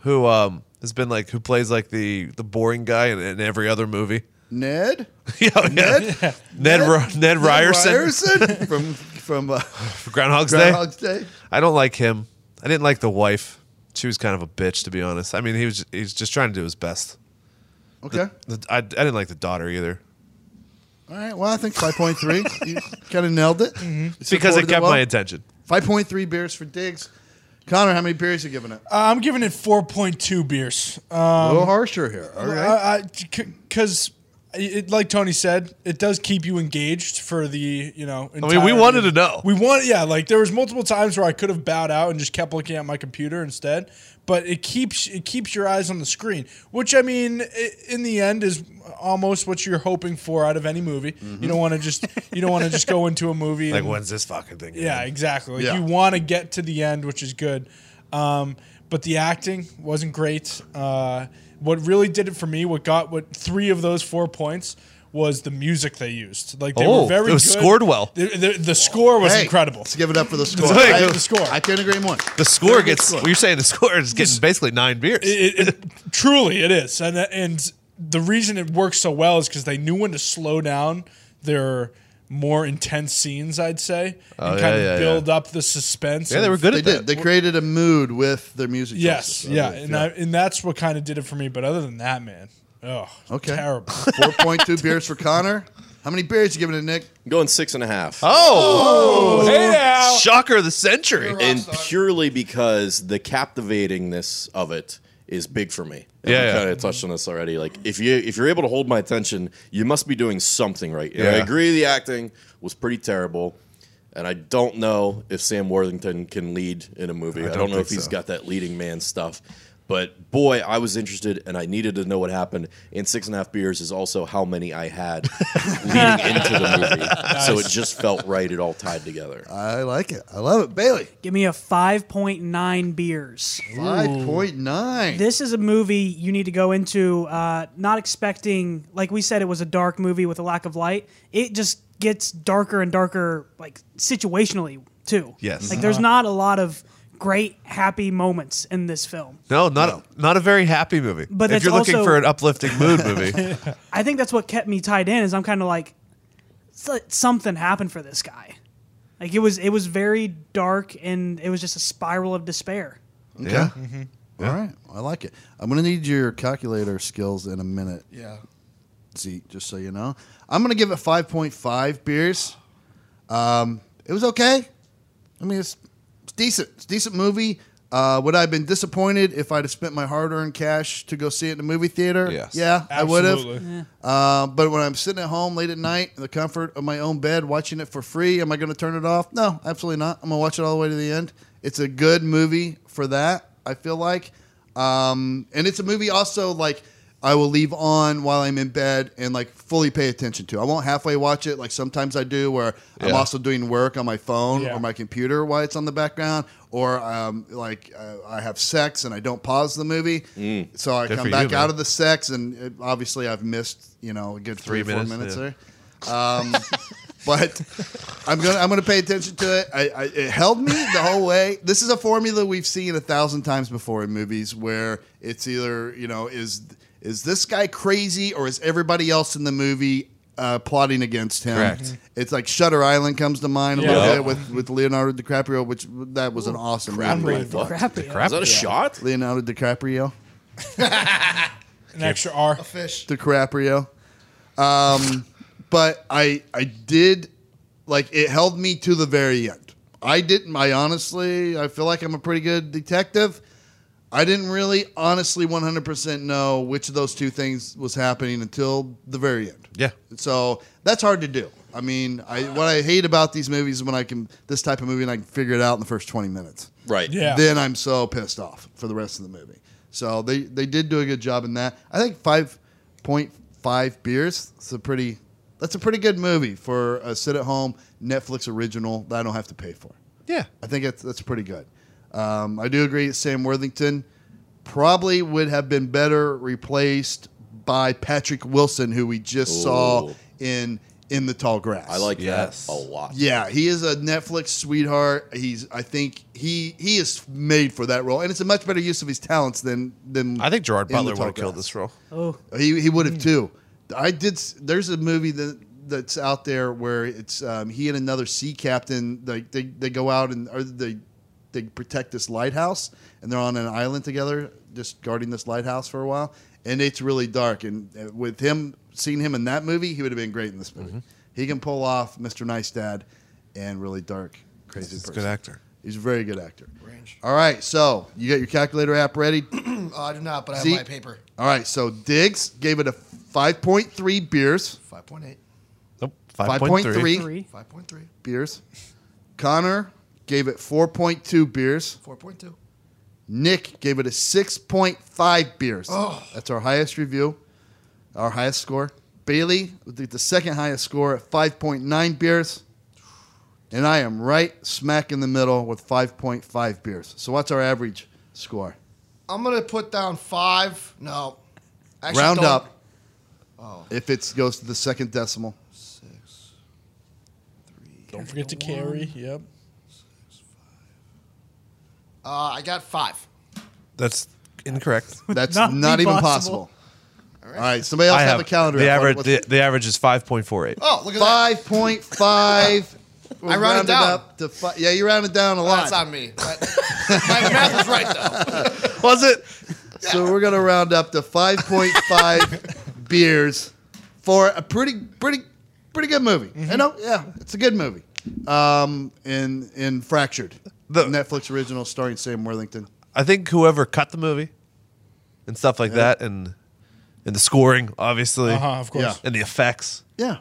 [SPEAKER 2] who um has been like who plays like the the boring guy in, in every other movie.
[SPEAKER 1] Ned.
[SPEAKER 2] yeah, yeah. Ned
[SPEAKER 1] Ned?
[SPEAKER 2] Ned, Ro- Ned, Ryerson,
[SPEAKER 1] Ryerson from from uh,
[SPEAKER 2] for Groundhog's,
[SPEAKER 1] Groundhog's
[SPEAKER 2] Day.
[SPEAKER 1] Day.
[SPEAKER 2] I don't like him. I didn't like the wife. She was kind of a bitch, to be honest. I mean, he was he's just trying to do his best.
[SPEAKER 1] Okay.
[SPEAKER 2] The- I, I didn't like the daughter either.
[SPEAKER 1] All right. Well, I think five point three. you kind of nailed it.
[SPEAKER 2] It's Mm-hmm. because it
[SPEAKER 1] Supported
[SPEAKER 2] kept
[SPEAKER 1] well.
[SPEAKER 2] my attention.
[SPEAKER 1] Five point three beers for Diggs. Connor, how many beers you giving it?
[SPEAKER 3] Uh, I'm giving it 4.2 beers.
[SPEAKER 1] a little harsher here. All right.
[SPEAKER 3] uh, Because, it, like Tony said, it does keep you engaged for the, you know.
[SPEAKER 2] we
[SPEAKER 3] entire-
[SPEAKER 2] wanted to know.
[SPEAKER 3] We want, yeah. Like there was multiple times where I could have bowed out and just kept looking at my computer instead. But it keeps it keeps your eyes on the screen, which I mean, i in the end, is almost what you're hoping for out of any movie. You don't want to just you don't want to just go into a movie
[SPEAKER 2] Mm-hmm. Like,
[SPEAKER 3] and-
[SPEAKER 2] when's this fucking thing? gonna
[SPEAKER 3] yeah,
[SPEAKER 2] end?
[SPEAKER 3] exactly. Like,
[SPEAKER 1] Yeah.
[SPEAKER 3] You want to get to the end, which is good. Um, but the acting wasn't great. Uh, what really did it for me, what got what three of those four points was the music they used. Like they
[SPEAKER 2] Oh,
[SPEAKER 3] were very
[SPEAKER 2] it was
[SPEAKER 3] good.
[SPEAKER 2] scored well.
[SPEAKER 3] The, the, the score was
[SPEAKER 1] Hey,
[SPEAKER 3] incredible.
[SPEAKER 1] Let's give it up for the score.
[SPEAKER 2] Let's give
[SPEAKER 1] I-
[SPEAKER 2] it
[SPEAKER 3] the score.
[SPEAKER 1] I can't agree more.
[SPEAKER 2] The score gets. Well, you're saying the score is getting basically nine beers.
[SPEAKER 3] It, it, it- truly, it is, and and the reason it works so well is because they knew when to slow down their more intense scenes. I'd say
[SPEAKER 2] yeah,
[SPEAKER 3] and kind of
[SPEAKER 2] Oh, yeah, yeah.
[SPEAKER 3] build up the suspense.
[SPEAKER 2] yeah, they
[SPEAKER 3] of-
[SPEAKER 2] were good
[SPEAKER 1] They
[SPEAKER 2] at
[SPEAKER 1] did.
[SPEAKER 2] that.
[SPEAKER 1] They created a mood with their music.
[SPEAKER 3] Yes,
[SPEAKER 1] choices. I
[SPEAKER 3] yeah,
[SPEAKER 1] believe,
[SPEAKER 3] and I, and that's what kind of did it for me. But other than that, man, oh,
[SPEAKER 1] Okay.
[SPEAKER 3] terrible.
[SPEAKER 1] Four point two beers for Connor. How many beers you giving it, Nick?
[SPEAKER 5] I'm going six and a half.
[SPEAKER 2] Oh, shocker of the century.
[SPEAKER 5] and purely because the captivatingness of it is big for me. And
[SPEAKER 2] Yeah,
[SPEAKER 5] we
[SPEAKER 2] yeah.
[SPEAKER 5] kind of touched on this already. Like if you if you're able to hold my attention, you must be doing something right. And I
[SPEAKER 2] Yeah.
[SPEAKER 5] agree, the acting was pretty terrible, and I don't know if Sam Worthington can lead in a movie. I don't,
[SPEAKER 2] don't
[SPEAKER 5] know if
[SPEAKER 2] think
[SPEAKER 5] he's
[SPEAKER 2] so.
[SPEAKER 5] got that leading man stuff. But boy, I was interested, and I needed to know what happened. And six and a half beers is also how many I had leading into the movie, so it just felt right. It all tied together.
[SPEAKER 2] Uh,
[SPEAKER 1] I like it. I love it. Bailey,
[SPEAKER 6] Give me a 5.9 beers.
[SPEAKER 1] five point nine.
[SPEAKER 6] This is a movie you need to go into uh, not expecting, like we said, it was a dark movie with a lack of light. It just gets darker and darker, like situationally, too.
[SPEAKER 2] Yes.
[SPEAKER 6] Like there's not a lot of great, happy moments in this film.
[SPEAKER 2] No, not a, not a very happy movie.
[SPEAKER 6] But
[SPEAKER 2] if
[SPEAKER 6] that's
[SPEAKER 2] you're looking
[SPEAKER 6] also-
[SPEAKER 2] for an uplifting mood movie,
[SPEAKER 6] I think that's what kept me tied in. Is I'm kind of like, "S- something happened for this guy. Like it was, it was very dark, and it was just a spiral of despair.
[SPEAKER 2] yeah,
[SPEAKER 1] All right, I like it. I'm gonna need your calculator skills in a minute.
[SPEAKER 7] Yeah.
[SPEAKER 1] Zeke, just so you know. I'm gonna give it five point five beers. Um, it was okay. I mean, it's, it's decent. It's a decent movie. Uh, would I have been disappointed if I'd have spent my hard-earned cash to go see it in a movie theater?
[SPEAKER 2] Yes.
[SPEAKER 1] Yeah, I would have.
[SPEAKER 3] Absolutely.
[SPEAKER 1] Uh, but when I'm sitting at home late at night in the comfort of my own bed watching it for free, am I going to turn it off? No, absolutely not. I'm going to watch it all the way to the end. It's a good movie for that, I feel like. Um, and it's a movie also like I will leave on while I'm in bed and like fully pay attention to. I won't halfway watch it like sometimes I do where I'm
[SPEAKER 2] Yeah.
[SPEAKER 1] also doing work on my phone
[SPEAKER 3] Yeah.
[SPEAKER 1] or my computer while it's on the background or um, like uh, I have sex and I don't pause the movie.
[SPEAKER 3] Mm.
[SPEAKER 1] So I
[SPEAKER 2] Good
[SPEAKER 1] come
[SPEAKER 2] for
[SPEAKER 1] back
[SPEAKER 2] you,
[SPEAKER 1] out
[SPEAKER 2] man.
[SPEAKER 1] of the sex, and it, obviously I've missed you know a good three,
[SPEAKER 2] Three
[SPEAKER 1] or four minutes,
[SPEAKER 2] minutes,
[SPEAKER 1] there. Um, but I'm gonna I'm gonna pay attention to it. I, I, it held me the whole way. This is a formula we've seen a thousand times before in movies where it's either you know is is this guy crazy or is everybody else in the movie uh, plotting against him? Mm-hmm.
[SPEAKER 2] Correct.
[SPEAKER 1] It's like Shutter Island comes to mind a little
[SPEAKER 5] Yeah.
[SPEAKER 1] bit with with Leonardo DiCaprio, which that was an awesome movie.
[SPEAKER 5] What?
[SPEAKER 6] Crappy.
[SPEAKER 5] Is that a shot?
[SPEAKER 1] Leonardo DiCaprio.
[SPEAKER 3] An extra R.
[SPEAKER 7] Fish.
[SPEAKER 1] DiCaprio. Um, but I I did like it held me to the very end. I didn't. I honestly, I feel like I'm a pretty good detective. I didn't really honestly 100% know which of those two things was happening until the very end.
[SPEAKER 2] Yeah.
[SPEAKER 1] So that's hard to do. I mean, I what I hate about these movies is when I can this type of movie and I can figure it out in the first 20 minutes
[SPEAKER 5] Right.
[SPEAKER 3] Yeah.
[SPEAKER 1] then I'm so pissed off for the rest of the movie. So they, they did do a good job in that. I think five point five beers. It's a pretty that's a pretty good movie for a sit at home Netflix original that I don't have to pay for.
[SPEAKER 2] Yeah.
[SPEAKER 1] I think it's, that's pretty good. Um, I do agree. that Sam Worthington probably would have been better replaced by Patrick Wilson, who we just saw
[SPEAKER 5] Ooh.
[SPEAKER 1] in in the Tall Grass.
[SPEAKER 5] I like
[SPEAKER 2] Yes.
[SPEAKER 5] that a lot.
[SPEAKER 1] Yeah, he is a Netflix sweetheart. He's I think he he is made for that role, and it's a much better use of his talents than than
[SPEAKER 2] I think Gerard
[SPEAKER 1] in the
[SPEAKER 2] Butler would have
[SPEAKER 1] Tall
[SPEAKER 2] killed
[SPEAKER 1] Grass.
[SPEAKER 2] this role.
[SPEAKER 6] Oh,
[SPEAKER 1] He he would have too. I did. s- There's a movie that that's out there where it's um, he and another sea captain. Like they, they go out and or they they protect this lighthouse, and they're on an island together, just guarding this lighthouse for a while. And it's really dark. And uh, with him seeing him in that movie, he would have been great in this movie. He can pull off Mr. Nice Dad and really dark, crazy.
[SPEAKER 2] He's a
[SPEAKER 1] person.
[SPEAKER 2] good actor.
[SPEAKER 1] He's a very good actor. All right, so you got your calculator app ready.
[SPEAKER 7] Uh, I do not, but I have
[SPEAKER 1] Zeke?
[SPEAKER 7] my paper.
[SPEAKER 1] All right, so Diggs gave it a 5.3 beers.
[SPEAKER 7] 5.8.
[SPEAKER 2] Nope. 5.3.
[SPEAKER 1] 5.3
[SPEAKER 6] three.
[SPEAKER 7] 5.3.
[SPEAKER 1] beers. Connor gave it 4.2 beers.
[SPEAKER 7] 4.2.
[SPEAKER 1] Nick gave it a 6.5 beers.
[SPEAKER 7] Oh.
[SPEAKER 1] That's our highest review, our highest score. Bailey with the- the second highest score at 5.9 beers. And I am right smack in the middle with 5.5 beers. So what's our average score?
[SPEAKER 7] I'm going to put down five. No. Actually,
[SPEAKER 1] Round
[SPEAKER 7] don't. Oh.
[SPEAKER 1] up. If it goes to the second decimal.
[SPEAKER 3] Don't forget to carry. Yep.
[SPEAKER 7] Uh, I got five.
[SPEAKER 2] That's incorrect.
[SPEAKER 1] That's not,
[SPEAKER 6] Not
[SPEAKER 1] even possible.
[SPEAKER 6] possible.
[SPEAKER 1] All right. somebody else have, a calendar.
[SPEAKER 2] The
[SPEAKER 1] up.
[SPEAKER 2] average,
[SPEAKER 1] What-
[SPEAKER 2] the, the average is 5.48.
[SPEAKER 7] Oh, look at that.
[SPEAKER 1] Five point five.
[SPEAKER 7] I rounded down.
[SPEAKER 1] up to fi- yeah, you rounded down a
[SPEAKER 7] Oh,
[SPEAKER 1] lot.
[SPEAKER 7] that's on me. That- my math was right, though.
[SPEAKER 2] Was it?
[SPEAKER 1] So we're gonna round up to five point five beers for a pretty, pretty, pretty good movie.
[SPEAKER 7] Mm-hmm.
[SPEAKER 1] I know, yeah, it's a good movie. Um, in in Fractured,
[SPEAKER 2] The-
[SPEAKER 1] Netflix original starring Sam Worthington.
[SPEAKER 2] I think whoever cut the movie and stuff like that, and and the scoring, obviously,
[SPEAKER 3] Uh huh. Of course.
[SPEAKER 1] Yeah.
[SPEAKER 2] and the effects,
[SPEAKER 1] Yeah,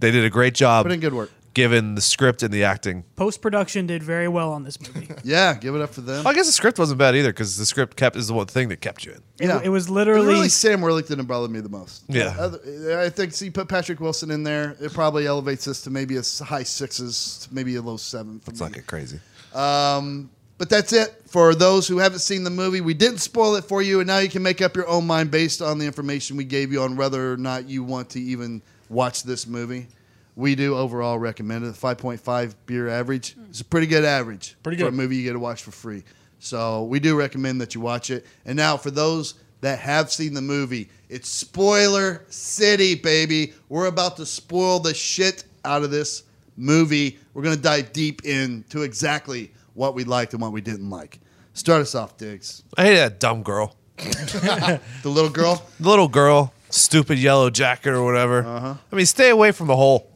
[SPEAKER 2] they did a great job.
[SPEAKER 1] put in good work.
[SPEAKER 2] Given the script and the acting,
[SPEAKER 6] Post production did very well on this movie.
[SPEAKER 1] Yeah, give it up for them.
[SPEAKER 2] I guess the script wasn't bad either because the script kept is the one thing that kept you in.
[SPEAKER 6] It-
[SPEAKER 1] Yeah.
[SPEAKER 6] It, was literally.
[SPEAKER 1] really Sam Worthington that bothered me the most. Uh,
[SPEAKER 2] Yeah.
[SPEAKER 1] Other- I think see put Patrick Wilson in there. It probably elevates this to maybe a s- high sixes, maybe a low seven for
[SPEAKER 2] It's
[SPEAKER 1] me.
[SPEAKER 2] not get crazy.
[SPEAKER 1] But that's it for those who haven't seen the movie. We didn't spoil it for you, and now you can make up your own mind based on the information we gave you on whether or not you want to even watch this
[SPEAKER 6] Mm.
[SPEAKER 1] movie. We do overall recommend it. The 5.5 beer average is a pretty good average
[SPEAKER 3] Pretty
[SPEAKER 1] for a
[SPEAKER 3] good.
[SPEAKER 1] movie you get to watch for free. So we do recommend that you watch it. And now for those that have seen the movie, it's spoiler city, baby. We're about to spoil the shit out of this movie. We're gonna dive deep into exactly what we liked and what we didn't like. Start us off, Diggs.
[SPEAKER 2] I hate that dumb girl,
[SPEAKER 1] The little girl.
[SPEAKER 2] the little girl, stupid yellow jacket or whatever. Uh-huh. I mean, stay away from the hole.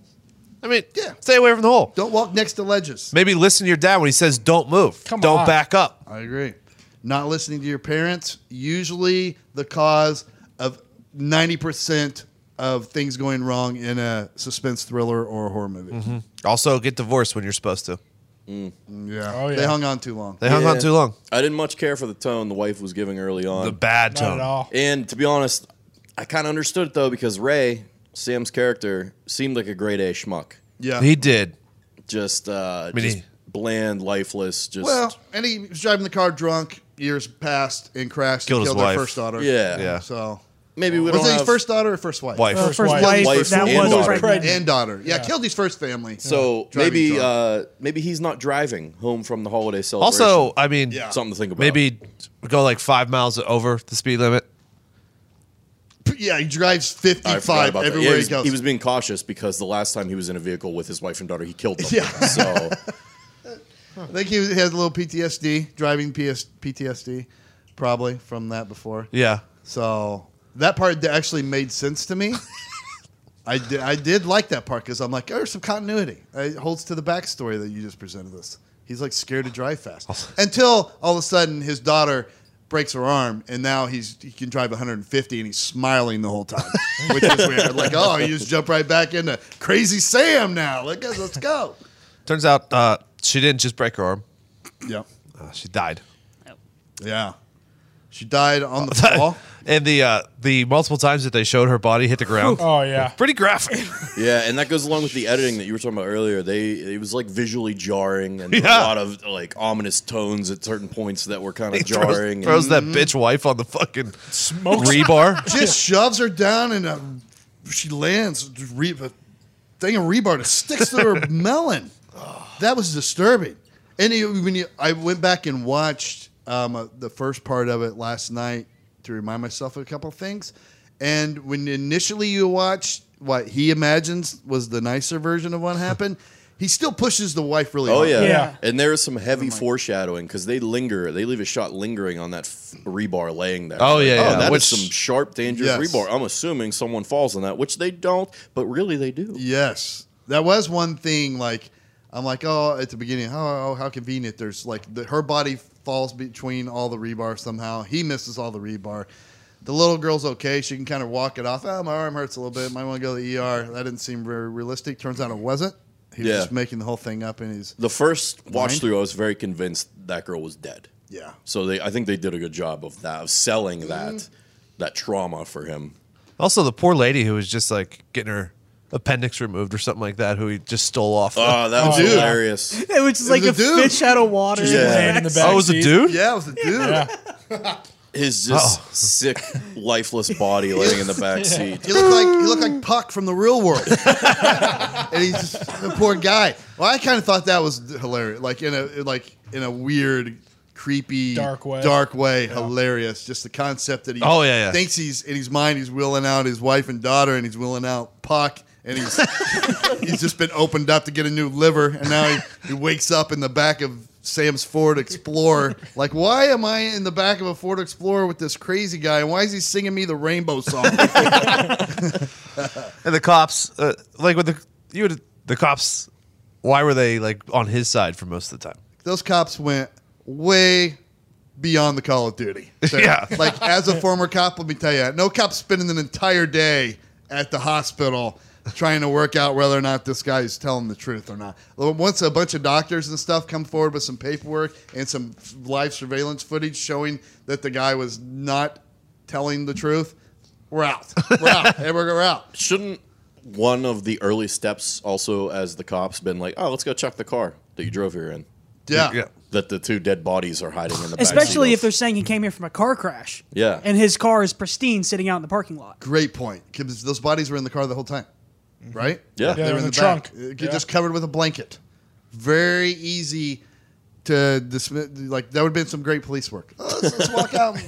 [SPEAKER 2] I mean,
[SPEAKER 1] Yeah.
[SPEAKER 2] stay away from the hole.
[SPEAKER 1] Don't walk next to ledges.
[SPEAKER 2] Maybe listen to your dad when he says, "Don't move,
[SPEAKER 3] Come
[SPEAKER 2] don't
[SPEAKER 3] on.
[SPEAKER 2] back up."
[SPEAKER 1] I agree. Not listening to your parents, usually the cause of 90% of things going wrong in a suspense thriller or a horror movie.
[SPEAKER 2] Mm-hmm. Also, get divorced when you're supposed to.
[SPEAKER 1] Yeah.
[SPEAKER 3] Oh, yeah.
[SPEAKER 1] They hung on too long.
[SPEAKER 2] They hung on
[SPEAKER 5] Yeah.
[SPEAKER 2] too long.
[SPEAKER 5] I didn't much care for the tone the wife was giving early on.
[SPEAKER 2] The bad
[SPEAKER 3] Not
[SPEAKER 2] tone.
[SPEAKER 3] at all.
[SPEAKER 5] And to be honest, I kind of understood it though because Ray, Sam's character, seemed like a grade A schmuck.
[SPEAKER 1] yeah.
[SPEAKER 2] He did.
[SPEAKER 5] Just, uh,
[SPEAKER 2] mean,
[SPEAKER 5] just
[SPEAKER 2] he-
[SPEAKER 5] bland, lifeless. Just
[SPEAKER 1] well, and he was driving the car drunk, years passed, and crashed
[SPEAKER 2] Killed
[SPEAKER 1] and
[SPEAKER 2] his
[SPEAKER 1] killed
[SPEAKER 2] wife.
[SPEAKER 1] their first daughter.
[SPEAKER 5] yeah,
[SPEAKER 2] Yeah.
[SPEAKER 1] So
[SPEAKER 5] maybe we
[SPEAKER 1] was
[SPEAKER 5] don't
[SPEAKER 1] it his
[SPEAKER 5] have-
[SPEAKER 1] first daughter or first wife?
[SPEAKER 2] Wife.
[SPEAKER 6] Her
[SPEAKER 2] First
[SPEAKER 6] first wife,
[SPEAKER 5] wife. Wife
[SPEAKER 6] that
[SPEAKER 5] and
[SPEAKER 6] was
[SPEAKER 5] daughter.
[SPEAKER 6] pregnant.
[SPEAKER 1] and daughter. Yeah, killed his first family.
[SPEAKER 5] So
[SPEAKER 1] Driving
[SPEAKER 5] maybe
[SPEAKER 1] drunk.
[SPEAKER 5] uh, maybe he's not driving home from the holiday celebration.
[SPEAKER 2] Also, I mean,
[SPEAKER 1] Yeah.
[SPEAKER 5] something to think about.
[SPEAKER 2] maybe go like five miles over the speed limit.
[SPEAKER 1] yeah, he drives
[SPEAKER 5] I forgot
[SPEAKER 1] 55
[SPEAKER 5] about that.
[SPEAKER 1] everywhere
[SPEAKER 5] Yeah,
[SPEAKER 1] he
[SPEAKER 5] he, was,
[SPEAKER 1] goes.
[SPEAKER 5] he was being cautious because the last time he was in a vehicle with his wife and daughter, he killed them.
[SPEAKER 1] Yeah.
[SPEAKER 5] So
[SPEAKER 1] I think he, was- he has a little PTSD, driving PS, PTSD, probably from that before.
[SPEAKER 2] Yeah.
[SPEAKER 1] So that part that actually made sense to me. I did, I did like that part because I'm like, oh, there's some continuity. It holds to the backstory that you just presented us. He's like scared to drive fast until all of a sudden his daughter breaks her arm and now he's he can drive 150 and he's smiling the whole time, which is weird. Like, oh, you just jump right back into crazy Sam now. Like, guys, let's go.
[SPEAKER 2] Turns out uh, she didn't just break her arm;
[SPEAKER 1] Yep.
[SPEAKER 2] uh, she died.
[SPEAKER 1] Yeah. She died on the fall.
[SPEAKER 2] and the uh, the multiple times that they showed her body hit the ground,
[SPEAKER 3] Oh yeah.
[SPEAKER 2] pretty graphic.
[SPEAKER 5] yeah, and that goes along with the editing that you were talking about earlier. They it was like visually jarring and there were
[SPEAKER 2] Yeah.
[SPEAKER 5] a lot of like ominous tones at certain points that were kind of
[SPEAKER 2] He throws-
[SPEAKER 5] jarring. and-
[SPEAKER 2] Throws, that bitch wife on the fucking
[SPEAKER 3] Smokes.
[SPEAKER 2] rebar.
[SPEAKER 1] Just shoves her down and uh, she lands re- a thing of rebar that sticks to her melon. That was disturbing. And it, when you, I went back and watched um, uh, the first part of it last night to remind myself of a couple of things. And when initially you watch what he imagines was the nicer version of what happened, he still pushes the wife really
[SPEAKER 5] Oh
[SPEAKER 1] hard.
[SPEAKER 5] yeah.
[SPEAKER 3] Yeah.
[SPEAKER 5] and there is some heavy foreshadowing because they linger. They leave a shot lingering on that f- rebar laying there.
[SPEAKER 2] Oh,
[SPEAKER 5] Like,
[SPEAKER 2] yeah,
[SPEAKER 5] oh,
[SPEAKER 2] yeah,
[SPEAKER 5] that is
[SPEAKER 2] which-
[SPEAKER 5] some sharp, dangerous
[SPEAKER 1] Yes.
[SPEAKER 5] rebar. I'm assuming someone falls on that, which they don't, but really they do.
[SPEAKER 1] Yes, that was one thing. Like I'm like, oh, at the beginning, oh, oh, how convenient. There's like the, her body falls between all the rebar somehow. He misses all the rebar. The little girl's okay. She can kind of walk it off. Oh, my arm hurts a little bit. Might want to go to the ER. That didn't seem very realistic. Turns out it wasn't. He was
[SPEAKER 5] Yeah.
[SPEAKER 1] just making the whole thing up, and he's
[SPEAKER 5] The first watch through, I was very convinced that girl was dead.
[SPEAKER 1] yeah.
[SPEAKER 5] So they, I think they did a good job of that, of selling
[SPEAKER 2] Mm.
[SPEAKER 5] that, that trauma for him.
[SPEAKER 2] Also, the poor lady who was just like getting her appendix removed or something like that, who he just stole off.
[SPEAKER 5] Oh, that was
[SPEAKER 3] Oh, yeah.
[SPEAKER 5] hilarious.
[SPEAKER 6] It was just like
[SPEAKER 1] was
[SPEAKER 6] a,
[SPEAKER 1] a dude.
[SPEAKER 6] fish out of water.
[SPEAKER 5] Just Yeah.
[SPEAKER 3] Laying in the back
[SPEAKER 2] oh, it was a
[SPEAKER 3] seat.
[SPEAKER 2] dude.
[SPEAKER 1] Yeah, it was a dude.
[SPEAKER 5] His just
[SPEAKER 2] Oh.
[SPEAKER 5] sick, lifeless body laying in the back seat.
[SPEAKER 1] He looked like he looked like Puck from the real world, and he's just the poor guy. Well, I kind of thought that was hilarious, like in a like in a weird, creepy,
[SPEAKER 3] Dark way.
[SPEAKER 1] dark way, hilarious. Just the concept that he
[SPEAKER 2] Oh, yeah, yeah.
[SPEAKER 1] thinks he's in his mind he's willing out his wife and daughter, and he's willing out Puck, and he's he's just been opened up to get a new liver, and now he, he wakes up in the back of. Sam's Ford Explorer. Like, why am I in the back of a Ford Explorer with this crazy guy? And why is he singing me the rainbow song?
[SPEAKER 2] And the cops, uh, like with the you would the cops, why were they like on his side for most of the time?
[SPEAKER 1] those cops went way beyond the call of duty. So,
[SPEAKER 2] Yeah.
[SPEAKER 1] Like, as a former cop, let me tell you, no cop spending an entire day at the hospital trying to work out whether or not this guy is telling the truth or not. Well, Once a bunch of doctors and stuff come forward with some paperwork and some live surveillance footage showing that the guy was not telling the truth, we're out. We're out. Hey, we're we're out.
[SPEAKER 5] Shouldn't one of the early steps also as the cops been like, oh, let's go check the car that you drove here in?
[SPEAKER 1] Yeah.
[SPEAKER 5] That the two dead bodies are hiding in the back
[SPEAKER 6] Especially if they're saying he came here from a car crash.
[SPEAKER 5] Yeah.
[SPEAKER 6] And his car is pristine sitting out in the parking lot.
[SPEAKER 1] Great point. Because those bodies were in the car the whole time, right?
[SPEAKER 5] Mm-hmm. Yeah.
[SPEAKER 3] Yeah.
[SPEAKER 1] they
[SPEAKER 3] They're
[SPEAKER 1] were in the,
[SPEAKER 3] in the
[SPEAKER 1] trunk.
[SPEAKER 3] trunk.
[SPEAKER 1] Back. Uh,
[SPEAKER 3] Yeah.
[SPEAKER 1] Just covered with a blanket. Very easy to dismiss. Like that would have been some great police work. Oh, let's, let's walk out.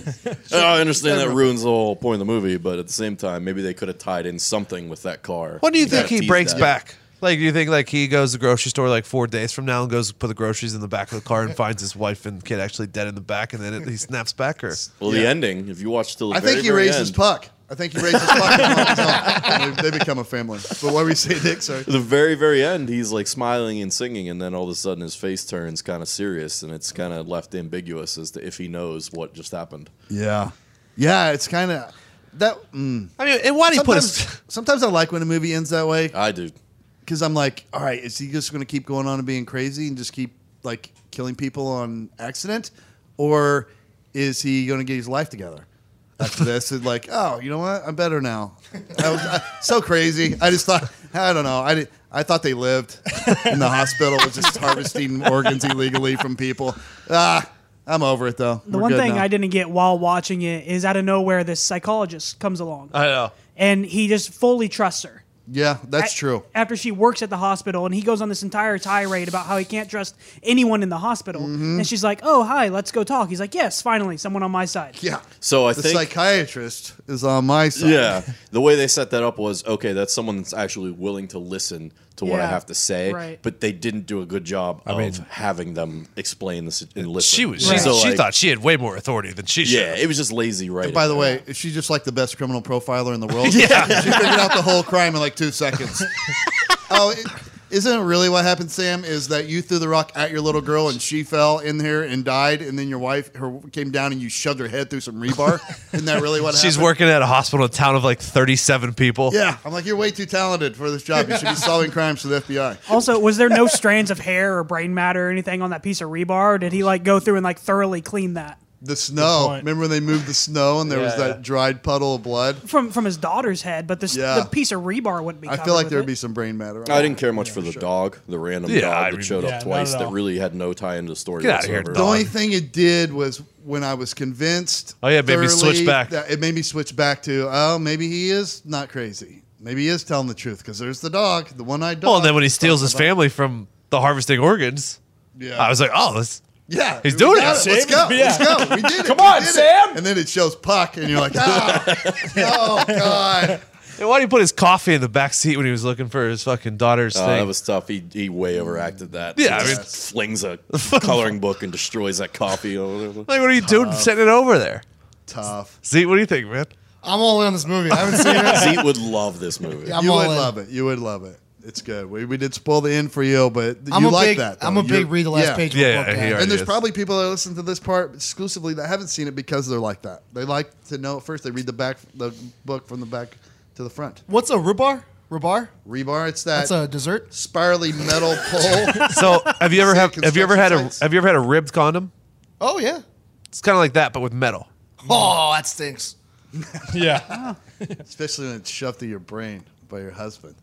[SPEAKER 5] Oh, I understand that ruins the whole point of the movie, but at the same time, maybe they could have tied in something with that car.
[SPEAKER 2] When do you
[SPEAKER 5] Kinda
[SPEAKER 2] think he
[SPEAKER 5] teased
[SPEAKER 2] breaks
[SPEAKER 5] that.
[SPEAKER 2] back? Like, do you think like he goes to the grocery store like four days from now and goes to put the groceries in the back of the car and finds his wife and kid actually dead in the back, and then it, he snaps back? Or
[SPEAKER 5] Well, the ending, if you watch till the
[SPEAKER 1] I
[SPEAKER 5] very,
[SPEAKER 1] think he
[SPEAKER 5] very
[SPEAKER 1] raises
[SPEAKER 5] end-
[SPEAKER 1] Puck. I think he raises Puck. on his own. they, they become a family. But what were you saying, Dick? Sorry.
[SPEAKER 5] the very, very end, he's like smiling and singing, and then all of a sudden his face turns kind of serious, and it's kind of left ambiguous as to if he knows what just happened.
[SPEAKER 1] Yeah, yeah. It's kind of that. Mm.
[SPEAKER 2] I mean, and why do you put
[SPEAKER 1] Sometimes,
[SPEAKER 2] his?
[SPEAKER 1] sometimes I like when a movie ends that way
[SPEAKER 5] I do.
[SPEAKER 1] because I'm like, all right, is he just going to keep going on and being crazy and just keep like killing people on accident, or is he going to get his life together after this? And like, oh, you know what? I'm better now. I was I, so crazy. I just thought, I don't know. I did, I thought they lived in the hospital was just harvesting organs illegally from people. Ah, I'm over it though.
[SPEAKER 6] The
[SPEAKER 1] We're
[SPEAKER 6] one
[SPEAKER 1] good
[SPEAKER 6] thing
[SPEAKER 1] now.
[SPEAKER 6] I didn't get while watching it is out of nowhere this psychologist comes along
[SPEAKER 1] Uh,
[SPEAKER 2] I know.
[SPEAKER 6] and he just fully trusts her.
[SPEAKER 1] Yeah, that's
[SPEAKER 6] A-
[SPEAKER 1] true.
[SPEAKER 6] After she works at the hospital, and he goes on this entire tirade about how he can't trust anyone in the hospital,
[SPEAKER 1] Mm-hmm.
[SPEAKER 6] and she's like, "Oh, hi, let's go talk." He's like, "Yes, finally, someone on my side."
[SPEAKER 1] Yeah.
[SPEAKER 5] So I
[SPEAKER 1] the
[SPEAKER 5] think
[SPEAKER 1] psychiatrist is on my side.
[SPEAKER 5] Yeah. The way they set that up was okay, that's someone that's actually willing to listen to what I
[SPEAKER 6] Yeah,
[SPEAKER 5] have to say,
[SPEAKER 6] right.
[SPEAKER 5] but they didn't do a good job of
[SPEAKER 2] mean-
[SPEAKER 5] having them explain this and listen.
[SPEAKER 2] She was.
[SPEAKER 5] Right.
[SPEAKER 2] She,
[SPEAKER 5] So,
[SPEAKER 2] she
[SPEAKER 5] like,
[SPEAKER 2] thought she had way more authority than she should.
[SPEAKER 5] Yeah, it was just lazy writing.
[SPEAKER 1] By the way, is she just like the best criminal profiler in the world? yeah. She figured out the whole crime in like two seconds. oh, is isn't it really what happened, Sam? Is that you threw the rock at your little girl and she fell in here and died, and then your wife her came down and you shoved her head through some rebar? Isn't that really what happened?
[SPEAKER 2] She's working at a hospital in a town of like 37 people.
[SPEAKER 1] Yeah. I'm like, you're way too talented for this job. You should be solving crimes for the FBI.
[SPEAKER 6] Also, was there no strands of hair or brain matter or anything on that piece of rebar? Or did he like go through and like thoroughly clean that
[SPEAKER 1] The snow.
[SPEAKER 3] point.
[SPEAKER 1] Remember when they moved the snow and there was that dried puddle of blood?
[SPEAKER 6] from from his daughter's head? But this
[SPEAKER 1] Yeah.
[SPEAKER 6] the piece of rebar wouldn't be.
[SPEAKER 1] I
[SPEAKER 6] covered
[SPEAKER 1] feel like
[SPEAKER 6] with
[SPEAKER 1] there would
[SPEAKER 6] it.
[SPEAKER 1] be some brain matter. on
[SPEAKER 5] Oh, I
[SPEAKER 1] it.
[SPEAKER 5] didn't care much for the dog, the random
[SPEAKER 2] Yeah, I
[SPEAKER 5] dog that
[SPEAKER 2] mean-
[SPEAKER 5] showed
[SPEAKER 3] Yeah,
[SPEAKER 5] up
[SPEAKER 3] not
[SPEAKER 5] twice
[SPEAKER 3] at
[SPEAKER 5] that
[SPEAKER 3] all.
[SPEAKER 5] really had no tie into the story.
[SPEAKER 2] Get outta here,
[SPEAKER 5] whatsoever.
[SPEAKER 1] The
[SPEAKER 2] dog.
[SPEAKER 1] only thing it did was when I was convinced.
[SPEAKER 2] Oh, yeah, it made me switch
[SPEAKER 1] thoroughly
[SPEAKER 2] back.
[SPEAKER 1] that- it made me switch back to oh, maybe he is not crazy. Maybe he is telling the truth because there's the dog, the one-eyed dog.
[SPEAKER 2] Well, Oh, and then when he steals his
[SPEAKER 1] Talking about-
[SPEAKER 2] family from the harvesting organs,
[SPEAKER 1] yeah,
[SPEAKER 2] I was like, oh, this.
[SPEAKER 1] yeah,
[SPEAKER 2] he's
[SPEAKER 1] we
[SPEAKER 2] doing
[SPEAKER 1] got
[SPEAKER 2] it.
[SPEAKER 1] Let's go,
[SPEAKER 3] Sam. Yeah.
[SPEAKER 1] let's go. We did it.
[SPEAKER 3] Come
[SPEAKER 1] We
[SPEAKER 3] on,
[SPEAKER 1] did it.
[SPEAKER 3] Sam.
[SPEAKER 1] And then it shows Puck, and you're like, oh, oh god.
[SPEAKER 2] And why did he put his coffee in the back seat when he was looking for his fucking daughter's
[SPEAKER 5] Uh,
[SPEAKER 2] thing?
[SPEAKER 5] that was tough. He, he way overacted that.
[SPEAKER 2] Yeah,
[SPEAKER 5] He
[SPEAKER 2] I mean-
[SPEAKER 5] just flings a coloring book and destroys that copy.
[SPEAKER 2] like, what are you doing setting it over there?
[SPEAKER 1] Tough.
[SPEAKER 2] See, what do you think, man?
[SPEAKER 7] I'm all in on this movie. I haven't seen it.
[SPEAKER 5] Zeke would love this movie.
[SPEAKER 7] Yeah, I'm
[SPEAKER 1] you
[SPEAKER 7] all
[SPEAKER 1] would
[SPEAKER 7] in.
[SPEAKER 1] love it. You would love it. It's good. We, we did spoil the end for you, but
[SPEAKER 7] I'm
[SPEAKER 1] you
[SPEAKER 7] a
[SPEAKER 1] like
[SPEAKER 7] big,
[SPEAKER 1] that. though.
[SPEAKER 7] I'm a
[SPEAKER 1] You're-
[SPEAKER 7] big read the last
[SPEAKER 1] yeah.
[SPEAKER 7] page. of
[SPEAKER 2] Yeah,
[SPEAKER 7] a book
[SPEAKER 2] yeah,
[SPEAKER 7] guy.
[SPEAKER 2] here.
[SPEAKER 1] And there's
[SPEAKER 2] Yes.
[SPEAKER 1] probably people that listen to this part exclusively that haven't seen it because they're like that. They like to know it first. They read the back, the book from the back to the front.
[SPEAKER 7] What's a rhubar? Rhubar?
[SPEAKER 1] Rebar. It's that
[SPEAKER 7] That's a dessert.
[SPEAKER 1] spirally metal pole.
[SPEAKER 2] So, have you ever
[SPEAKER 1] Say
[SPEAKER 2] have have you ever had a
[SPEAKER 1] construction sites.
[SPEAKER 2] have you ever had a ribbed condom?
[SPEAKER 7] Oh yeah.
[SPEAKER 2] It's kind of like that, but with metal.
[SPEAKER 7] Oh, that stinks.
[SPEAKER 3] Yeah.
[SPEAKER 1] especially when it's shoved through your brain by your husband.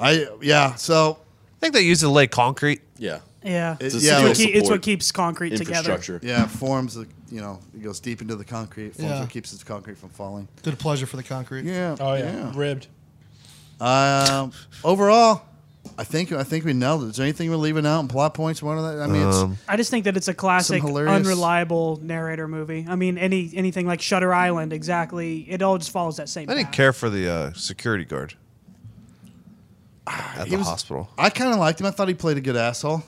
[SPEAKER 1] I yeah. So
[SPEAKER 2] I think they used it to lay concrete.
[SPEAKER 5] Yeah.
[SPEAKER 6] yeah.
[SPEAKER 1] it,
[SPEAKER 5] It's a
[SPEAKER 1] yeah,
[SPEAKER 5] steel
[SPEAKER 1] like-
[SPEAKER 6] It's what, keep- it's
[SPEAKER 5] support
[SPEAKER 6] what keeps concrete together.
[SPEAKER 5] Infrastructure.
[SPEAKER 1] yeah. it Forms the you know it goes deep into the concrete. Forms
[SPEAKER 7] Yeah.
[SPEAKER 1] what keeps the concrete from falling.
[SPEAKER 7] Did a pleasure for the concrete.
[SPEAKER 1] Yeah.
[SPEAKER 3] Oh yeah. Ribbed.
[SPEAKER 1] Um, overall, I think I think we nailed it. Is there anything we're leaving out? in Plot points? One of that. I mean,
[SPEAKER 5] Um,
[SPEAKER 1] it's,
[SPEAKER 6] I just think that it's a classic,
[SPEAKER 1] Some hilarious-
[SPEAKER 6] unreliable narrator movie. I mean, any anything like Shutter Island, exactly. It all just follows that same.
[SPEAKER 2] I didn't
[SPEAKER 6] path.
[SPEAKER 2] care for the uh, security guard at the hospital.
[SPEAKER 1] I kind of liked him. I thought he played a good asshole.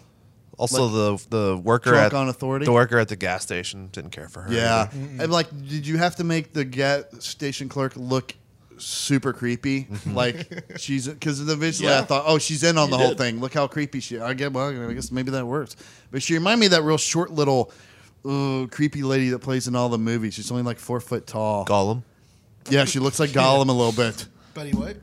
[SPEAKER 2] Also, the the worker
[SPEAKER 1] Drunk
[SPEAKER 2] at
[SPEAKER 1] on authority?
[SPEAKER 2] the worker at the gas station didn't care for her.
[SPEAKER 1] Yeah, Mm-hmm.
[SPEAKER 2] either.
[SPEAKER 1] and like, did you have to make the gas station clerk look super creepy? like she's because the visually, I
[SPEAKER 5] Mm-hmm. Yeah.
[SPEAKER 1] thought, oh, she's in on the
[SPEAKER 5] You
[SPEAKER 1] whole
[SPEAKER 5] did.
[SPEAKER 1] thing. Look how creepy she. I get. Well, I guess maybe that works. But she reminded me of that real short little. uh creepy lady that plays in all the movies. She's only like four foot tall.
[SPEAKER 2] Gollum.
[SPEAKER 1] Yeah, she looks like Gollum a little bit.
[SPEAKER 7] Betty White.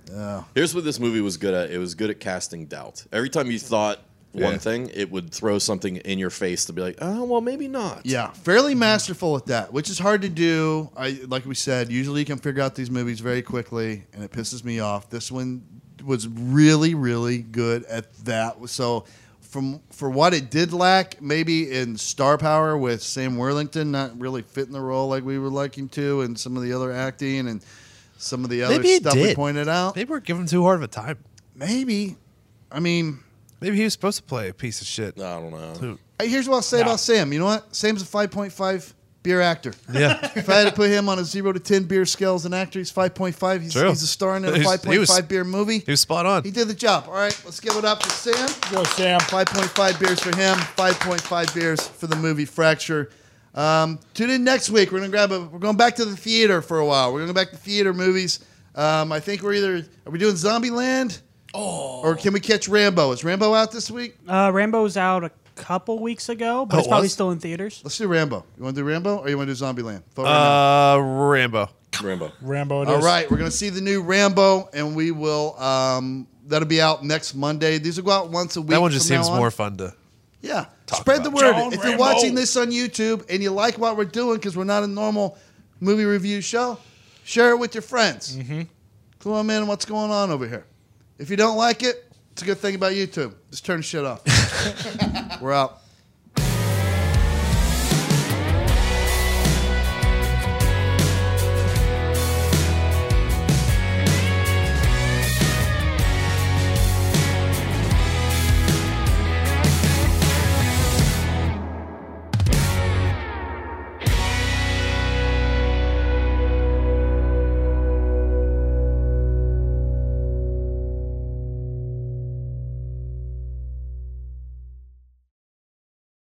[SPEAKER 5] Here's what this movie was good at. It was good at casting doubt. Every time you thought one
[SPEAKER 2] Yeah.
[SPEAKER 5] thing, it would throw something in your face to be like, oh, well, maybe not.
[SPEAKER 1] Yeah, fairly masterful at that, which is hard to do. I like we said, usually you can figure out these movies very quickly, and it pisses me off. This one was really, really good at that. So, from for what it did lack, maybe in star power with Sam Worthington not really fitting the role like we would like him to, and some of the other acting and some of the other
[SPEAKER 2] Maybe it
[SPEAKER 1] stuff we
[SPEAKER 2] did.
[SPEAKER 1] pointed out.
[SPEAKER 2] Maybe we're giving him too hard of a time.
[SPEAKER 1] Maybe, I mean.
[SPEAKER 2] Maybe he was supposed to play a piece of shit.
[SPEAKER 5] I don't know.
[SPEAKER 1] Hey, here's what I'll say about Sam. You know what? Sam's a 5.5 beer actor.
[SPEAKER 2] Yeah.
[SPEAKER 1] If I had to put him on a zero to ten beer scale as an actor, he's five point five. He's,
[SPEAKER 2] True.
[SPEAKER 1] he's a star in a
[SPEAKER 2] He's-
[SPEAKER 1] five
[SPEAKER 2] he
[SPEAKER 1] point
[SPEAKER 2] was-
[SPEAKER 1] five beer movie.
[SPEAKER 2] He was spot on.
[SPEAKER 1] He did the job. All right, let's give it up for Sam.
[SPEAKER 3] Go Sam.
[SPEAKER 1] Five point five beers for him. Five point five beers for the movie Fracture. Um, tune in next week. We're gonna grab a. We're going back to the theater for a while. We're gonna go back to theater movies. Um, I think we're either are we doing Zombieland? Oh. Or can we catch Rambo? Is Rambo out this week?
[SPEAKER 6] Uh, Rambo's out a couple weeks ago, but
[SPEAKER 2] Oh,
[SPEAKER 6] it's probably
[SPEAKER 2] was?
[SPEAKER 6] still in theaters.
[SPEAKER 1] Let's do Rambo. You want to do Rambo or you want to do Zombieland? Vote right now.
[SPEAKER 2] Uh, Rambo.
[SPEAKER 5] Rambo.
[SPEAKER 3] Rambo. It
[SPEAKER 1] All
[SPEAKER 3] is.
[SPEAKER 1] right, we're gonna see the new Rambo, and we will. Um, that'll be out next Monday. These will go out once a week.
[SPEAKER 2] That one just
[SPEAKER 1] from now
[SPEAKER 2] seems
[SPEAKER 1] on.
[SPEAKER 2] more fun to.
[SPEAKER 1] Yeah, spread the word.
[SPEAKER 3] John
[SPEAKER 1] if you're
[SPEAKER 3] Rambo.
[SPEAKER 1] watching this on YouTube and you like what we're doing, because we're not a normal movie review show, share it with your friends. Mm-hmm. Clue them in on what's going on over here. If you don't like it, it's a good thing about YouTube. Just turn the shit off. we're out.